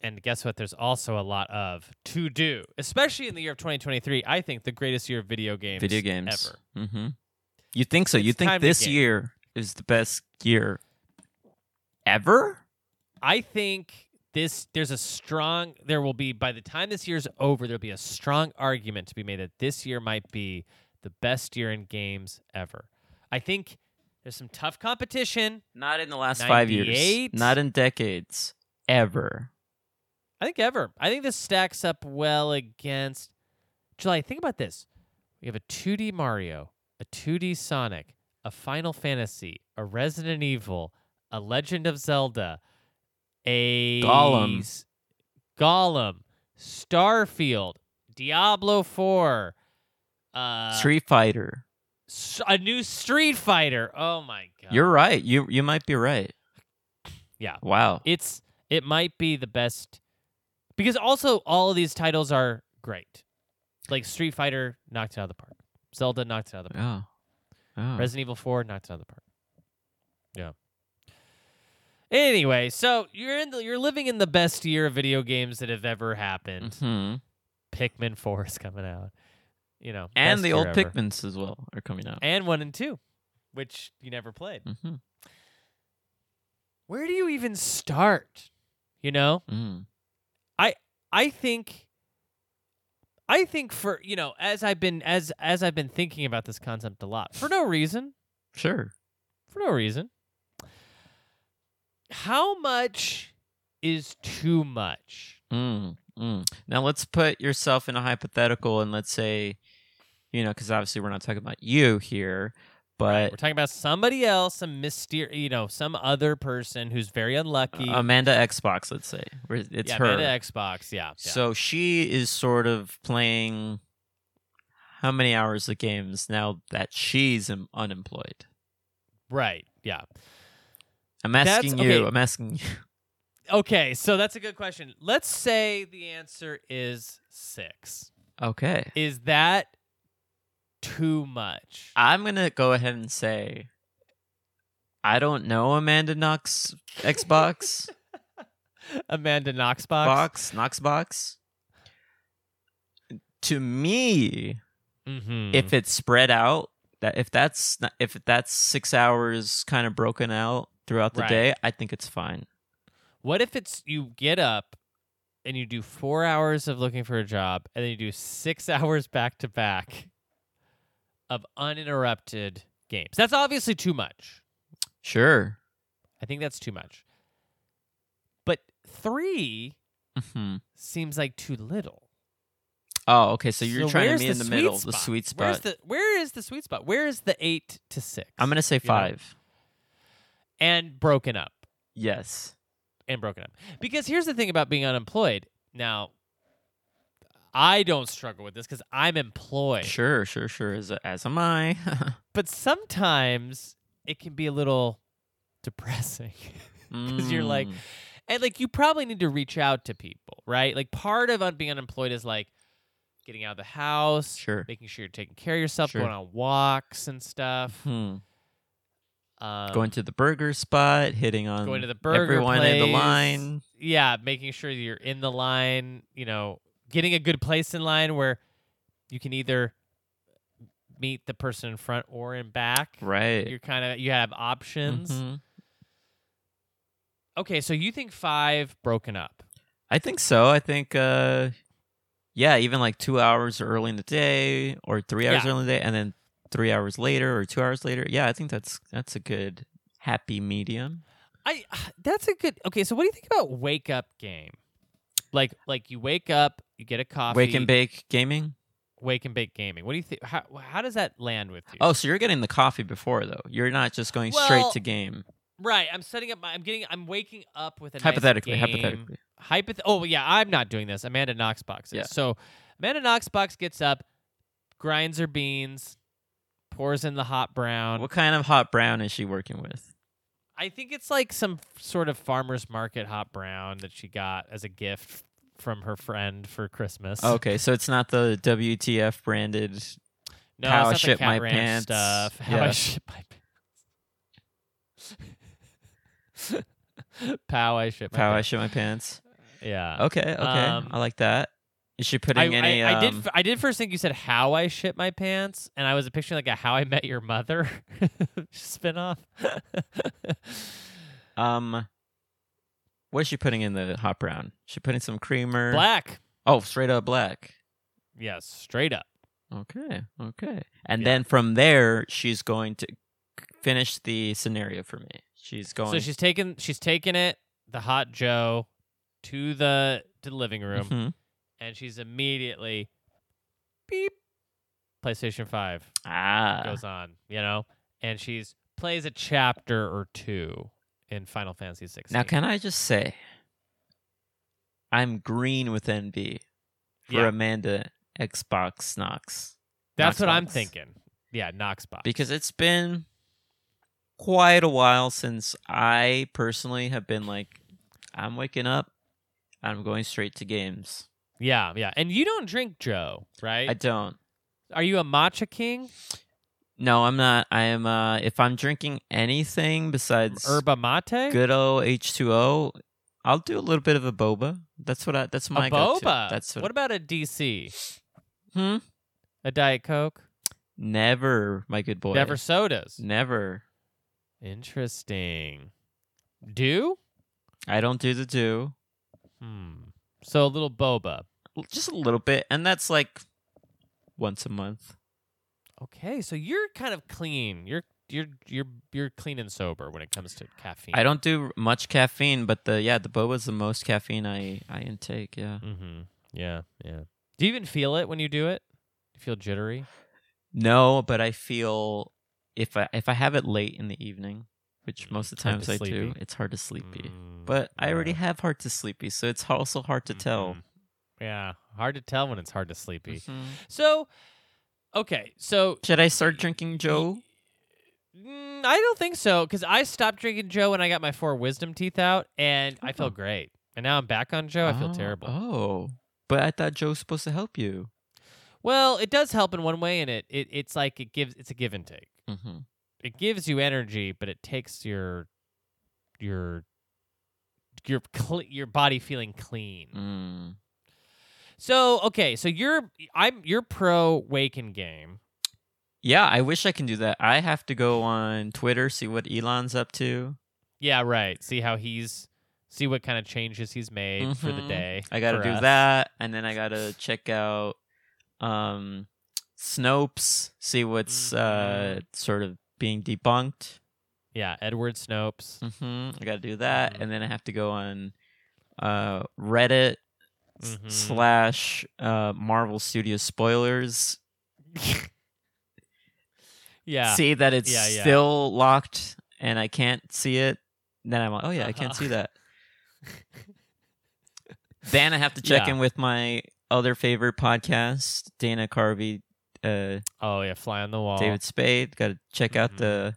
Speaker 1: And guess what? There's also a lot of to do, especially in the year of 2023. I think the greatest year of video games,
Speaker 2: Video games.
Speaker 1: ever.
Speaker 2: hmm You think so? you
Speaker 1: It's time
Speaker 2: think
Speaker 1: to
Speaker 2: this
Speaker 1: game.
Speaker 2: year is the best year ever?
Speaker 1: I think this there's a strong there will be by the time this year's over there'll be a strong argument to be made that this year might be the best year in games ever. I think there's some tough competition.
Speaker 2: Not in the last five years.
Speaker 1: 98?
Speaker 2: Not in decades. Ever.
Speaker 1: I think ever. I think this stacks up well against July. Think about this: we have a 2D Mario, a 2D Sonic, a Final Fantasy, a Resident Evil, a Legend of Zelda, a
Speaker 2: Gollum.
Speaker 1: s- Gollum, Starfield, Diablo Four, uh,
Speaker 2: Street Fighter.
Speaker 1: s- a new Street Fighter. Oh my god!
Speaker 2: You're right. You you might be right.
Speaker 1: Yeah.
Speaker 2: Wow.
Speaker 1: it's it might be the best because also all of these titles are great. Like Street Fighter knocked it out of the park. Zelda knocked it out of the park.
Speaker 2: Oh. Oh.
Speaker 1: Resident Evil 4 knocked it out of the park. Yeah. Anyway, so you're in the, you're living in the best year of video games that have ever happened.
Speaker 2: hmm
Speaker 1: Pikmin 4 is coming out. You know,
Speaker 2: And
Speaker 1: best
Speaker 2: the
Speaker 1: year
Speaker 2: old
Speaker 1: ever.
Speaker 2: Pikmins as well are coming out.
Speaker 1: and 1 and 2, which you never played.
Speaker 2: Mm-hmm.
Speaker 1: Where do you even start? You know?
Speaker 2: Mm.
Speaker 1: I think I think for you know as I've been as as I've been thinking about this concept a lot for no reason
Speaker 2: Sure.
Speaker 1: for no reason how much is too much
Speaker 2: Mm. Mm. Now let's put yourself in a hypothetical and let's say, you know, because obviously we're not talking about you here, but
Speaker 1: we're talking about somebody else some mysterious you know some other person who's very unlucky
Speaker 2: Amanda Xbox, let's say. Where Um, It's
Speaker 1: yeah,
Speaker 2: her.
Speaker 1: Amanda Xbox yeah, yeah.
Speaker 2: So she is sort of playing how many hours of games now that she's um, unemployed?
Speaker 1: right yeah
Speaker 2: I'm
Speaker 1: That's-
Speaker 2: asking you.
Speaker 1: okay.
Speaker 2: I'm asking you.
Speaker 1: okay so that's a good question let's say the answer is 6
Speaker 2: Okay.
Speaker 1: is that too much
Speaker 2: I'm going to go ahead and say I don't know Amanda Knox Xbox
Speaker 1: Amanda Knoxbox.
Speaker 2: box Knox box. To me,
Speaker 1: Mm-hmm.
Speaker 2: if it's spread out, that if that's not, if that's 6 hours kind of broken out throughout the
Speaker 1: Right.
Speaker 2: day, I think it's fine.
Speaker 1: what if it's you get up and you do four hours of looking for a job, and then you do six hours back to back of uninterrupted games? That's obviously too much.
Speaker 2: Sure.
Speaker 1: I think that's too much. But three
Speaker 2: Mhm.
Speaker 1: Mm-hmm. seems like too little.
Speaker 2: Oh, okay. So you're trying to
Speaker 1: where's
Speaker 2: meet
Speaker 1: the
Speaker 2: in the
Speaker 1: sweet
Speaker 2: middle, the
Speaker 1: spot?
Speaker 2: sweet spot.
Speaker 1: Where's the where is the sweet spot? Where is the eight to six?
Speaker 2: I'm gonna say
Speaker 1: you know?
Speaker 2: five.
Speaker 1: and broken up.
Speaker 2: Yes.
Speaker 1: and broken up. Because here's the thing about being unemployed. Now, I don't struggle with this because I'm employed.
Speaker 2: Sure, sure, sure. As as am I.
Speaker 1: But sometimes it can be a little depressing.
Speaker 2: Because
Speaker 1: you're like- and like, you probably need to reach out to people, right? Like, part of un- being unemployed is like, getting out of the house,
Speaker 2: Sure.
Speaker 1: making sure you're taking care of yourself,
Speaker 2: Sure.
Speaker 1: going on walks and stuff,
Speaker 2: Hmm.
Speaker 1: um,
Speaker 2: Mm-hmm. going to the burger spot, hitting on
Speaker 1: going to the burger
Speaker 2: everyone in the
Speaker 1: place.
Speaker 2: line.
Speaker 1: Yeah, making sure that you're in the line. You know, getting a good place in line where you can either meet the person in front or in back.
Speaker 2: Right.
Speaker 1: You're kind of you have options.
Speaker 2: Mhm.
Speaker 1: Okay, so you think five broken up?
Speaker 2: I think so. I think, uh, yeah, even like two hours early in the day or three hours
Speaker 1: Yeah.
Speaker 2: early in the day, and then three hours later or two hours later. Yeah, I think that's that's a good happy medium.
Speaker 1: I that's a good. Okay, so what do you think about wake up game? Like like you wake up, you get a coffee.
Speaker 2: Wake and bake gaming.
Speaker 1: wake and bake gaming. What do you think? How, how does that land with you?
Speaker 2: Oh, so you're getting the coffee before though. You're not just going straight
Speaker 1: Well,
Speaker 2: to game.
Speaker 1: right. I'm setting up. My, I'm getting. I'm waking up with a nice
Speaker 2: Hypothetically,
Speaker 1: game.
Speaker 2: hypothetically.
Speaker 1: Hypoth- oh yeah, I'm not doing this. Amanda Knoxbox is.
Speaker 2: Yeah.
Speaker 1: So Amanda Knoxbox gets up, grinds her beans, pours in the hot brown.
Speaker 2: What kind of hot brown is she working with?
Speaker 1: I think it's like some f- sort of farmer's market hot brown that she got as a gift from her friend for Christmas.
Speaker 2: Okay, so it's not the WTF branded.
Speaker 1: No,
Speaker 2: How I
Speaker 1: it's not the
Speaker 2: shit
Speaker 1: cat
Speaker 2: my
Speaker 1: ranch
Speaker 2: pants.
Speaker 1: stuff. How I
Speaker 2: Yeah.
Speaker 1: shit my pants. Pow, I shit my
Speaker 2: How I
Speaker 1: pants.
Speaker 2: shit my pants.
Speaker 1: yeah.
Speaker 2: Okay, okay,
Speaker 1: Um,
Speaker 2: I like that. Is she putting
Speaker 1: I,
Speaker 2: any?
Speaker 1: I, I did.
Speaker 2: um,
Speaker 1: f- I did first think you said how I shit my pants, and I was picturing like a How I Met Your Mother spinoff.
Speaker 2: Um, what is she putting in the hot brown? She putting some creamer.
Speaker 1: Black.
Speaker 2: Oh, straight up black.
Speaker 1: Yes, straight up.
Speaker 2: Okay, okay. And
Speaker 1: Yeah.
Speaker 2: then from there, she's going to finish the scenario for me. She's going.
Speaker 1: So she's taking. She's taking it the hot Joe to the to the living room,
Speaker 2: Mhm.
Speaker 1: and she's immediately beep PlayStation Five.
Speaker 2: Ah,
Speaker 1: goes on, you know, and she's plays a chapter or two in Final Fantasy 16.
Speaker 2: now can I just say, I'm green with envy for
Speaker 1: Yeah.
Speaker 2: Amanda Xbox Knox
Speaker 1: That's what I'm
Speaker 2: Knoxbox.
Speaker 1: thinking. Yeah, Knoxbox.
Speaker 2: because it's been quite a while since I personally have been like, I'm waking up, I'm going straight to games.
Speaker 1: yeah, yeah. And you don't drink Joe, right?
Speaker 2: I don't.
Speaker 1: Are you a matcha king?
Speaker 2: No, I'm not. I am. Uh, if I'm drinking anything besides
Speaker 1: Herba mate?
Speaker 2: good old H2O, I'll do a little bit of a boba. That's what I. That's my
Speaker 1: a
Speaker 2: go-to.
Speaker 1: boba.
Speaker 2: That's what.
Speaker 1: what about a DC?
Speaker 2: Hmm?
Speaker 1: A Diet Coke?
Speaker 2: Never, my good boy.
Speaker 1: Never sodas.
Speaker 2: Never.
Speaker 1: Interesting. Do?
Speaker 2: I don't do the do.
Speaker 1: Hmm. So a little boba.
Speaker 2: Just a little bit, and that's like once a month.
Speaker 1: Okay, so you're kind of clean. You're you're you're you're clean and sober when it comes to caffeine.
Speaker 2: I don't do much caffeine, but the yeah, the boba's the most caffeine I I intake. Yeah.
Speaker 1: Mm-hmm. Yeah, yeah. Do you even feel it when you do it? You feel jittery?
Speaker 2: No, but I feel if I if I have it late in the evening, which most of the
Speaker 1: Mm, Hard to
Speaker 2: times I do,
Speaker 1: sleepy.
Speaker 2: it's hard to sleepy.
Speaker 1: Mm,
Speaker 2: But I already
Speaker 1: yeah.
Speaker 2: have hard to sleepy, so it's also hard to tell.
Speaker 1: Mhm. Yeah, hard to tell when it's hard to sleepy.
Speaker 2: Mhm.
Speaker 1: So, okay, so
Speaker 2: Should I start drinking Joe?
Speaker 1: Mm, I don't think so because I stopped drinking Joe when I got my four wisdom teeth out, and I
Speaker 2: Oh.
Speaker 1: felt great. And now I'm back on Joe. I feel
Speaker 2: Oh,
Speaker 1: terrible.
Speaker 2: Oh, but I thought Joe's supposed to help you.
Speaker 1: Well, it does help in one way, and it, it it's like it gives it's a give and take.
Speaker 2: Mm-hmm.
Speaker 1: it gives you energy, but it takes your your your cle your body feeling clean.
Speaker 2: Mm.
Speaker 1: So okay, so you're I'm you're pro waken game.
Speaker 2: Yeah, I wish I can do that. I have to go on Twitter see what Elon's up to.
Speaker 1: Yeah, right. See how he's see what kind of changes he's made for the
Speaker 2: Mhm.
Speaker 1: day.
Speaker 2: I gotta
Speaker 1: for
Speaker 2: do
Speaker 1: us.
Speaker 2: that, and then I gotta check out um, Snopes, see what's
Speaker 1: Mm-hmm.
Speaker 2: uh, sort of being debunked.
Speaker 1: Yeah, Edward Snopes.
Speaker 2: hmm I gotta do that,
Speaker 1: Mhm.
Speaker 2: and then I have to go on uh, Reddit s-
Speaker 1: Mhm.
Speaker 2: slash uh, Marvel Studios spoilers.
Speaker 1: Yeah.
Speaker 2: Mm. See that it's
Speaker 1: Yeah, yeah.
Speaker 2: still locked, and I can't see it. Then I'm like, oh yeah, I can't see that. Then I have to check
Speaker 1: Yeah.
Speaker 2: in with my other favorite podcast, Dana Carvey. Uh,
Speaker 1: oh yeah, fly on the wall.
Speaker 2: David Spade. Got to check out
Speaker 1: Mhm.
Speaker 2: the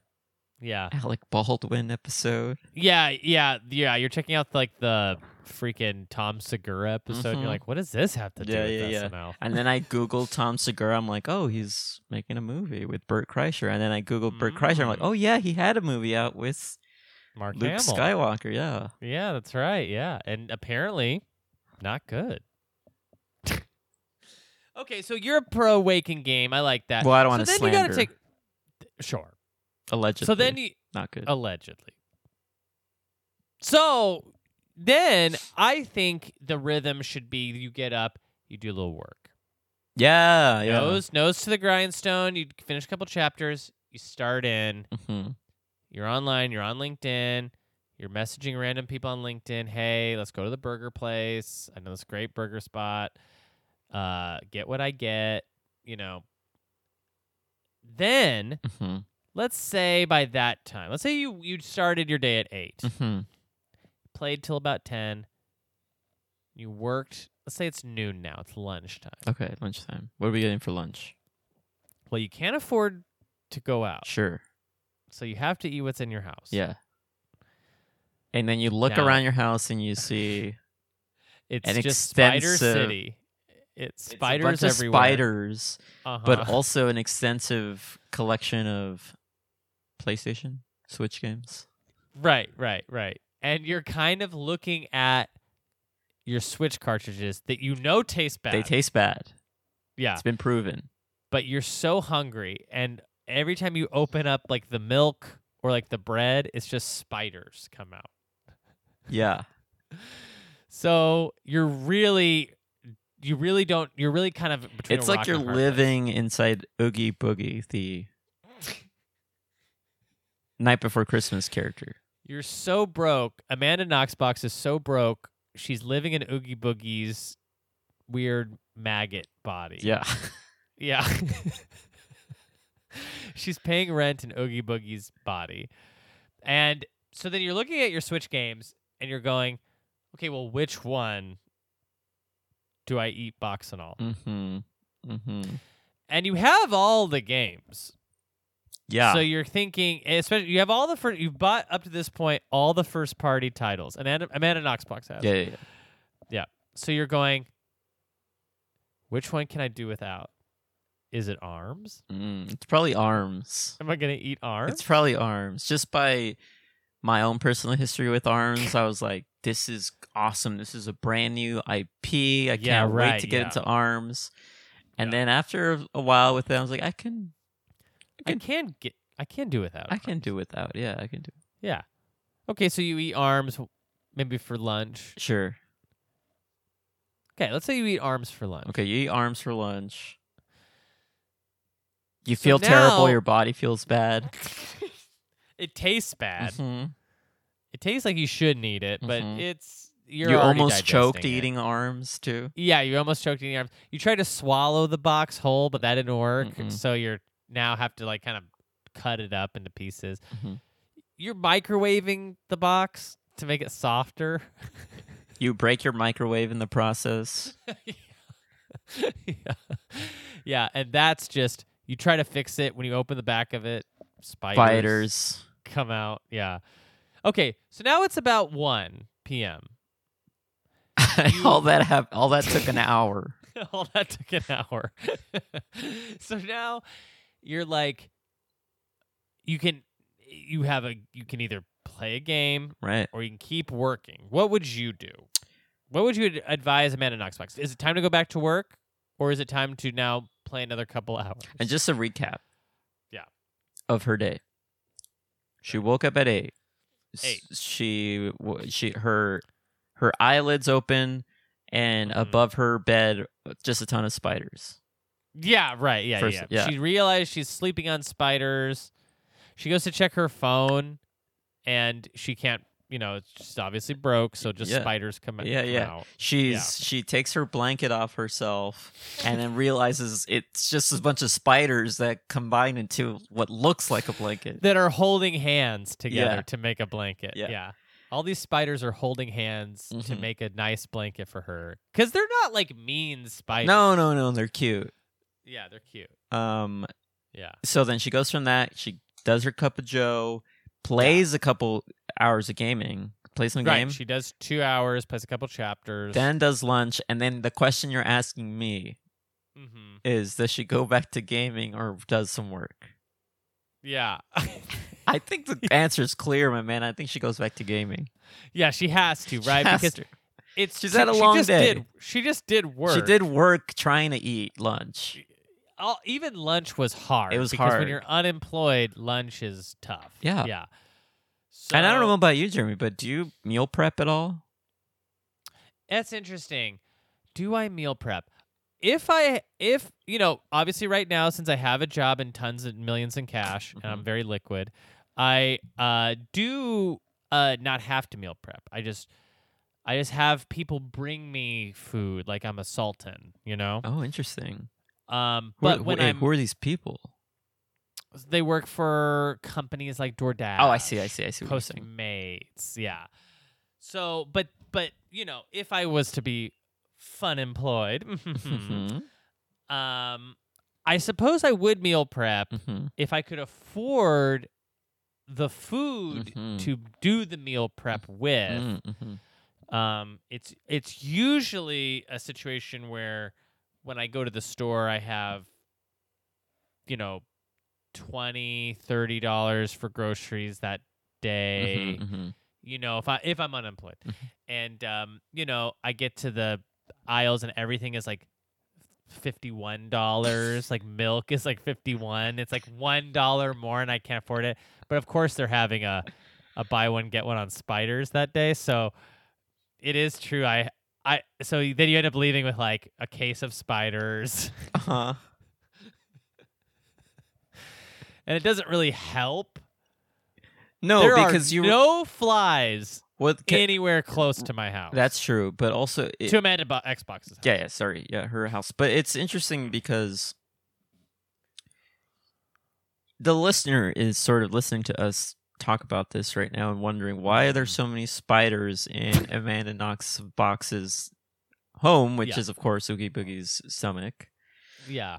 Speaker 1: Yeah. Mm-hmm.
Speaker 2: Alec Baldwin episode.
Speaker 1: Yeah, yeah, yeah. You're checking out like the freaking Tom Segura episode. And
Speaker 2: Mhm.
Speaker 1: you're like, what does this have to do
Speaker 2: Yeah,
Speaker 1: with
Speaker 2: yeah, yeah.
Speaker 1: SNL?
Speaker 2: And then I Googled Tom Segura. I'm like, oh, he's making a movie with Burt Kreischer. And then I Googled Burt Kreischer. I'm like,
Speaker 1: Mm.
Speaker 2: oh, yeah, he had a movie out with
Speaker 1: Mark
Speaker 2: Luke
Speaker 1: Hamill.
Speaker 2: Skywalker. Yeah.
Speaker 1: Yeah, that's right. Yeah, and apparently, not good. okay, so you're a pro waking game. I like that.
Speaker 2: Well, I don't wanna
Speaker 1: so then You gotta
Speaker 2: slander.
Speaker 1: take... Sure.
Speaker 2: Allegedly.
Speaker 1: So then you
Speaker 2: Not good.
Speaker 1: allegedly. So then I think the rhythm should be you get up, you do a little work.
Speaker 2: yeah. Yeah.
Speaker 1: Nose, nose to the grindstone, you finish a couple chapters, you start in,
Speaker 2: Mhm.
Speaker 1: you're online, you're on LinkedIn, you're messaging random people on LinkedIn, hey, let's go to the burger place. I know this great burger spot. Uh, get what I get, you know. Then
Speaker 2: Mhm.
Speaker 1: let's say by that time, let's say you you started your day at eight,
Speaker 2: Mhm.
Speaker 1: played till about ten, you worked. Let's say it's noon now. It's lunchtime.
Speaker 2: Okay. Lunchtime. What are we getting for lunch?
Speaker 1: Well, you can't afford to go out,
Speaker 2: Sure.
Speaker 1: so you have to eat what's in your house.
Speaker 2: Yeah. And then you look
Speaker 1: Now-
Speaker 2: around your house and you see
Speaker 1: it's
Speaker 2: An
Speaker 1: just Spider
Speaker 2: extensive-
Speaker 1: City. It's
Speaker 2: it's a
Speaker 1: spiders
Speaker 2: bunch of
Speaker 1: everywhere.
Speaker 2: spiders,
Speaker 1: uh-huh.
Speaker 2: but also an extensive collection of PlayStation, Switch games.
Speaker 1: right, right, right. And you're kind of looking at your Switch cartridges that you know taste bad.
Speaker 2: They taste bad.
Speaker 1: yeah.
Speaker 2: It's been proven.
Speaker 1: but you're so hungry and every time you open up like the milk or like the bread it's just spiders come out
Speaker 2: Yeah.
Speaker 1: so you're really you really don't you're really kind of between
Speaker 2: it's
Speaker 1: a
Speaker 2: like
Speaker 1: rock
Speaker 2: you're
Speaker 1: and a hard place.
Speaker 2: living inside Oogie Boogie, the Night Before Christmas character.
Speaker 1: you're so broke amanda knoxbox is so broke she's living in oogie boogie's weird maggot body
Speaker 2: Yeah.
Speaker 1: Yeah. She's paying rent in Oogie Boogie's body. And so then you're looking at your Switch games and you're going, okay, well, which one do I eat box and all?
Speaker 2: mm-hmm. Mm-hmm.
Speaker 1: And you have all the games.
Speaker 2: Yeah.
Speaker 1: So you're thinking, especially, you have all the first, you've bought up to this point all the first party titles. And Adam, Amanda Knoxbox has.
Speaker 2: yeah, yeah, yeah.
Speaker 1: So you're going, which one can I do without? Is it arms?
Speaker 2: Mm, it's probably arms.
Speaker 1: Am I going to eat arms?
Speaker 2: It's probably arms. Just by my own personal history with arms, I was like, this is awesome. This is a brand new IP. I can't
Speaker 1: Yeah,
Speaker 2: wait
Speaker 1: right,
Speaker 2: to get
Speaker 1: yeah.
Speaker 2: into arms. And
Speaker 1: Yeah.
Speaker 2: then after a while with it, I was like, I can
Speaker 1: I can get. I can do without.
Speaker 2: I can
Speaker 1: arms.
Speaker 2: do without. Yeah, I can do.
Speaker 1: Yeah. Okay, so you eat arms, w- maybe for lunch.
Speaker 2: Sure.
Speaker 1: Okay, let's say you eat arms for lunch.
Speaker 2: Okay, you eat arms for lunch. You
Speaker 1: So
Speaker 2: feel terrible,
Speaker 1: now-
Speaker 2: your body feels bad.
Speaker 1: It tastes bad.
Speaker 2: Mhm.
Speaker 1: It tastes like you shouldn't eat it, but
Speaker 2: Mhm.
Speaker 1: it's you're
Speaker 2: You
Speaker 1: already
Speaker 2: almost choked
Speaker 1: digesting it.
Speaker 2: eating arms too.
Speaker 1: Yeah, you almost choked eating arms. You tried to swallow the box whole, but that didn't work.
Speaker 2: Mm-mm.
Speaker 1: So you're now have to like kind of cut it up into pieces.
Speaker 2: Mhm.
Speaker 1: You're microwaving the box to make it softer.
Speaker 2: You break your microwave in the process.
Speaker 1: yeah. yeah, and that's just you try to fix it when you open the back of it. Spiders,
Speaker 2: Fighters.
Speaker 1: come out. Yeah. Okay, so now it's about one p.m. You-
Speaker 2: all that hap- all that took an hour.
Speaker 1: All that took an hour. so now you're like, you can, you have a, you can either play a game
Speaker 2: Right.
Speaker 1: or you can keep working. What would you do? What would you ad- advise Amanda Knoxbox? Is it time to go back to work, or is it time to now play another couple hours?
Speaker 2: And just a recap.
Speaker 1: Yeah.
Speaker 2: Of her day. She woke up at eight. S-
Speaker 1: Eight.
Speaker 2: She w- she her her eyelids open, and
Speaker 1: Mhm.
Speaker 2: above her bed uh, just a ton of spiders.
Speaker 1: Yeah, right. Yeah,
Speaker 2: First-
Speaker 1: yeah.
Speaker 2: yeah.
Speaker 1: She realized she's sleeping on spiders. She goes to check her phone, and she can't. You know, she's obviously broke, so just
Speaker 2: Yeah.
Speaker 1: spiders come,
Speaker 2: Yeah,
Speaker 1: come
Speaker 2: yeah.
Speaker 1: out.
Speaker 2: She's she takes her blanket off herself, and then realizes it's just a bunch of spiders that combine into what looks like a blanket.
Speaker 1: That are holding hands together
Speaker 2: Yeah.
Speaker 1: to make a blanket.
Speaker 2: Yeah.
Speaker 1: All these spiders are holding hands to
Speaker 2: Mhm.
Speaker 1: make a nice blanket for her. Because they're not like mean spiders.
Speaker 2: No, no, no, they're cute.
Speaker 1: Yeah, they're cute.
Speaker 2: Um,
Speaker 1: Yeah.
Speaker 2: so then she goes from that she does her cup of joe plays a couple hours of gaming plays some
Speaker 1: right.
Speaker 2: game,
Speaker 1: She does two hours, plays a couple chapters.
Speaker 2: then does lunch, and then the question you're asking me
Speaker 1: hmm
Speaker 2: is does she go back to gaming or does some work?
Speaker 1: yeah,
Speaker 2: I think the answer is clear, my man. I think she goes back to gaming.
Speaker 1: yeah, she has to, right?
Speaker 2: She has
Speaker 1: because
Speaker 2: to.
Speaker 1: it's
Speaker 2: She's
Speaker 1: she,
Speaker 2: had a
Speaker 1: she
Speaker 2: long
Speaker 1: just
Speaker 2: day.
Speaker 1: Did, she just did work.
Speaker 2: She did work trying to eat lunch.
Speaker 1: all, even lunch was hard.
Speaker 2: It was
Speaker 1: because
Speaker 2: hard.
Speaker 1: when you're unemployed, lunch is tough.
Speaker 2: Yeah.
Speaker 1: yeah. So,
Speaker 2: And I don't know about you, Jeremy, but do you meal prep at all?
Speaker 1: That's interesting. Do I meal prep? If I, if you know, obviously right now since I have a job and tons of millions in cash and
Speaker 2: Mm-hmm.
Speaker 1: I'm very liquid, I uh, do uh, not have to meal prep. I just, I just have people bring me food like I'm a sultan, you know.
Speaker 2: Oh, eh, interesting.
Speaker 1: Um,
Speaker 2: Who are-
Speaker 1: but when
Speaker 2: wait,
Speaker 1: I'm,
Speaker 2: who are these people?
Speaker 1: they work for companies like DoorDash.
Speaker 2: Oh, I see, I see, I see. What you're saying.
Speaker 1: Postmates, yeah. So, but but you know, if I was to be fun employed,
Speaker 2: Mhm,
Speaker 1: um, I suppose I would meal prep
Speaker 2: mhm,
Speaker 1: if I could afford the food
Speaker 2: mhm,
Speaker 1: to do the meal prep with.
Speaker 2: mhm, mhm.
Speaker 1: Um, it's it's usually a situation where when I go to the store, I have, you know, 20 dollars for groceries that day
Speaker 2: Mhm, mhm.
Speaker 1: you know if i if i'm unemployed
Speaker 2: Mhm.
Speaker 1: and um you know i get to the aisles and everything is like $51 like milk is like 51 it's like $1 more and i can't afford it but of course they're having a a buy one get one on spiders that day so it is true i i so then you end up leaving with like a case of spiders
Speaker 2: Uh-huh.
Speaker 1: and it doesn't really help
Speaker 2: No,
Speaker 1: there
Speaker 2: because
Speaker 1: are
Speaker 2: you
Speaker 1: no flies
Speaker 2: what ca-
Speaker 1: anywhere close to my house
Speaker 2: that's true, but also it,
Speaker 1: to amanda Bo- xbox's house.
Speaker 2: yeah, yeah, sorry, yeah, her house. But it's interesting because the listener is sort of listening to us talk about this right now and wondering why
Speaker 1: Mm-hmm.
Speaker 2: are there so many spiders in Amanda Knox box's home, which
Speaker 1: Yeah.
Speaker 2: is of course Oogie Boogie's stomach.
Speaker 1: yeah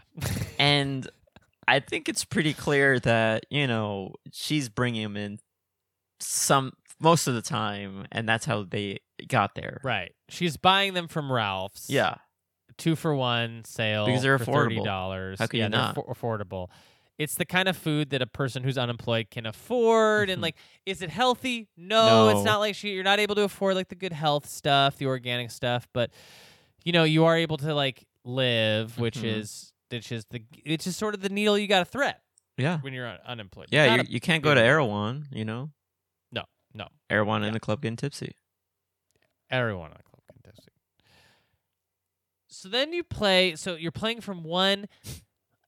Speaker 2: And I think it's pretty clear that, you know, she's bringing him in some most of the time and that's how they got there.
Speaker 1: Right. She's buying them from Ralph's.
Speaker 2: Yeah.
Speaker 1: Two for one sale.
Speaker 2: Because they're
Speaker 1: for
Speaker 2: affordable.
Speaker 1: $30.
Speaker 2: How could
Speaker 1: yeah,
Speaker 2: you
Speaker 1: they're
Speaker 2: not?
Speaker 1: affo- affordable. It's the kind of food that a person who's unemployed can afford. And
Speaker 2: Mhm.
Speaker 1: like, is it healthy? No,
Speaker 2: No.
Speaker 1: it's not like she, you're not able to afford like the good health stuff, the organic stuff, but you know, you are able to like live, which
Speaker 2: Mhm.
Speaker 1: is, which is the, it's just sort of the needle you got to thread
Speaker 2: Yeah.
Speaker 1: when you're un- unemployed. Not
Speaker 2: Yeah, you,
Speaker 1: a-
Speaker 2: you can't go to Erewhon, you know?
Speaker 1: No, no.
Speaker 2: Erewhon
Speaker 1: Yeah.
Speaker 2: in the club getting tipsy.
Speaker 1: Everyone on Club Contest. So then you play. So you're playing from one.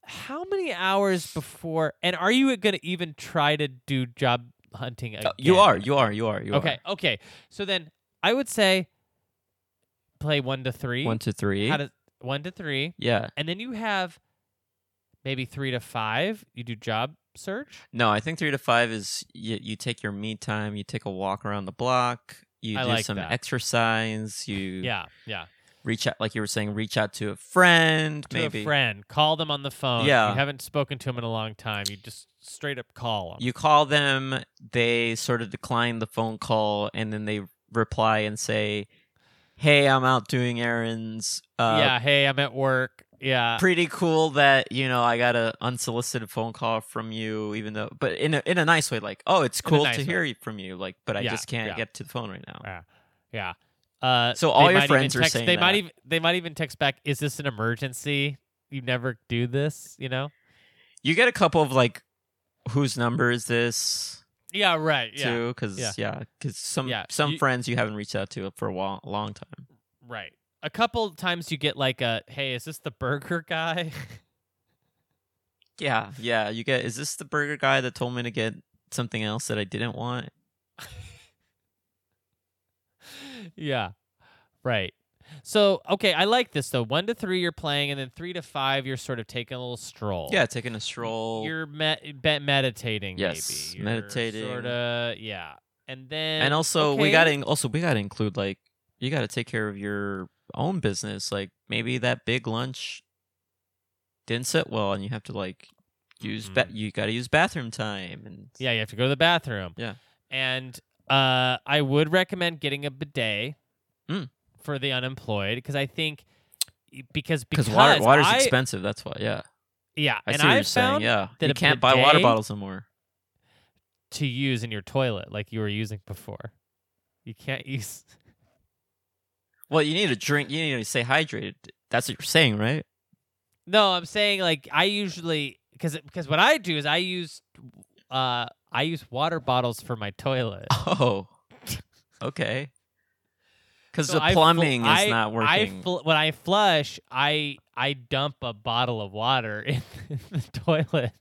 Speaker 1: How many hours before? And are you going to even try to do job hunting again?
Speaker 2: Uh, You are, you are, you are, you
Speaker 1: okay. Okay. So then I would say play one to
Speaker 2: are.
Speaker 1: three.
Speaker 2: One to three.
Speaker 1: How to, one to three,
Speaker 2: yeah.
Speaker 1: and then you have maybe three to five. You do job search.
Speaker 2: No, I think three to five is you, you take your me time, you take a walk around the block, you
Speaker 1: I
Speaker 2: do
Speaker 1: like
Speaker 2: some
Speaker 1: that.
Speaker 2: exercise, you
Speaker 1: Yeah. Yeah.
Speaker 2: reach out, like you were saying, reach out to a friend,
Speaker 1: To
Speaker 2: maybe.
Speaker 1: a friend, call them on the phone.
Speaker 2: Yeah.
Speaker 1: You haven't spoken to them in a long time. You just straight up call them.
Speaker 2: You call them, they sort of decline the phone call, and then they reply and say, Hey, I'm out doing errands. Uh,
Speaker 1: yeah, hey, I'm at work. Yeah.
Speaker 2: Pretty cool that you know I got a unsolicited phone call from you, even though, but in a, in a nice way, like oh, it's
Speaker 1: a
Speaker 2: cool
Speaker 1: nice
Speaker 2: to
Speaker 1: way.
Speaker 2: hear you- from you, like, but I
Speaker 1: Yeah,
Speaker 2: just can't
Speaker 1: yeah.
Speaker 2: get to the phone right now.
Speaker 1: Yeah. yeah. Uh,
Speaker 2: So
Speaker 1: they
Speaker 2: all your
Speaker 1: might even
Speaker 2: friends are
Speaker 1: text,
Speaker 2: saying
Speaker 1: they might
Speaker 2: that.
Speaker 1: even they might even text back, is this an emergency? You never do this, you know?
Speaker 2: You get a couple of like, whose number is this?
Speaker 1: Yeah, right. Yeah.
Speaker 2: Too, because
Speaker 1: yeah.
Speaker 2: yeah, because some
Speaker 1: Yeah,
Speaker 2: some
Speaker 1: you-
Speaker 2: friends you haven't reached out to for a while, long time.
Speaker 1: Right. A couple times you get like a, hey, is this the burger guy?
Speaker 2: Yeah, yeah. You get is this the burger guy that told me to get something else that I didn't want?
Speaker 1: yeah. Right. So, okay, I like this though. 1 to 3 you're playing and then 3 to 5 you're sort of taking a little stroll.
Speaker 2: Yeah, taking a stroll.
Speaker 1: You're me- be- meditating
Speaker 2: Yes,
Speaker 1: maybe.
Speaker 2: meditating.
Speaker 1: Sort of, yeah. And then
Speaker 2: and also we
Speaker 1: okay.
Speaker 2: got to also we got to include like you got to take care of your own business. Like maybe that big lunch didn't sit well, and you have to like Mm-hmm. use ba- you got to use bathroom time and
Speaker 1: Yeah, you have to go to the bathroom.
Speaker 2: Yeah.
Speaker 1: And Uh, I would recommend getting a bidet
Speaker 2: Mm.
Speaker 1: for the unemployed because I think because because
Speaker 2: because water water's
Speaker 1: I,
Speaker 2: expensive. That's why. Yeah,
Speaker 1: Yeah,
Speaker 2: I
Speaker 1: and
Speaker 2: see what
Speaker 1: I
Speaker 2: you're saying.
Speaker 1: found
Speaker 2: Yeah,
Speaker 1: that
Speaker 2: you
Speaker 1: a
Speaker 2: can't buy water
Speaker 1: bidet-
Speaker 2: bottles anymore.
Speaker 1: to use in your toilet like you were using before. You can't use.
Speaker 2: Well, you need to drink. You need to stay hydrated. That's what you're saying, right?
Speaker 1: No, I'm saying like I usually because because what I do is I use uh I use water bottles for my toilet.
Speaker 2: Oh, okay. Because
Speaker 1: So
Speaker 2: the
Speaker 1: I fl-
Speaker 2: plumbing
Speaker 1: I-
Speaker 2: is not working.
Speaker 1: I fl- when I flush, I I dump a bottle of water in the toilet.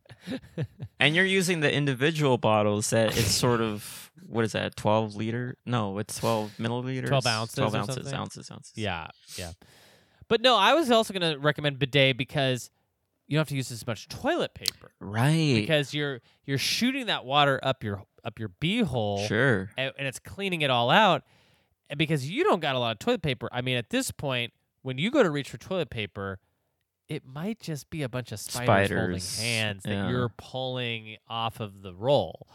Speaker 2: And you're using the individual bottles that it's sort of what is that? Twelve liter? No, it's twelve milliliters.
Speaker 1: 12 ounces
Speaker 2: Twelve
Speaker 1: or
Speaker 2: ounces.
Speaker 1: something?
Speaker 2: Ounces. Ounces.
Speaker 1: yeah, yeah. But no, I was also gonna recommend bidet because you don't have to use as much toilet paper
Speaker 2: Right.
Speaker 1: because you're you're shooting that water up your up your beehole
Speaker 2: sure.
Speaker 1: and, and it's cleaning it all out. And because you don't got a lot of toilet paper, I mean, at this point, when you go to reach for toilet paper, it might just be a bunch of spiders,
Speaker 2: Spiders,
Speaker 1: holding hands that
Speaker 2: yeah.
Speaker 1: you're pulling off of the roll.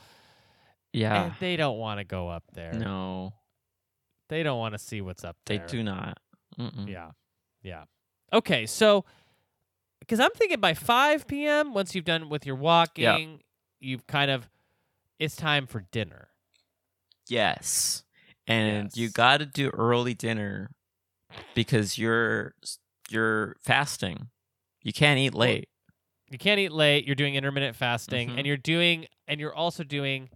Speaker 2: Yeah.
Speaker 1: And they don't want to go up there.
Speaker 2: No,
Speaker 1: They don't want to see what's up
Speaker 2: they
Speaker 1: there.
Speaker 2: do not. Mm-mm.
Speaker 1: Yeah. Yeah. Okay. So, because I'm thinking by 5 p.m., once you've done with your walking, you've kind of, it's time for dinner.
Speaker 2: Yes. And you
Speaker 1: Yes.
Speaker 2: got to do early dinner because you're you're fasting. You can't eat late.
Speaker 1: you can't eat late you're doing intermittent fasting
Speaker 2: Mhm.
Speaker 1: and you're doing and you're also doing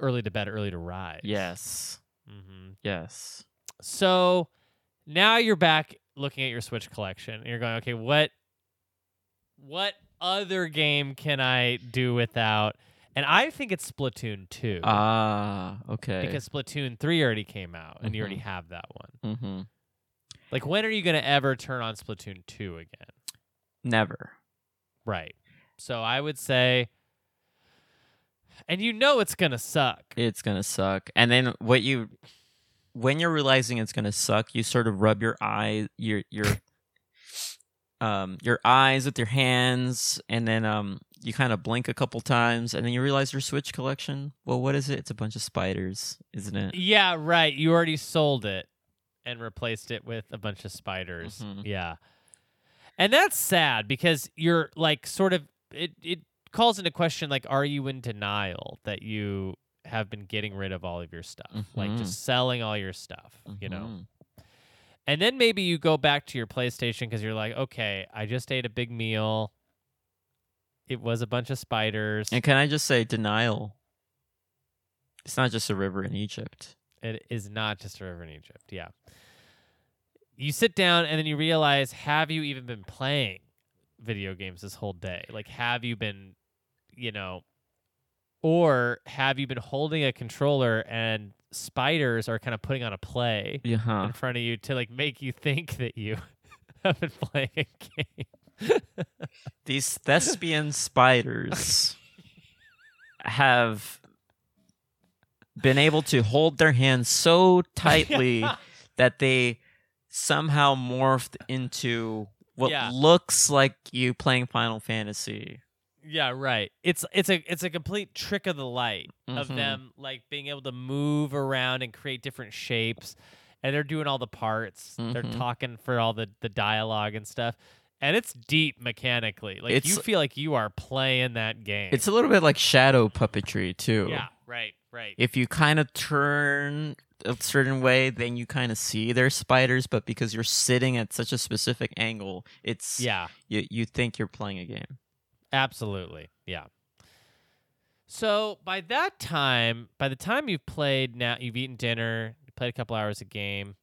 Speaker 1: early to bed early to rise
Speaker 2: Yes.
Speaker 1: hmm
Speaker 2: Yes.
Speaker 1: so now you're back looking at your switch collection and you're going okay what what other game can i do without and i think it's splatoon 2
Speaker 2: Ah, okay.
Speaker 1: because splatoon 3 already came out and you already
Speaker 2: Mhm.
Speaker 1: have that one
Speaker 2: Mhm.
Speaker 1: like when are you going to ever turn on splatoon 2 again
Speaker 2: never.
Speaker 1: right so i would say and you know it's going to suck
Speaker 2: It's gonna suck. And then what you when you're realizing it's gonna suck, you sort of rub your eye your your um your eyes with your hands and then um you kind of blink a couple times and then you realize your Switch collection. Well, what is it? It's a bunch of spiders, isn't it?
Speaker 1: Yeah, right. You already sold it and replaced it with a bunch of spiders.
Speaker 2: Mhm.
Speaker 1: Yeah. And that's sad because you're like sort of it it calls into question like are you in denial that you have been getting rid of all of your stuff? Like
Speaker 2: Mhm.
Speaker 1: just selling all your stuff, you
Speaker 2: Mm-hmm.
Speaker 1: know. And then maybe you go back to your PlayStation cuz you're like, "Okay, I just ate a big meal. It was a bunch of spiders.
Speaker 2: And can I just say denial? It's not just a river in Egypt.
Speaker 1: It is not just a river in Egypt. Yeah. You sit down and then you realize have you even been playing video games this whole day? Like, have you been, you know, or have you been holding a controller and spiders are kind of putting on a play
Speaker 2: Yeah. huh.
Speaker 1: in front of you to like make you think that you have been playing a game?
Speaker 2: These thespian spiders have been able to hold their hands so tightly that they somehow morphed into what
Speaker 1: Yeah.
Speaker 2: looks like you playing Final Fantasy.
Speaker 1: Yeah, right. It's it's a it's a complete trick of the light. of
Speaker 2: Mhm.
Speaker 1: them like being able to move around and create different shapes and they're doing all the parts they're
Speaker 2: Mhm.
Speaker 1: talking for all the the dialogue and stuff and it's deep mechanically like you
Speaker 2: It's-
Speaker 1: feel like you are playing that game
Speaker 2: It's a little bit like shadow puppetry too.
Speaker 1: yeah right right
Speaker 2: if you kind of turn a certain way, then you kind of see their spiders. But because you're sitting at such a specific angle, it's
Speaker 1: yeah
Speaker 2: you, you think you're playing a game.
Speaker 1: absolutely yeah so by that time by the time you've played now you've eaten dinner you played a couple hours of game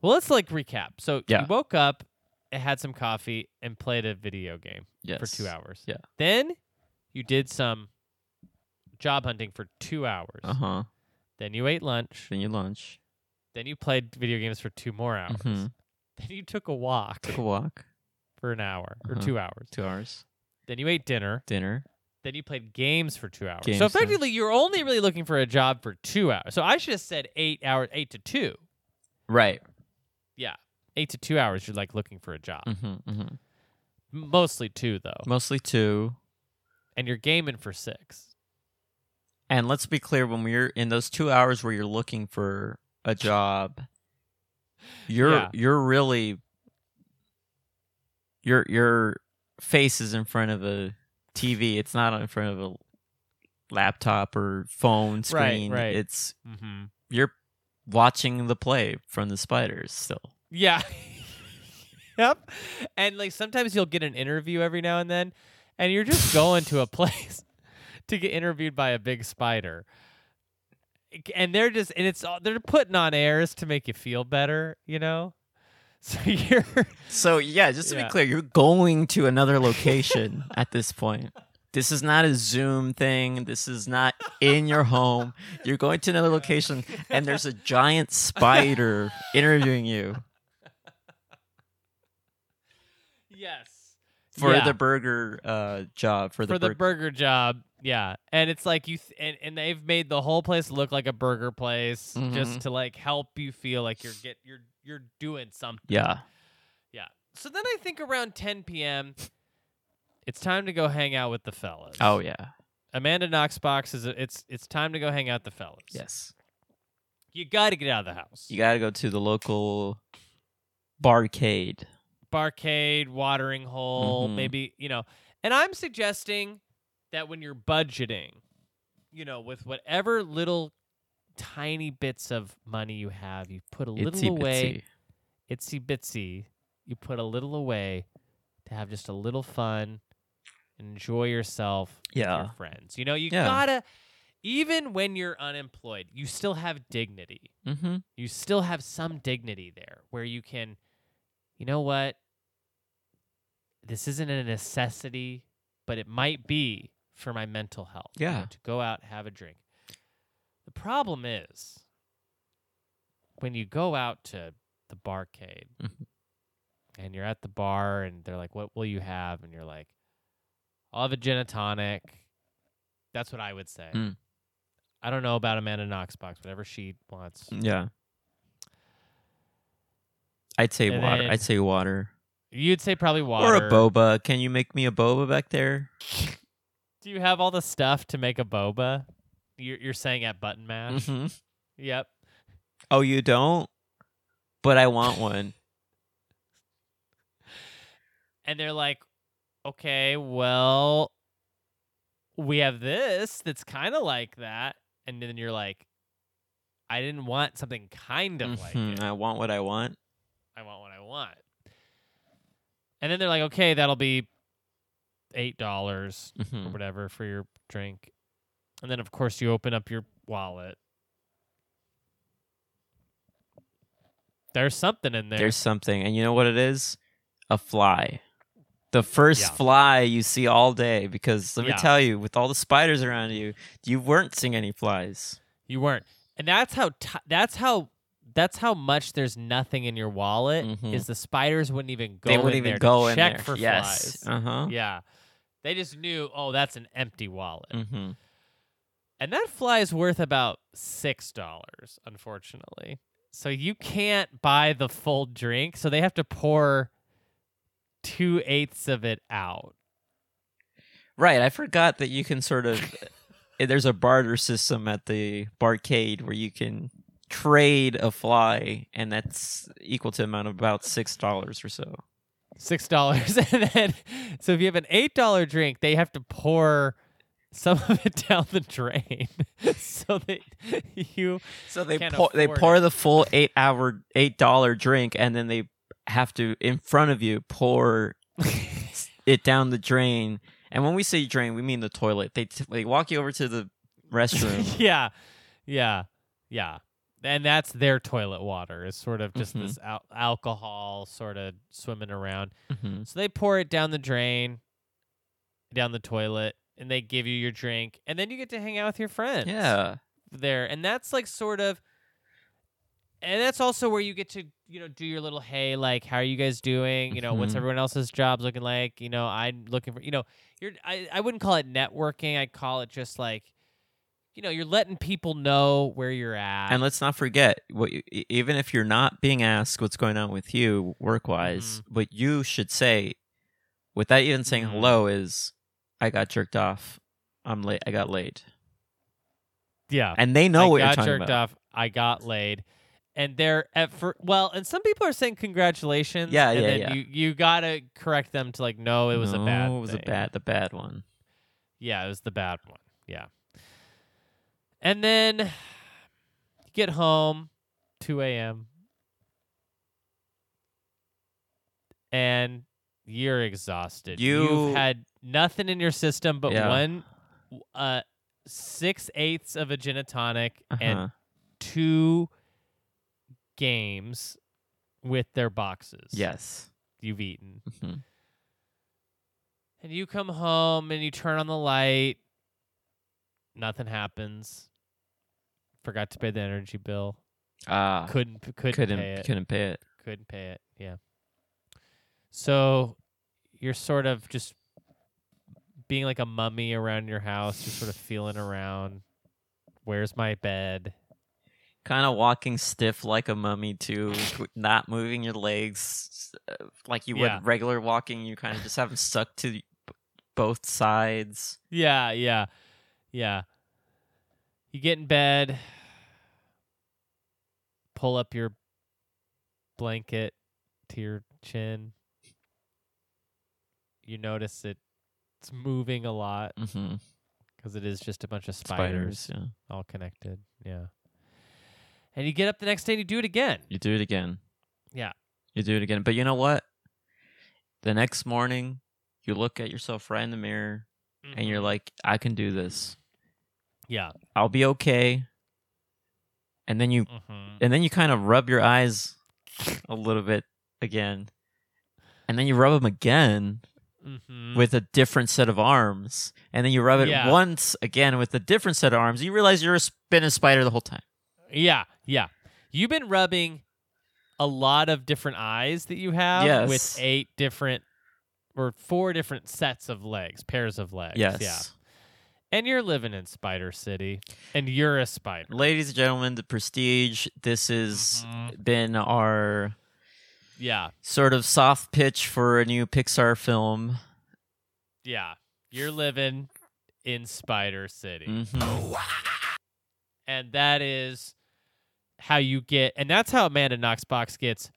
Speaker 1: well let's like recap so
Speaker 2: Yeah.
Speaker 1: you woke up had some coffee and played a video game
Speaker 2: Yes.
Speaker 1: for two hours.
Speaker 2: Yeah.
Speaker 1: Then you did some job hunting for two hours.
Speaker 2: Uh huh.
Speaker 1: Then you ate lunch.
Speaker 2: Then you lunch.
Speaker 1: Then you played video games for two more hours.
Speaker 2: Mhm.
Speaker 1: Then you took a walk
Speaker 2: Took a walk.
Speaker 1: for an hour or
Speaker 2: Uh-huh.
Speaker 1: two hours.
Speaker 2: Two hours.
Speaker 1: Then you ate dinner.
Speaker 2: Dinner.
Speaker 1: Then you played games for two hours.
Speaker 2: Games,
Speaker 1: so
Speaker 2: yeah.
Speaker 1: effectively, you're only really looking for a job for two hours. So I should have said eight hours, eight to two.
Speaker 2: Right.
Speaker 1: Eight to two hours, you're like looking for a job.
Speaker 2: hmm hmm
Speaker 1: Oh. Mostly two, though.
Speaker 2: Mostly two.
Speaker 1: And you're gaming for six.
Speaker 2: And let's be clear: when we're in those two hours where you're looking for a job, you're
Speaker 1: Yeah.
Speaker 2: you're really your your face is in front of a TV. It's not in front of a laptop or phone screen.
Speaker 1: right.
Speaker 2: It's
Speaker 1: Mm-hmm.
Speaker 2: you're watching the play from the spiders still.
Speaker 1: Yeah. yep. And like sometimes you'll get an interview every now and then, and you're just going to a place to get interviewed by a big spider. And they're just and it's all they're putting on airs to make you feel better, you know? So you're
Speaker 2: So yeah, just to
Speaker 1: Yeah.
Speaker 2: be clear, you're going to another location at this point. This is not a Zoom thing. This is not in your home. You're going to another location, and there's a giant spider interviewing you
Speaker 1: Yes.
Speaker 2: for
Speaker 1: Yeah.
Speaker 2: the burger uh, job. For the,
Speaker 1: for the
Speaker 2: burger.
Speaker 1: burger job. Yeah, and it's like you th- and and they've made the whole place look like a burger place just
Speaker 2: Mhm.
Speaker 1: to like help you feel like you're get you're you're doing something.
Speaker 2: yeah.
Speaker 1: Yeah. So then I think around 10 p.m. It's time to go hang out with the fellas.
Speaker 2: Oh yeah.
Speaker 1: Amanda Knoxbox is a, it's it's time to go hang out with the fellas.
Speaker 2: Yes.
Speaker 1: You got to get out of the house.
Speaker 2: You got to go to the local barcade.
Speaker 1: barcade, watering hole,
Speaker 2: Mhm.
Speaker 1: maybe, you know. And I'm suggesting that when you're budgeting, you know, with whatever little tiny bits of money you have, you put a little
Speaker 2: Itsy
Speaker 1: away,
Speaker 2: bitsy.
Speaker 1: itsy bitsy, you put a little away to have just a little fun, enjoy yourself with
Speaker 2: Yeah.
Speaker 1: your friends. You know, you
Speaker 2: Yeah.
Speaker 1: gotta, even when you're unemployed, you still have dignity
Speaker 2: Mm-hmm.
Speaker 1: you still have some dignity there where you can you know what this isn't a necessity but it might be for my mental health you know,
Speaker 2: Yeah.
Speaker 1: to go out have a drink the problem is when you go out to the barcade
Speaker 2: Mhm.
Speaker 1: and you're at the bar and they're like what will you have and you're like i'll have a gin and tonic that's what i would say
Speaker 2: Mm.
Speaker 1: i don't know about amanda knoxbox whatever she wants
Speaker 2: Yeah. I'd say
Speaker 1: And
Speaker 2: water.
Speaker 1: then-
Speaker 2: I'd say water.
Speaker 1: You'd say probably water.
Speaker 2: Or a boba. Can you make me a boba back there?
Speaker 1: Do you have all the stuff to make a boba? You're, you're saying at button mash.
Speaker 2: Mhm.
Speaker 1: yep.
Speaker 2: Oh, you don't? But I want one.
Speaker 1: And they're like, okay, well, we have this that's kind of like that. And then you're like, I didn't want something kind of
Speaker 2: Mhm.
Speaker 1: like it.
Speaker 2: I want what I want.
Speaker 1: I want what I want. And then they're like, okay, that'll be eight dollars or
Speaker 2: Mhm.
Speaker 1: whatever for your drink. And then of course you open up your wallet. There's something in there.
Speaker 2: There's something. And you know what it is? A fly. The first
Speaker 1: Yeah.
Speaker 2: fly you see all day because let
Speaker 1: Yeah.
Speaker 2: me tell you, with all the spiders around you, you weren't seeing any flies.
Speaker 1: you weren't. And that's how ti that's how that's how much there's nothing in your wallet
Speaker 2: Mhm.
Speaker 1: is the spiders wouldn't even go
Speaker 2: they
Speaker 1: in
Speaker 2: wouldn't
Speaker 1: there
Speaker 2: even
Speaker 1: to
Speaker 2: go in
Speaker 1: check
Speaker 2: there.
Speaker 1: for
Speaker 2: yes.
Speaker 1: flies.
Speaker 2: Uh-huh.
Speaker 1: Yeah. They just knew, oh, that's an empty wallet.
Speaker 2: Mm-hmm.
Speaker 1: And that fly is worth about six dollars, unfortunately. So you can't buy the full drink, so they have to pour two eighths of it out.
Speaker 2: Right. I forgot that you can sort of eh, there's a barter system at the barcade where you can trade a fly and that's equal to amount of about six dollars or so.
Speaker 1: Six dollars. and then so if you have an eight dollar drink, they have to pour some of it down the drain. so that you
Speaker 2: So they
Speaker 1: Can't
Speaker 2: pour, they
Speaker 1: afford
Speaker 2: pour
Speaker 1: it.
Speaker 2: the full eight hour eight dollar drink and then they have to in front of you pour it down the drain. And when we say drain, we mean the toilet. They t- they walk you over to the restroom.
Speaker 1: yeah, yeah, yeah. And that's their toilet water is sort of just
Speaker 2: Mhm.
Speaker 1: this al- alcohol sort of swimming around.
Speaker 2: Mhm.
Speaker 1: So they pour it down the drain, down the toilet, and they give you your drink, and then you get to hang out with your friends.
Speaker 2: Yeah.
Speaker 1: there, and that's like sort of, and that's also where you get to you know do your little hey like how are you guys doing you know what's
Speaker 2: Mhm.
Speaker 1: everyone else's jobs looking like you know I'm looking for you know you're I I wouldn't call it networking I'd call it just like. You know, you're letting people know where you're at.
Speaker 2: And let's not forget, what you, e- even if you're not being asked what's going on with you work wise,
Speaker 1: Mm-hmm.
Speaker 2: what you should say, without even saying
Speaker 1: Mhm.
Speaker 2: hello, is, "I got jerked off. I'm late. I got late."
Speaker 1: yeah.
Speaker 2: and they know
Speaker 1: I
Speaker 2: what
Speaker 1: got
Speaker 2: you're talking
Speaker 1: jerked
Speaker 2: about.
Speaker 1: off. I got laid. And they're at fir- well, and some people are saying congratulations.
Speaker 2: Yeah,
Speaker 1: and
Speaker 2: yeah,
Speaker 1: then
Speaker 2: yeah.
Speaker 1: You you gotta correct them to like, no, it was a bad.
Speaker 2: No, It was
Speaker 1: thing.
Speaker 2: a bad, the bad one.
Speaker 1: Yeah, it was the bad one. Yeah. And then you get home, 2 a.m. And you're exhausted.
Speaker 2: You-
Speaker 1: have had nothing in your system but
Speaker 2: Yeah.
Speaker 1: one uh six eighths of a gin and tonic
Speaker 2: Uh-huh.
Speaker 1: and two games with their boxes.
Speaker 2: yes.
Speaker 1: You've eaten.
Speaker 2: Mhm.
Speaker 1: And you come home and you turn on the light. Nothing happens. Forgot to pay the energy bill.
Speaker 2: Ah,
Speaker 1: Couldn't couldn't,
Speaker 2: couldn't
Speaker 1: pay it.
Speaker 2: couldn't pay it.
Speaker 1: Couldn't pay it. Yeah. So you're sort of just being like a mummy around your house, just sort of feeling around. Where's my bed?
Speaker 2: Kind of walking stiff like a mummy too, qu- not moving your legs uh, like you
Speaker 1: Yeah.
Speaker 2: would regular walking. You kind of just have them stuck to b- both sides.
Speaker 1: Yeah, yeah, yeah. You get in bed, pull up your blanket to your chin. You notice it, it's moving a lot
Speaker 2: Mm-hmm.
Speaker 1: because it is just a bunch of spiders,
Speaker 2: Spiders. Yeah.
Speaker 1: all connected. Yeah. And you get up the next day and you do it again.
Speaker 2: You do it again.
Speaker 1: Yeah.
Speaker 2: You do it again. But you know what? The next morning, you look at yourself right in the mirror and
Speaker 1: Mm-hmm.
Speaker 2: you're like, I can do this.
Speaker 1: yeah.
Speaker 2: I'll be okay. And then you
Speaker 1: hmm
Speaker 2: and then you kind of rub your eyes a little bit again. And then you rub them again
Speaker 1: hmm
Speaker 2: with a different set of arms. And then you rub it
Speaker 1: Yeah.
Speaker 2: once again with a different set of arms. You realize you're a spin a spider the whole time.
Speaker 1: Yeah, yeah. You've been rubbing a lot of different eyes that you have
Speaker 2: Yes.
Speaker 1: with eight different or four different sets of legs, pairs of legs.
Speaker 2: Yes.
Speaker 1: Yeah. And you're living in Spider City and you're a spider.
Speaker 2: Ladies and gentlemen, the prestige, this has
Speaker 1: Mhm.
Speaker 2: been our
Speaker 1: Yeah,
Speaker 2: sort of soft pitch for a new Pixar film.
Speaker 1: yeah. You're living in Spider City.
Speaker 2: Mhm.
Speaker 1: And that is how you get, and that's how Amanda Knoxbox gets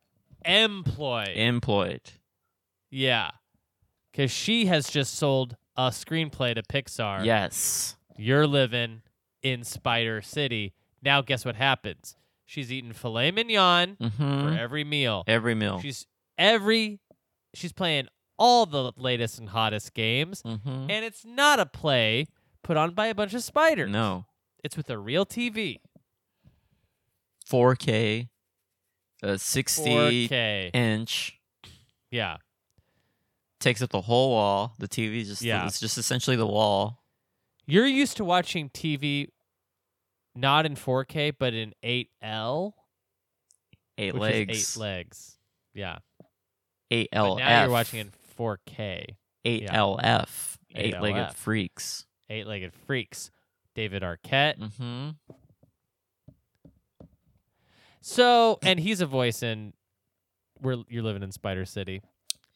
Speaker 1: employed.
Speaker 2: Employed.
Speaker 1: yeah. Because she has just sold a screenplay to Pixar.
Speaker 2: Yes.
Speaker 1: you're living in Spider City. Now, guess what happens? She's eating filet mignon
Speaker 2: hmm
Speaker 1: for every meal.
Speaker 2: Every meal.
Speaker 1: She's every she's playing all the latest and hottest games,
Speaker 2: hmm
Speaker 1: and it's not a play put on by a bunch of spiders.
Speaker 2: No.
Speaker 1: it's with a real TV.
Speaker 2: 4K, uh, 60
Speaker 1: 4K.
Speaker 2: inch
Speaker 1: yeah,
Speaker 2: takes up the whole wall. The TV is just
Speaker 1: Yeah.
Speaker 2: it's just essentially the wall.
Speaker 1: you're used to watching TV not in 4K but in 8L,
Speaker 2: Eight
Speaker 1: which
Speaker 2: legs.
Speaker 1: is eight legs. Yeah,
Speaker 2: eight
Speaker 1: but
Speaker 2: LF.
Speaker 1: now you're watching in 4K.
Speaker 2: eight
Speaker 1: yeah.
Speaker 2: LF. Eight legged
Speaker 1: 8LF.
Speaker 2: freaks.
Speaker 1: Eight Legged Freaks, David Arquette.
Speaker 2: Mm-hmm.
Speaker 1: So, and he's a voice in where you're living in Spider City.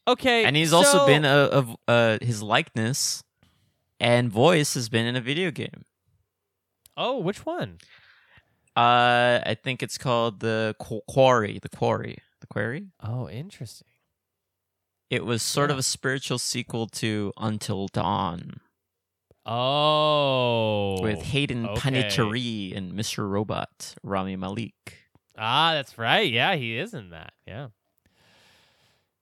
Speaker 1: Okay,
Speaker 2: And he's also
Speaker 1: so-
Speaker 2: been a, a, uh his likeness and voice has been in a video game.
Speaker 1: oh, which one?
Speaker 2: Uh, I think it's called the Qu- Quarry. The Quarry. The Quarry.
Speaker 1: Oh, interesting.
Speaker 2: It was sort of
Speaker 1: Yeah.
Speaker 2: a spiritual sequel to Until Dawn
Speaker 1: Oh,
Speaker 2: with Hayden
Speaker 1: okay.
Speaker 2: Panettiere and Mr. Robot Rami Malik.
Speaker 1: ah, that's right. Yeah, he is in that. Yeah.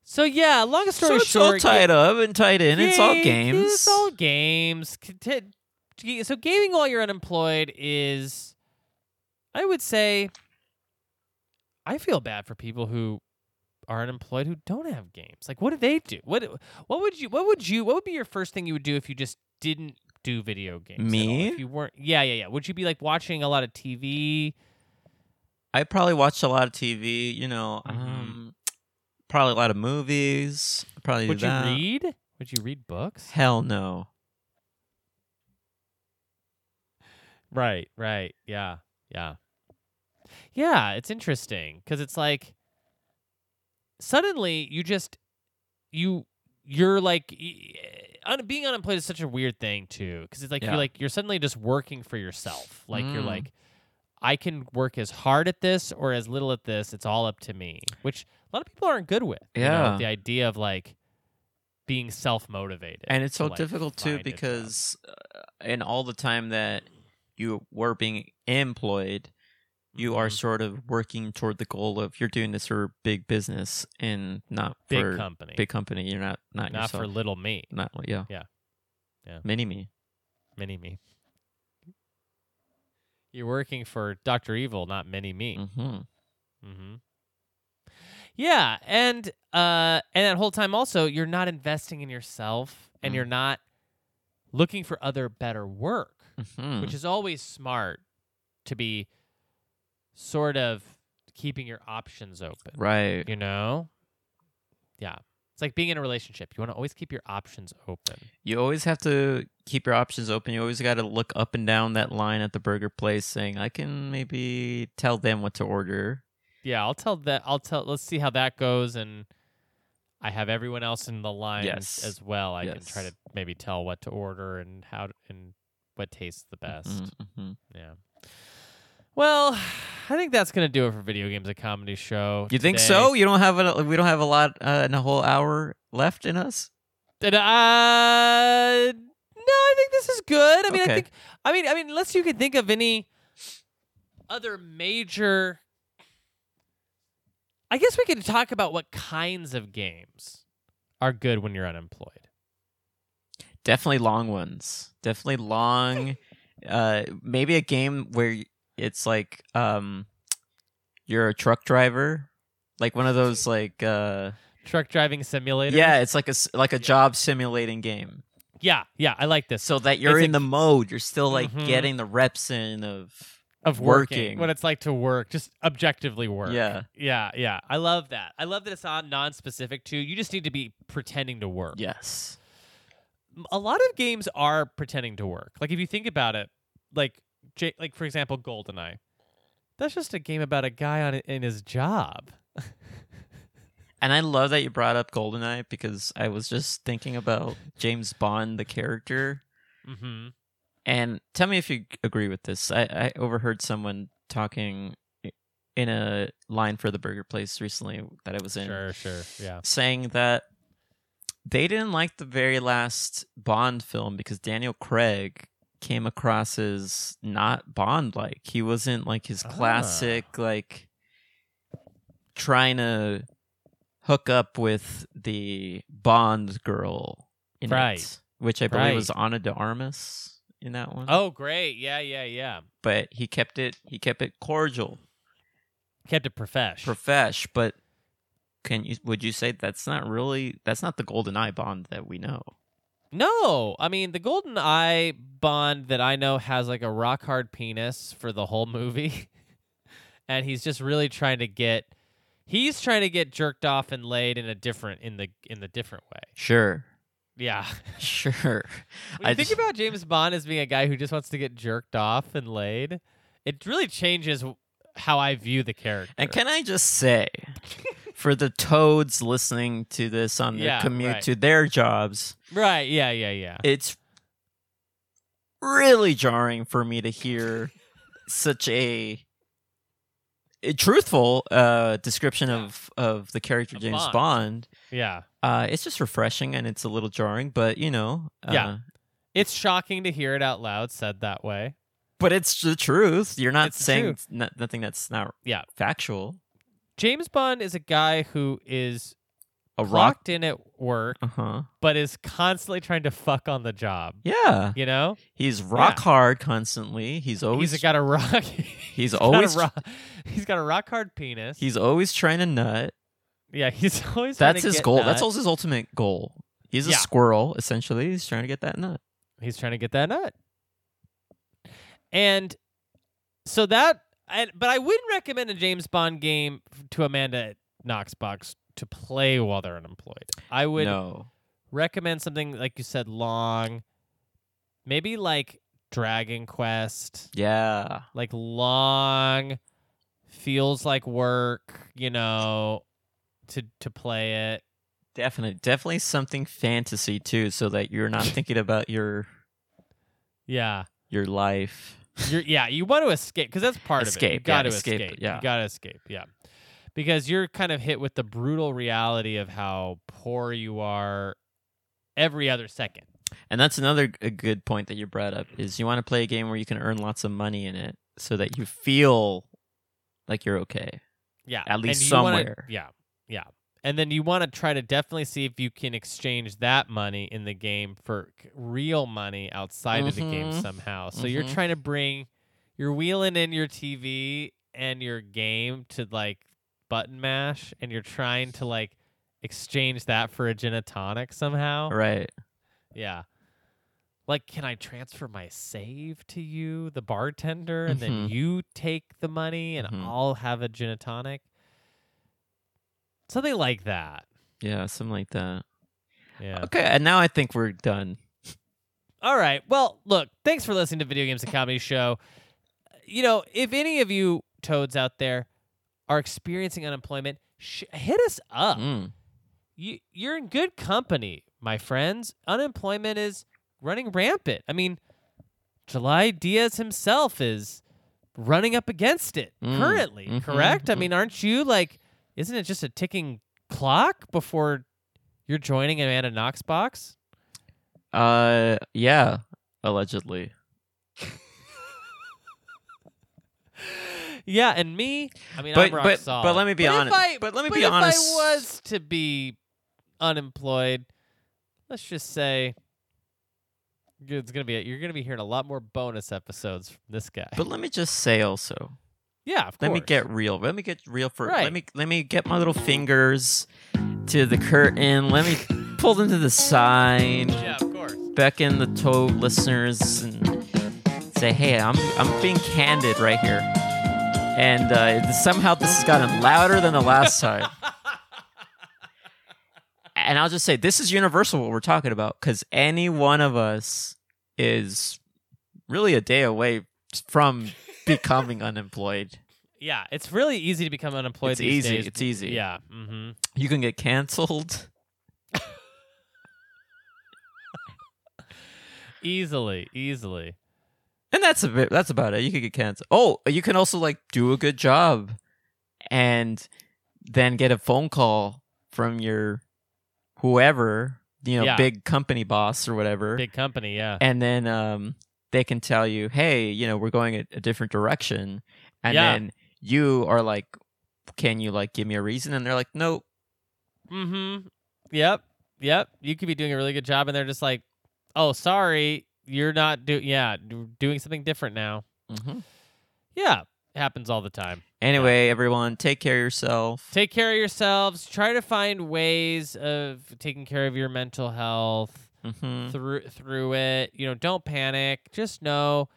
Speaker 1: So yeah, long
Speaker 2: So
Speaker 1: story
Speaker 2: it's all
Speaker 1: short,
Speaker 2: tied up and tied in.
Speaker 1: yeah,
Speaker 2: it's all
Speaker 1: yeah,
Speaker 2: games.
Speaker 1: It's all games. Conti- g- So gaming while you're unemployed is, I would say, I feel bad for people who are unemployed who don't have games. Like, what do they do? What what would you what would you what would be your first thing you would do if you just didn't do video games? at all?
Speaker 2: Me?
Speaker 1: If you weren't, yeah, yeah, yeah. Would you be like watching a lot of TV?
Speaker 2: I probably watched a lot of TV. You know,
Speaker 1: Mm-hmm.
Speaker 2: um, probably a lot of movies. Probably do
Speaker 1: Would you
Speaker 2: that.
Speaker 1: read? Would you read books?
Speaker 2: Hell no.
Speaker 1: Right, right. Yeah, yeah. Yeah, it's interesting because it's like suddenly you just you you're like y- un, being unemployed is such a weird thing too, because it's like
Speaker 2: Yeah.
Speaker 1: you're like you're suddenly just working for yourself. Like you're
Speaker 2: Mm.
Speaker 1: like, I can work as hard at this or as little at this. It's all up to me, which a lot of people aren't good with. you know,
Speaker 2: Yeah.
Speaker 1: the idea of like being self motivated,
Speaker 2: and it's so difficult too because uh, in all the time that you were being employed you
Speaker 1: Mm-hmm.
Speaker 2: are sort of working toward the goal of you're doing this for big business and not
Speaker 1: big
Speaker 2: for
Speaker 1: company,
Speaker 2: big company you're not not,
Speaker 1: not
Speaker 2: yourself
Speaker 1: for little me,
Speaker 2: not yeah
Speaker 1: Yeah. Yeah.
Speaker 2: mini me
Speaker 1: mini me. You're working for Doctor Evil, not mini me.
Speaker 2: hmm
Speaker 1: Mm-hmm. Yeah, and uh, and that whole time also, you're not investing in yourself, and
Speaker 2: Mm.
Speaker 1: you're not looking for other better work,
Speaker 2: hmm
Speaker 1: which is always smart to be sort of keeping your options open.
Speaker 2: right
Speaker 1: You know, yeah, it's like being in a relationship. You want to always keep your options open.
Speaker 2: you always have to keep your options open you always got to look up and down that line at the burger place saying i can maybe tell them what to order
Speaker 1: Yeah, I'll tell that. I'll tell. Let's see how that goes, and I have everyone else in the line
Speaker 2: Yes.
Speaker 1: as well. I can try
Speaker 2: Yes.
Speaker 1: to maybe tell what to order and how to, and what tastes the best.
Speaker 2: Mhm.
Speaker 1: Yeah. Well, I think that's gonna do it for video games, a comedy show.
Speaker 2: You think
Speaker 1: today.
Speaker 2: so? You don't have a we don't have a lot uh, in a whole hour left in us.
Speaker 1: Did I- Uh, no, I think this is good. I mean, I
Speaker 2: Okay.
Speaker 1: think. I mean, I mean, unless you can think of any other major. I guess we could talk about what kinds of games are good when you're unemployed.
Speaker 2: Definitely long ones. Definitely long. uh, maybe a game where y- it's like um, you're a truck driver, like one of those like uh,
Speaker 1: Truck driving simulator.
Speaker 2: yeah, it's like a s- like a
Speaker 1: Yeah.
Speaker 2: job simulating game,
Speaker 1: yeah, yeah. I like this
Speaker 2: so that you're
Speaker 1: It's a
Speaker 2: in the mode. You're still like
Speaker 1: Mhm.
Speaker 2: getting the reps in of
Speaker 1: of working,
Speaker 2: working.
Speaker 1: what it's like to work, just objectively work.
Speaker 2: Yeah.
Speaker 1: yeah, yeah. I love that. I love that it's not non-specific too. You just need to be pretending to work.
Speaker 2: yes,
Speaker 1: a lot of games are pretending to work. Like if you think about it, like J- like for example, GoldenEye. That's just a game about a guy on in his job.
Speaker 2: and I love that you brought up Goldeneye because I was just thinking about James Bond the character.
Speaker 1: Mm-hmm.
Speaker 2: And tell me if you agree with this. I, I overheard someone talking i- in a line for the burger place recently that I was in,
Speaker 1: Sure, sure, yeah.
Speaker 2: saying that they didn't like the very last Bond film because Daniel Craig came across as not Bond like. He wasn't like
Speaker 1: Ah.
Speaker 2: his classic, like trying to hook up with the Bond girl in it,
Speaker 1: Right.
Speaker 2: which I believe
Speaker 1: Right.
Speaker 2: was Ana de Armas in that one
Speaker 1: Oh, great! Yeah, yeah, yeah.
Speaker 2: but he kept it he kept it cordial
Speaker 1: Kept it profesh.
Speaker 2: profesh but can you would you say that's not really that's not the golden eye bond that we know
Speaker 1: no, I mean the Golden Eye Bond that I know has like a rock hard penis for the whole movie, and he's just really trying to get. He's trying to get jerked off and laid in a different in the in the different way.
Speaker 2: sure
Speaker 1: Yeah.
Speaker 2: sure
Speaker 1: When you
Speaker 2: I
Speaker 1: think
Speaker 2: just-
Speaker 1: about James Bond as being a guy who just wants to get jerked off and laid, it really changes w- how I view the character.
Speaker 2: and can i just say for the toads listening to this on their
Speaker 1: Yeah,
Speaker 2: commute
Speaker 1: right.
Speaker 2: to their jobs
Speaker 1: right? Yeah, yeah, yeah.
Speaker 2: it's really jarring for me to hear such a, a truthful uh, description of, of the character
Speaker 1: Of
Speaker 2: James
Speaker 1: Bond.
Speaker 2: Bond.
Speaker 1: yeah,
Speaker 2: Uh, it's just refreshing and it's a little jarring, but you know, uh,
Speaker 1: Yeah. it's shocking to hear it out loud said that way.
Speaker 2: But it's the truth. You're not
Speaker 1: It's the
Speaker 2: saying
Speaker 1: truth.
Speaker 2: no- nothing that's not
Speaker 1: Yeah.
Speaker 2: factual.
Speaker 1: James Bond is a guy who is
Speaker 2: A rock.
Speaker 1: locked in at work,
Speaker 2: Uh huh.
Speaker 1: but is constantly trying to fuck on the job.
Speaker 2: Yeah,
Speaker 1: You know,
Speaker 2: he's rock hard constantly. He's always
Speaker 1: he's
Speaker 2: he's,
Speaker 1: got a rock. got a
Speaker 2: always
Speaker 1: rock- he's got a rock hard penis.
Speaker 2: he's always trying to nut.
Speaker 1: yeah, he's always trying
Speaker 2: That's
Speaker 1: to
Speaker 2: his
Speaker 1: get
Speaker 2: goal.
Speaker 1: nut.
Speaker 2: That's also his ultimate goal. He's a
Speaker 1: Yeah.
Speaker 2: squirrel essentially. He's trying to get that nut.
Speaker 1: He's trying to get that nut. And so that, and, but I wouldn't recommend a James Bond game f- to Amanda at Knox Box to play while they're unemployed. I would
Speaker 2: no.
Speaker 1: recommend something like you said, long, maybe like Dragon Quest,
Speaker 2: Yeah.
Speaker 1: like long, feels like work, you know, to to play it.
Speaker 2: Definitely, definitely something fantasy too, so that you're not thinking about your
Speaker 1: Yeah.
Speaker 2: your life.
Speaker 1: You're yeah, you want to escape because that's part of it. You
Speaker 2: Escape, yeah,
Speaker 1: gotta
Speaker 2: escape, yeah.
Speaker 1: You gotta escape, yeah. Because you're kind of hit with the brutal reality of how poor you are every other second.
Speaker 2: And that's another g- a good point that you brought up is you want to play a game where you can earn lots of money in it, so that you feel like you're okay.
Speaker 1: Yeah.
Speaker 2: At least
Speaker 1: and you wanna-
Speaker 2: somewhere.
Speaker 1: yeah. Yeah. And then you want to try to definitely see if you can exchange that money in the game for c- real money outside of the game
Speaker 2: Mhm.
Speaker 1: somehow. So you're
Speaker 2: Mhm.
Speaker 1: trying to bring, you're wheeling in your TV and your game to like button mash and you're trying to like exchange that for a gin and tonic somehow.
Speaker 2: Right.
Speaker 1: Yeah. Like, can I transfer my save to you, the bartender, and then
Speaker 2: Mhm.
Speaker 1: you take the money and
Speaker 2: Mhm.
Speaker 1: I'll have a gin and tonic? Something like that.
Speaker 2: Yeah, something like that.
Speaker 1: Yeah.
Speaker 2: Okay, and now I think we're done.
Speaker 1: All right. Well, look, thanks for listening to Video Games and Comedy Show. You know, if any of you toads out there are experiencing unemployment, sh- hit us up.
Speaker 2: Mm.
Speaker 1: you, you're in good company, my friends. Unemployment is running rampant. I mean, July Diaz himself is running up against it
Speaker 2: Mm,
Speaker 1: currently,
Speaker 2: mhm,
Speaker 1: correct? I
Speaker 2: mhm.
Speaker 1: mean, aren't you like, isn't it just a ticking clock before you're joining Amanda Knox box?
Speaker 2: Uh, yeah, allegedly.
Speaker 1: Yeah, and me, I mean,
Speaker 2: But-
Speaker 1: I'm rock
Speaker 2: but-
Speaker 1: solid.
Speaker 2: but let me be
Speaker 1: if
Speaker 2: honest-
Speaker 1: I-
Speaker 2: but let me
Speaker 1: but
Speaker 2: be
Speaker 1: if
Speaker 2: honest-
Speaker 1: I was to be unemployed, let's just say it's gonna be you're gonna be hearing a lot more bonus episodes from this guy.
Speaker 2: But let me just say also,
Speaker 1: yeah, of
Speaker 2: let me
Speaker 1: course.
Speaker 2: get real. Let me get real for.
Speaker 1: Right.
Speaker 2: Let me let me get my little fingers to the curtain. Let me pull them to the side.
Speaker 1: yeah, of course.
Speaker 2: beckon the toad listeners and say, "Hey, I'm I'm being candid right here." And uh, somehow this has gotten louder than the last time. and I'll just say, this is universal what we're talking about because any one of us is really a day away from becoming unemployed.
Speaker 1: Yeah, it's really easy to become unemployed.
Speaker 2: It's
Speaker 1: these
Speaker 2: easy.
Speaker 1: days.
Speaker 2: It's easy.
Speaker 1: Yeah. Mm-hmm.
Speaker 2: You can get canceled.
Speaker 1: Easily, easily.
Speaker 2: And that's a bit, that's about it. You could get canceled. Oh, you can also like do a good job and then get a phone call from your whoever, you know,
Speaker 1: Yeah.
Speaker 2: big company boss or whatever.
Speaker 1: Big company. Yeah.
Speaker 2: And then um they can tell you, "Hey, you know, we're going a, a different direction." And
Speaker 1: Yeah.
Speaker 2: then you are like, "Can you like give me a reason?" And they're like, "Nope."
Speaker 1: Mm-hmm. Yep. Yep. You could be doing a really good job, and they're just like, "Oh, sorry, you're not do. Yeah, d- doing something different now."
Speaker 2: hmm
Speaker 1: Yeah, happens all the time.
Speaker 2: Anyway, everyone, take care of yourself.
Speaker 1: Take care of yourselves. Try to find ways of taking care of your mental health
Speaker 2: hmm
Speaker 1: through through it. You know, don't panic. Just know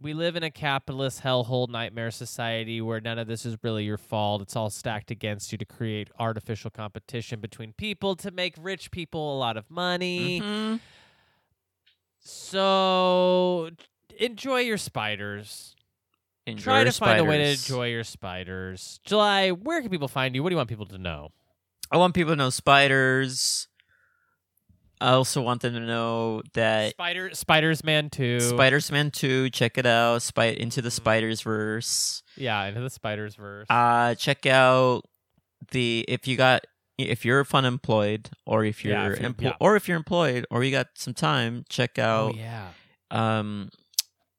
Speaker 1: we live in a capitalist hellhole nightmare society where none of this is really your fault. It's all stacked against you to create artificial competition between people to make rich people a lot of money.
Speaker 2: Mhm.
Speaker 1: So enjoy your spiders.
Speaker 2: Enjoy
Speaker 1: Try
Speaker 2: your
Speaker 1: to find a way to
Speaker 2: spiders.
Speaker 1: enjoy your spiders. July, where can people find you? What do you want people to know?
Speaker 2: I want people to know spiders. I also want them to know that
Speaker 1: Spider Spiders Mm. Man 2.
Speaker 2: Spider's Man 2, check it out. Spy- Into the Spiders Verse.
Speaker 1: yeah, into the Spiders verse.
Speaker 2: Uh check out the if you got if you're unemployed or if you're,
Speaker 1: Yeah, if you're-
Speaker 2: emplo-
Speaker 1: yeah.
Speaker 2: or if you're employed or you got some time, check
Speaker 1: oh
Speaker 2: out
Speaker 1: yeah.
Speaker 2: um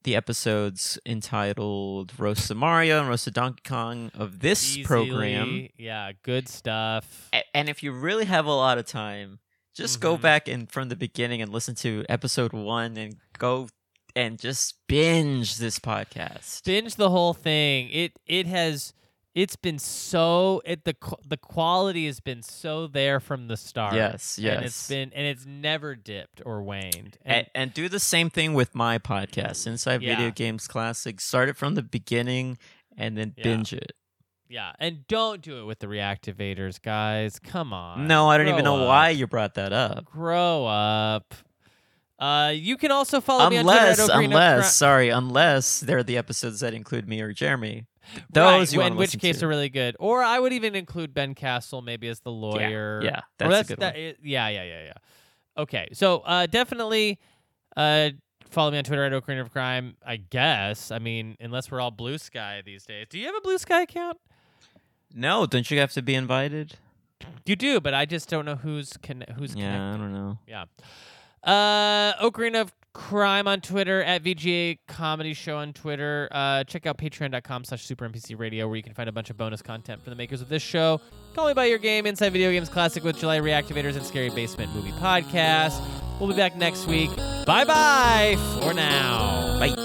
Speaker 2: the episodes entitled Roast of Mario and Roast of Donkey Kong of this program.
Speaker 1: Easily. Yeah, good stuff.
Speaker 2: A- and if you really have a lot of time, just go
Speaker 1: Mhm.
Speaker 2: back and from the beginning and listen to episode one and go and just binge this podcast.
Speaker 1: Binge the whole thing. It it has it's been so it the qu- the quality has been so there from the start.
Speaker 2: Yes, yes.
Speaker 1: And it's been and it's never dipped or waned.
Speaker 2: and, and do the same thing with my podcast, Inside
Speaker 1: Yeah.
Speaker 2: Video Games Classic. Start it from the beginning and then
Speaker 1: Yeah.
Speaker 2: binge it.
Speaker 1: yeah, and don't do it with the reactivators, guys. Come on.
Speaker 2: No, I don't even
Speaker 1: Grow
Speaker 2: know
Speaker 1: up.
Speaker 2: why you brought that up.
Speaker 1: Grow up. Uh, you can also follow me on Twitter
Speaker 2: Unless,
Speaker 1: at Ocarina of
Speaker 2: unless,
Speaker 1: Cri-
Speaker 2: sorry, unless they're the episodes that include me or Jeremy. Those you
Speaker 1: right,
Speaker 2: wanna
Speaker 1: in which
Speaker 2: listen
Speaker 1: case
Speaker 2: to.
Speaker 1: are really good. Or I would even include Ben Castle maybe as the lawyer.
Speaker 2: yeah,
Speaker 1: Or
Speaker 2: that's a good
Speaker 1: that- i- yeah, yeah, yeah, yeah. Okay, so uh, definitely uh, follow me on Twitter at Ocarina of Crime. I guess. I mean, unless we're all Blue Sky these days. Do you have a Blue Sky account?
Speaker 2: No, don't you have to be invited?
Speaker 1: You do, but I just don't know who's conne- who's connected.
Speaker 2: Yeah, I don't know.
Speaker 1: Yeah. Uh, Ocarina of Crime on Twitter at VGA Comedy Show on Twitter. Uh, check out patreon.com slash super NPC radio where you can find a bunch of bonus content from the makers of this show. Call Me By Your Game, Inside Video Games Classic with July Reactivators and Scary Basement Movie Podcast. We'll be back next week. Bye bye for now.
Speaker 2: Bye.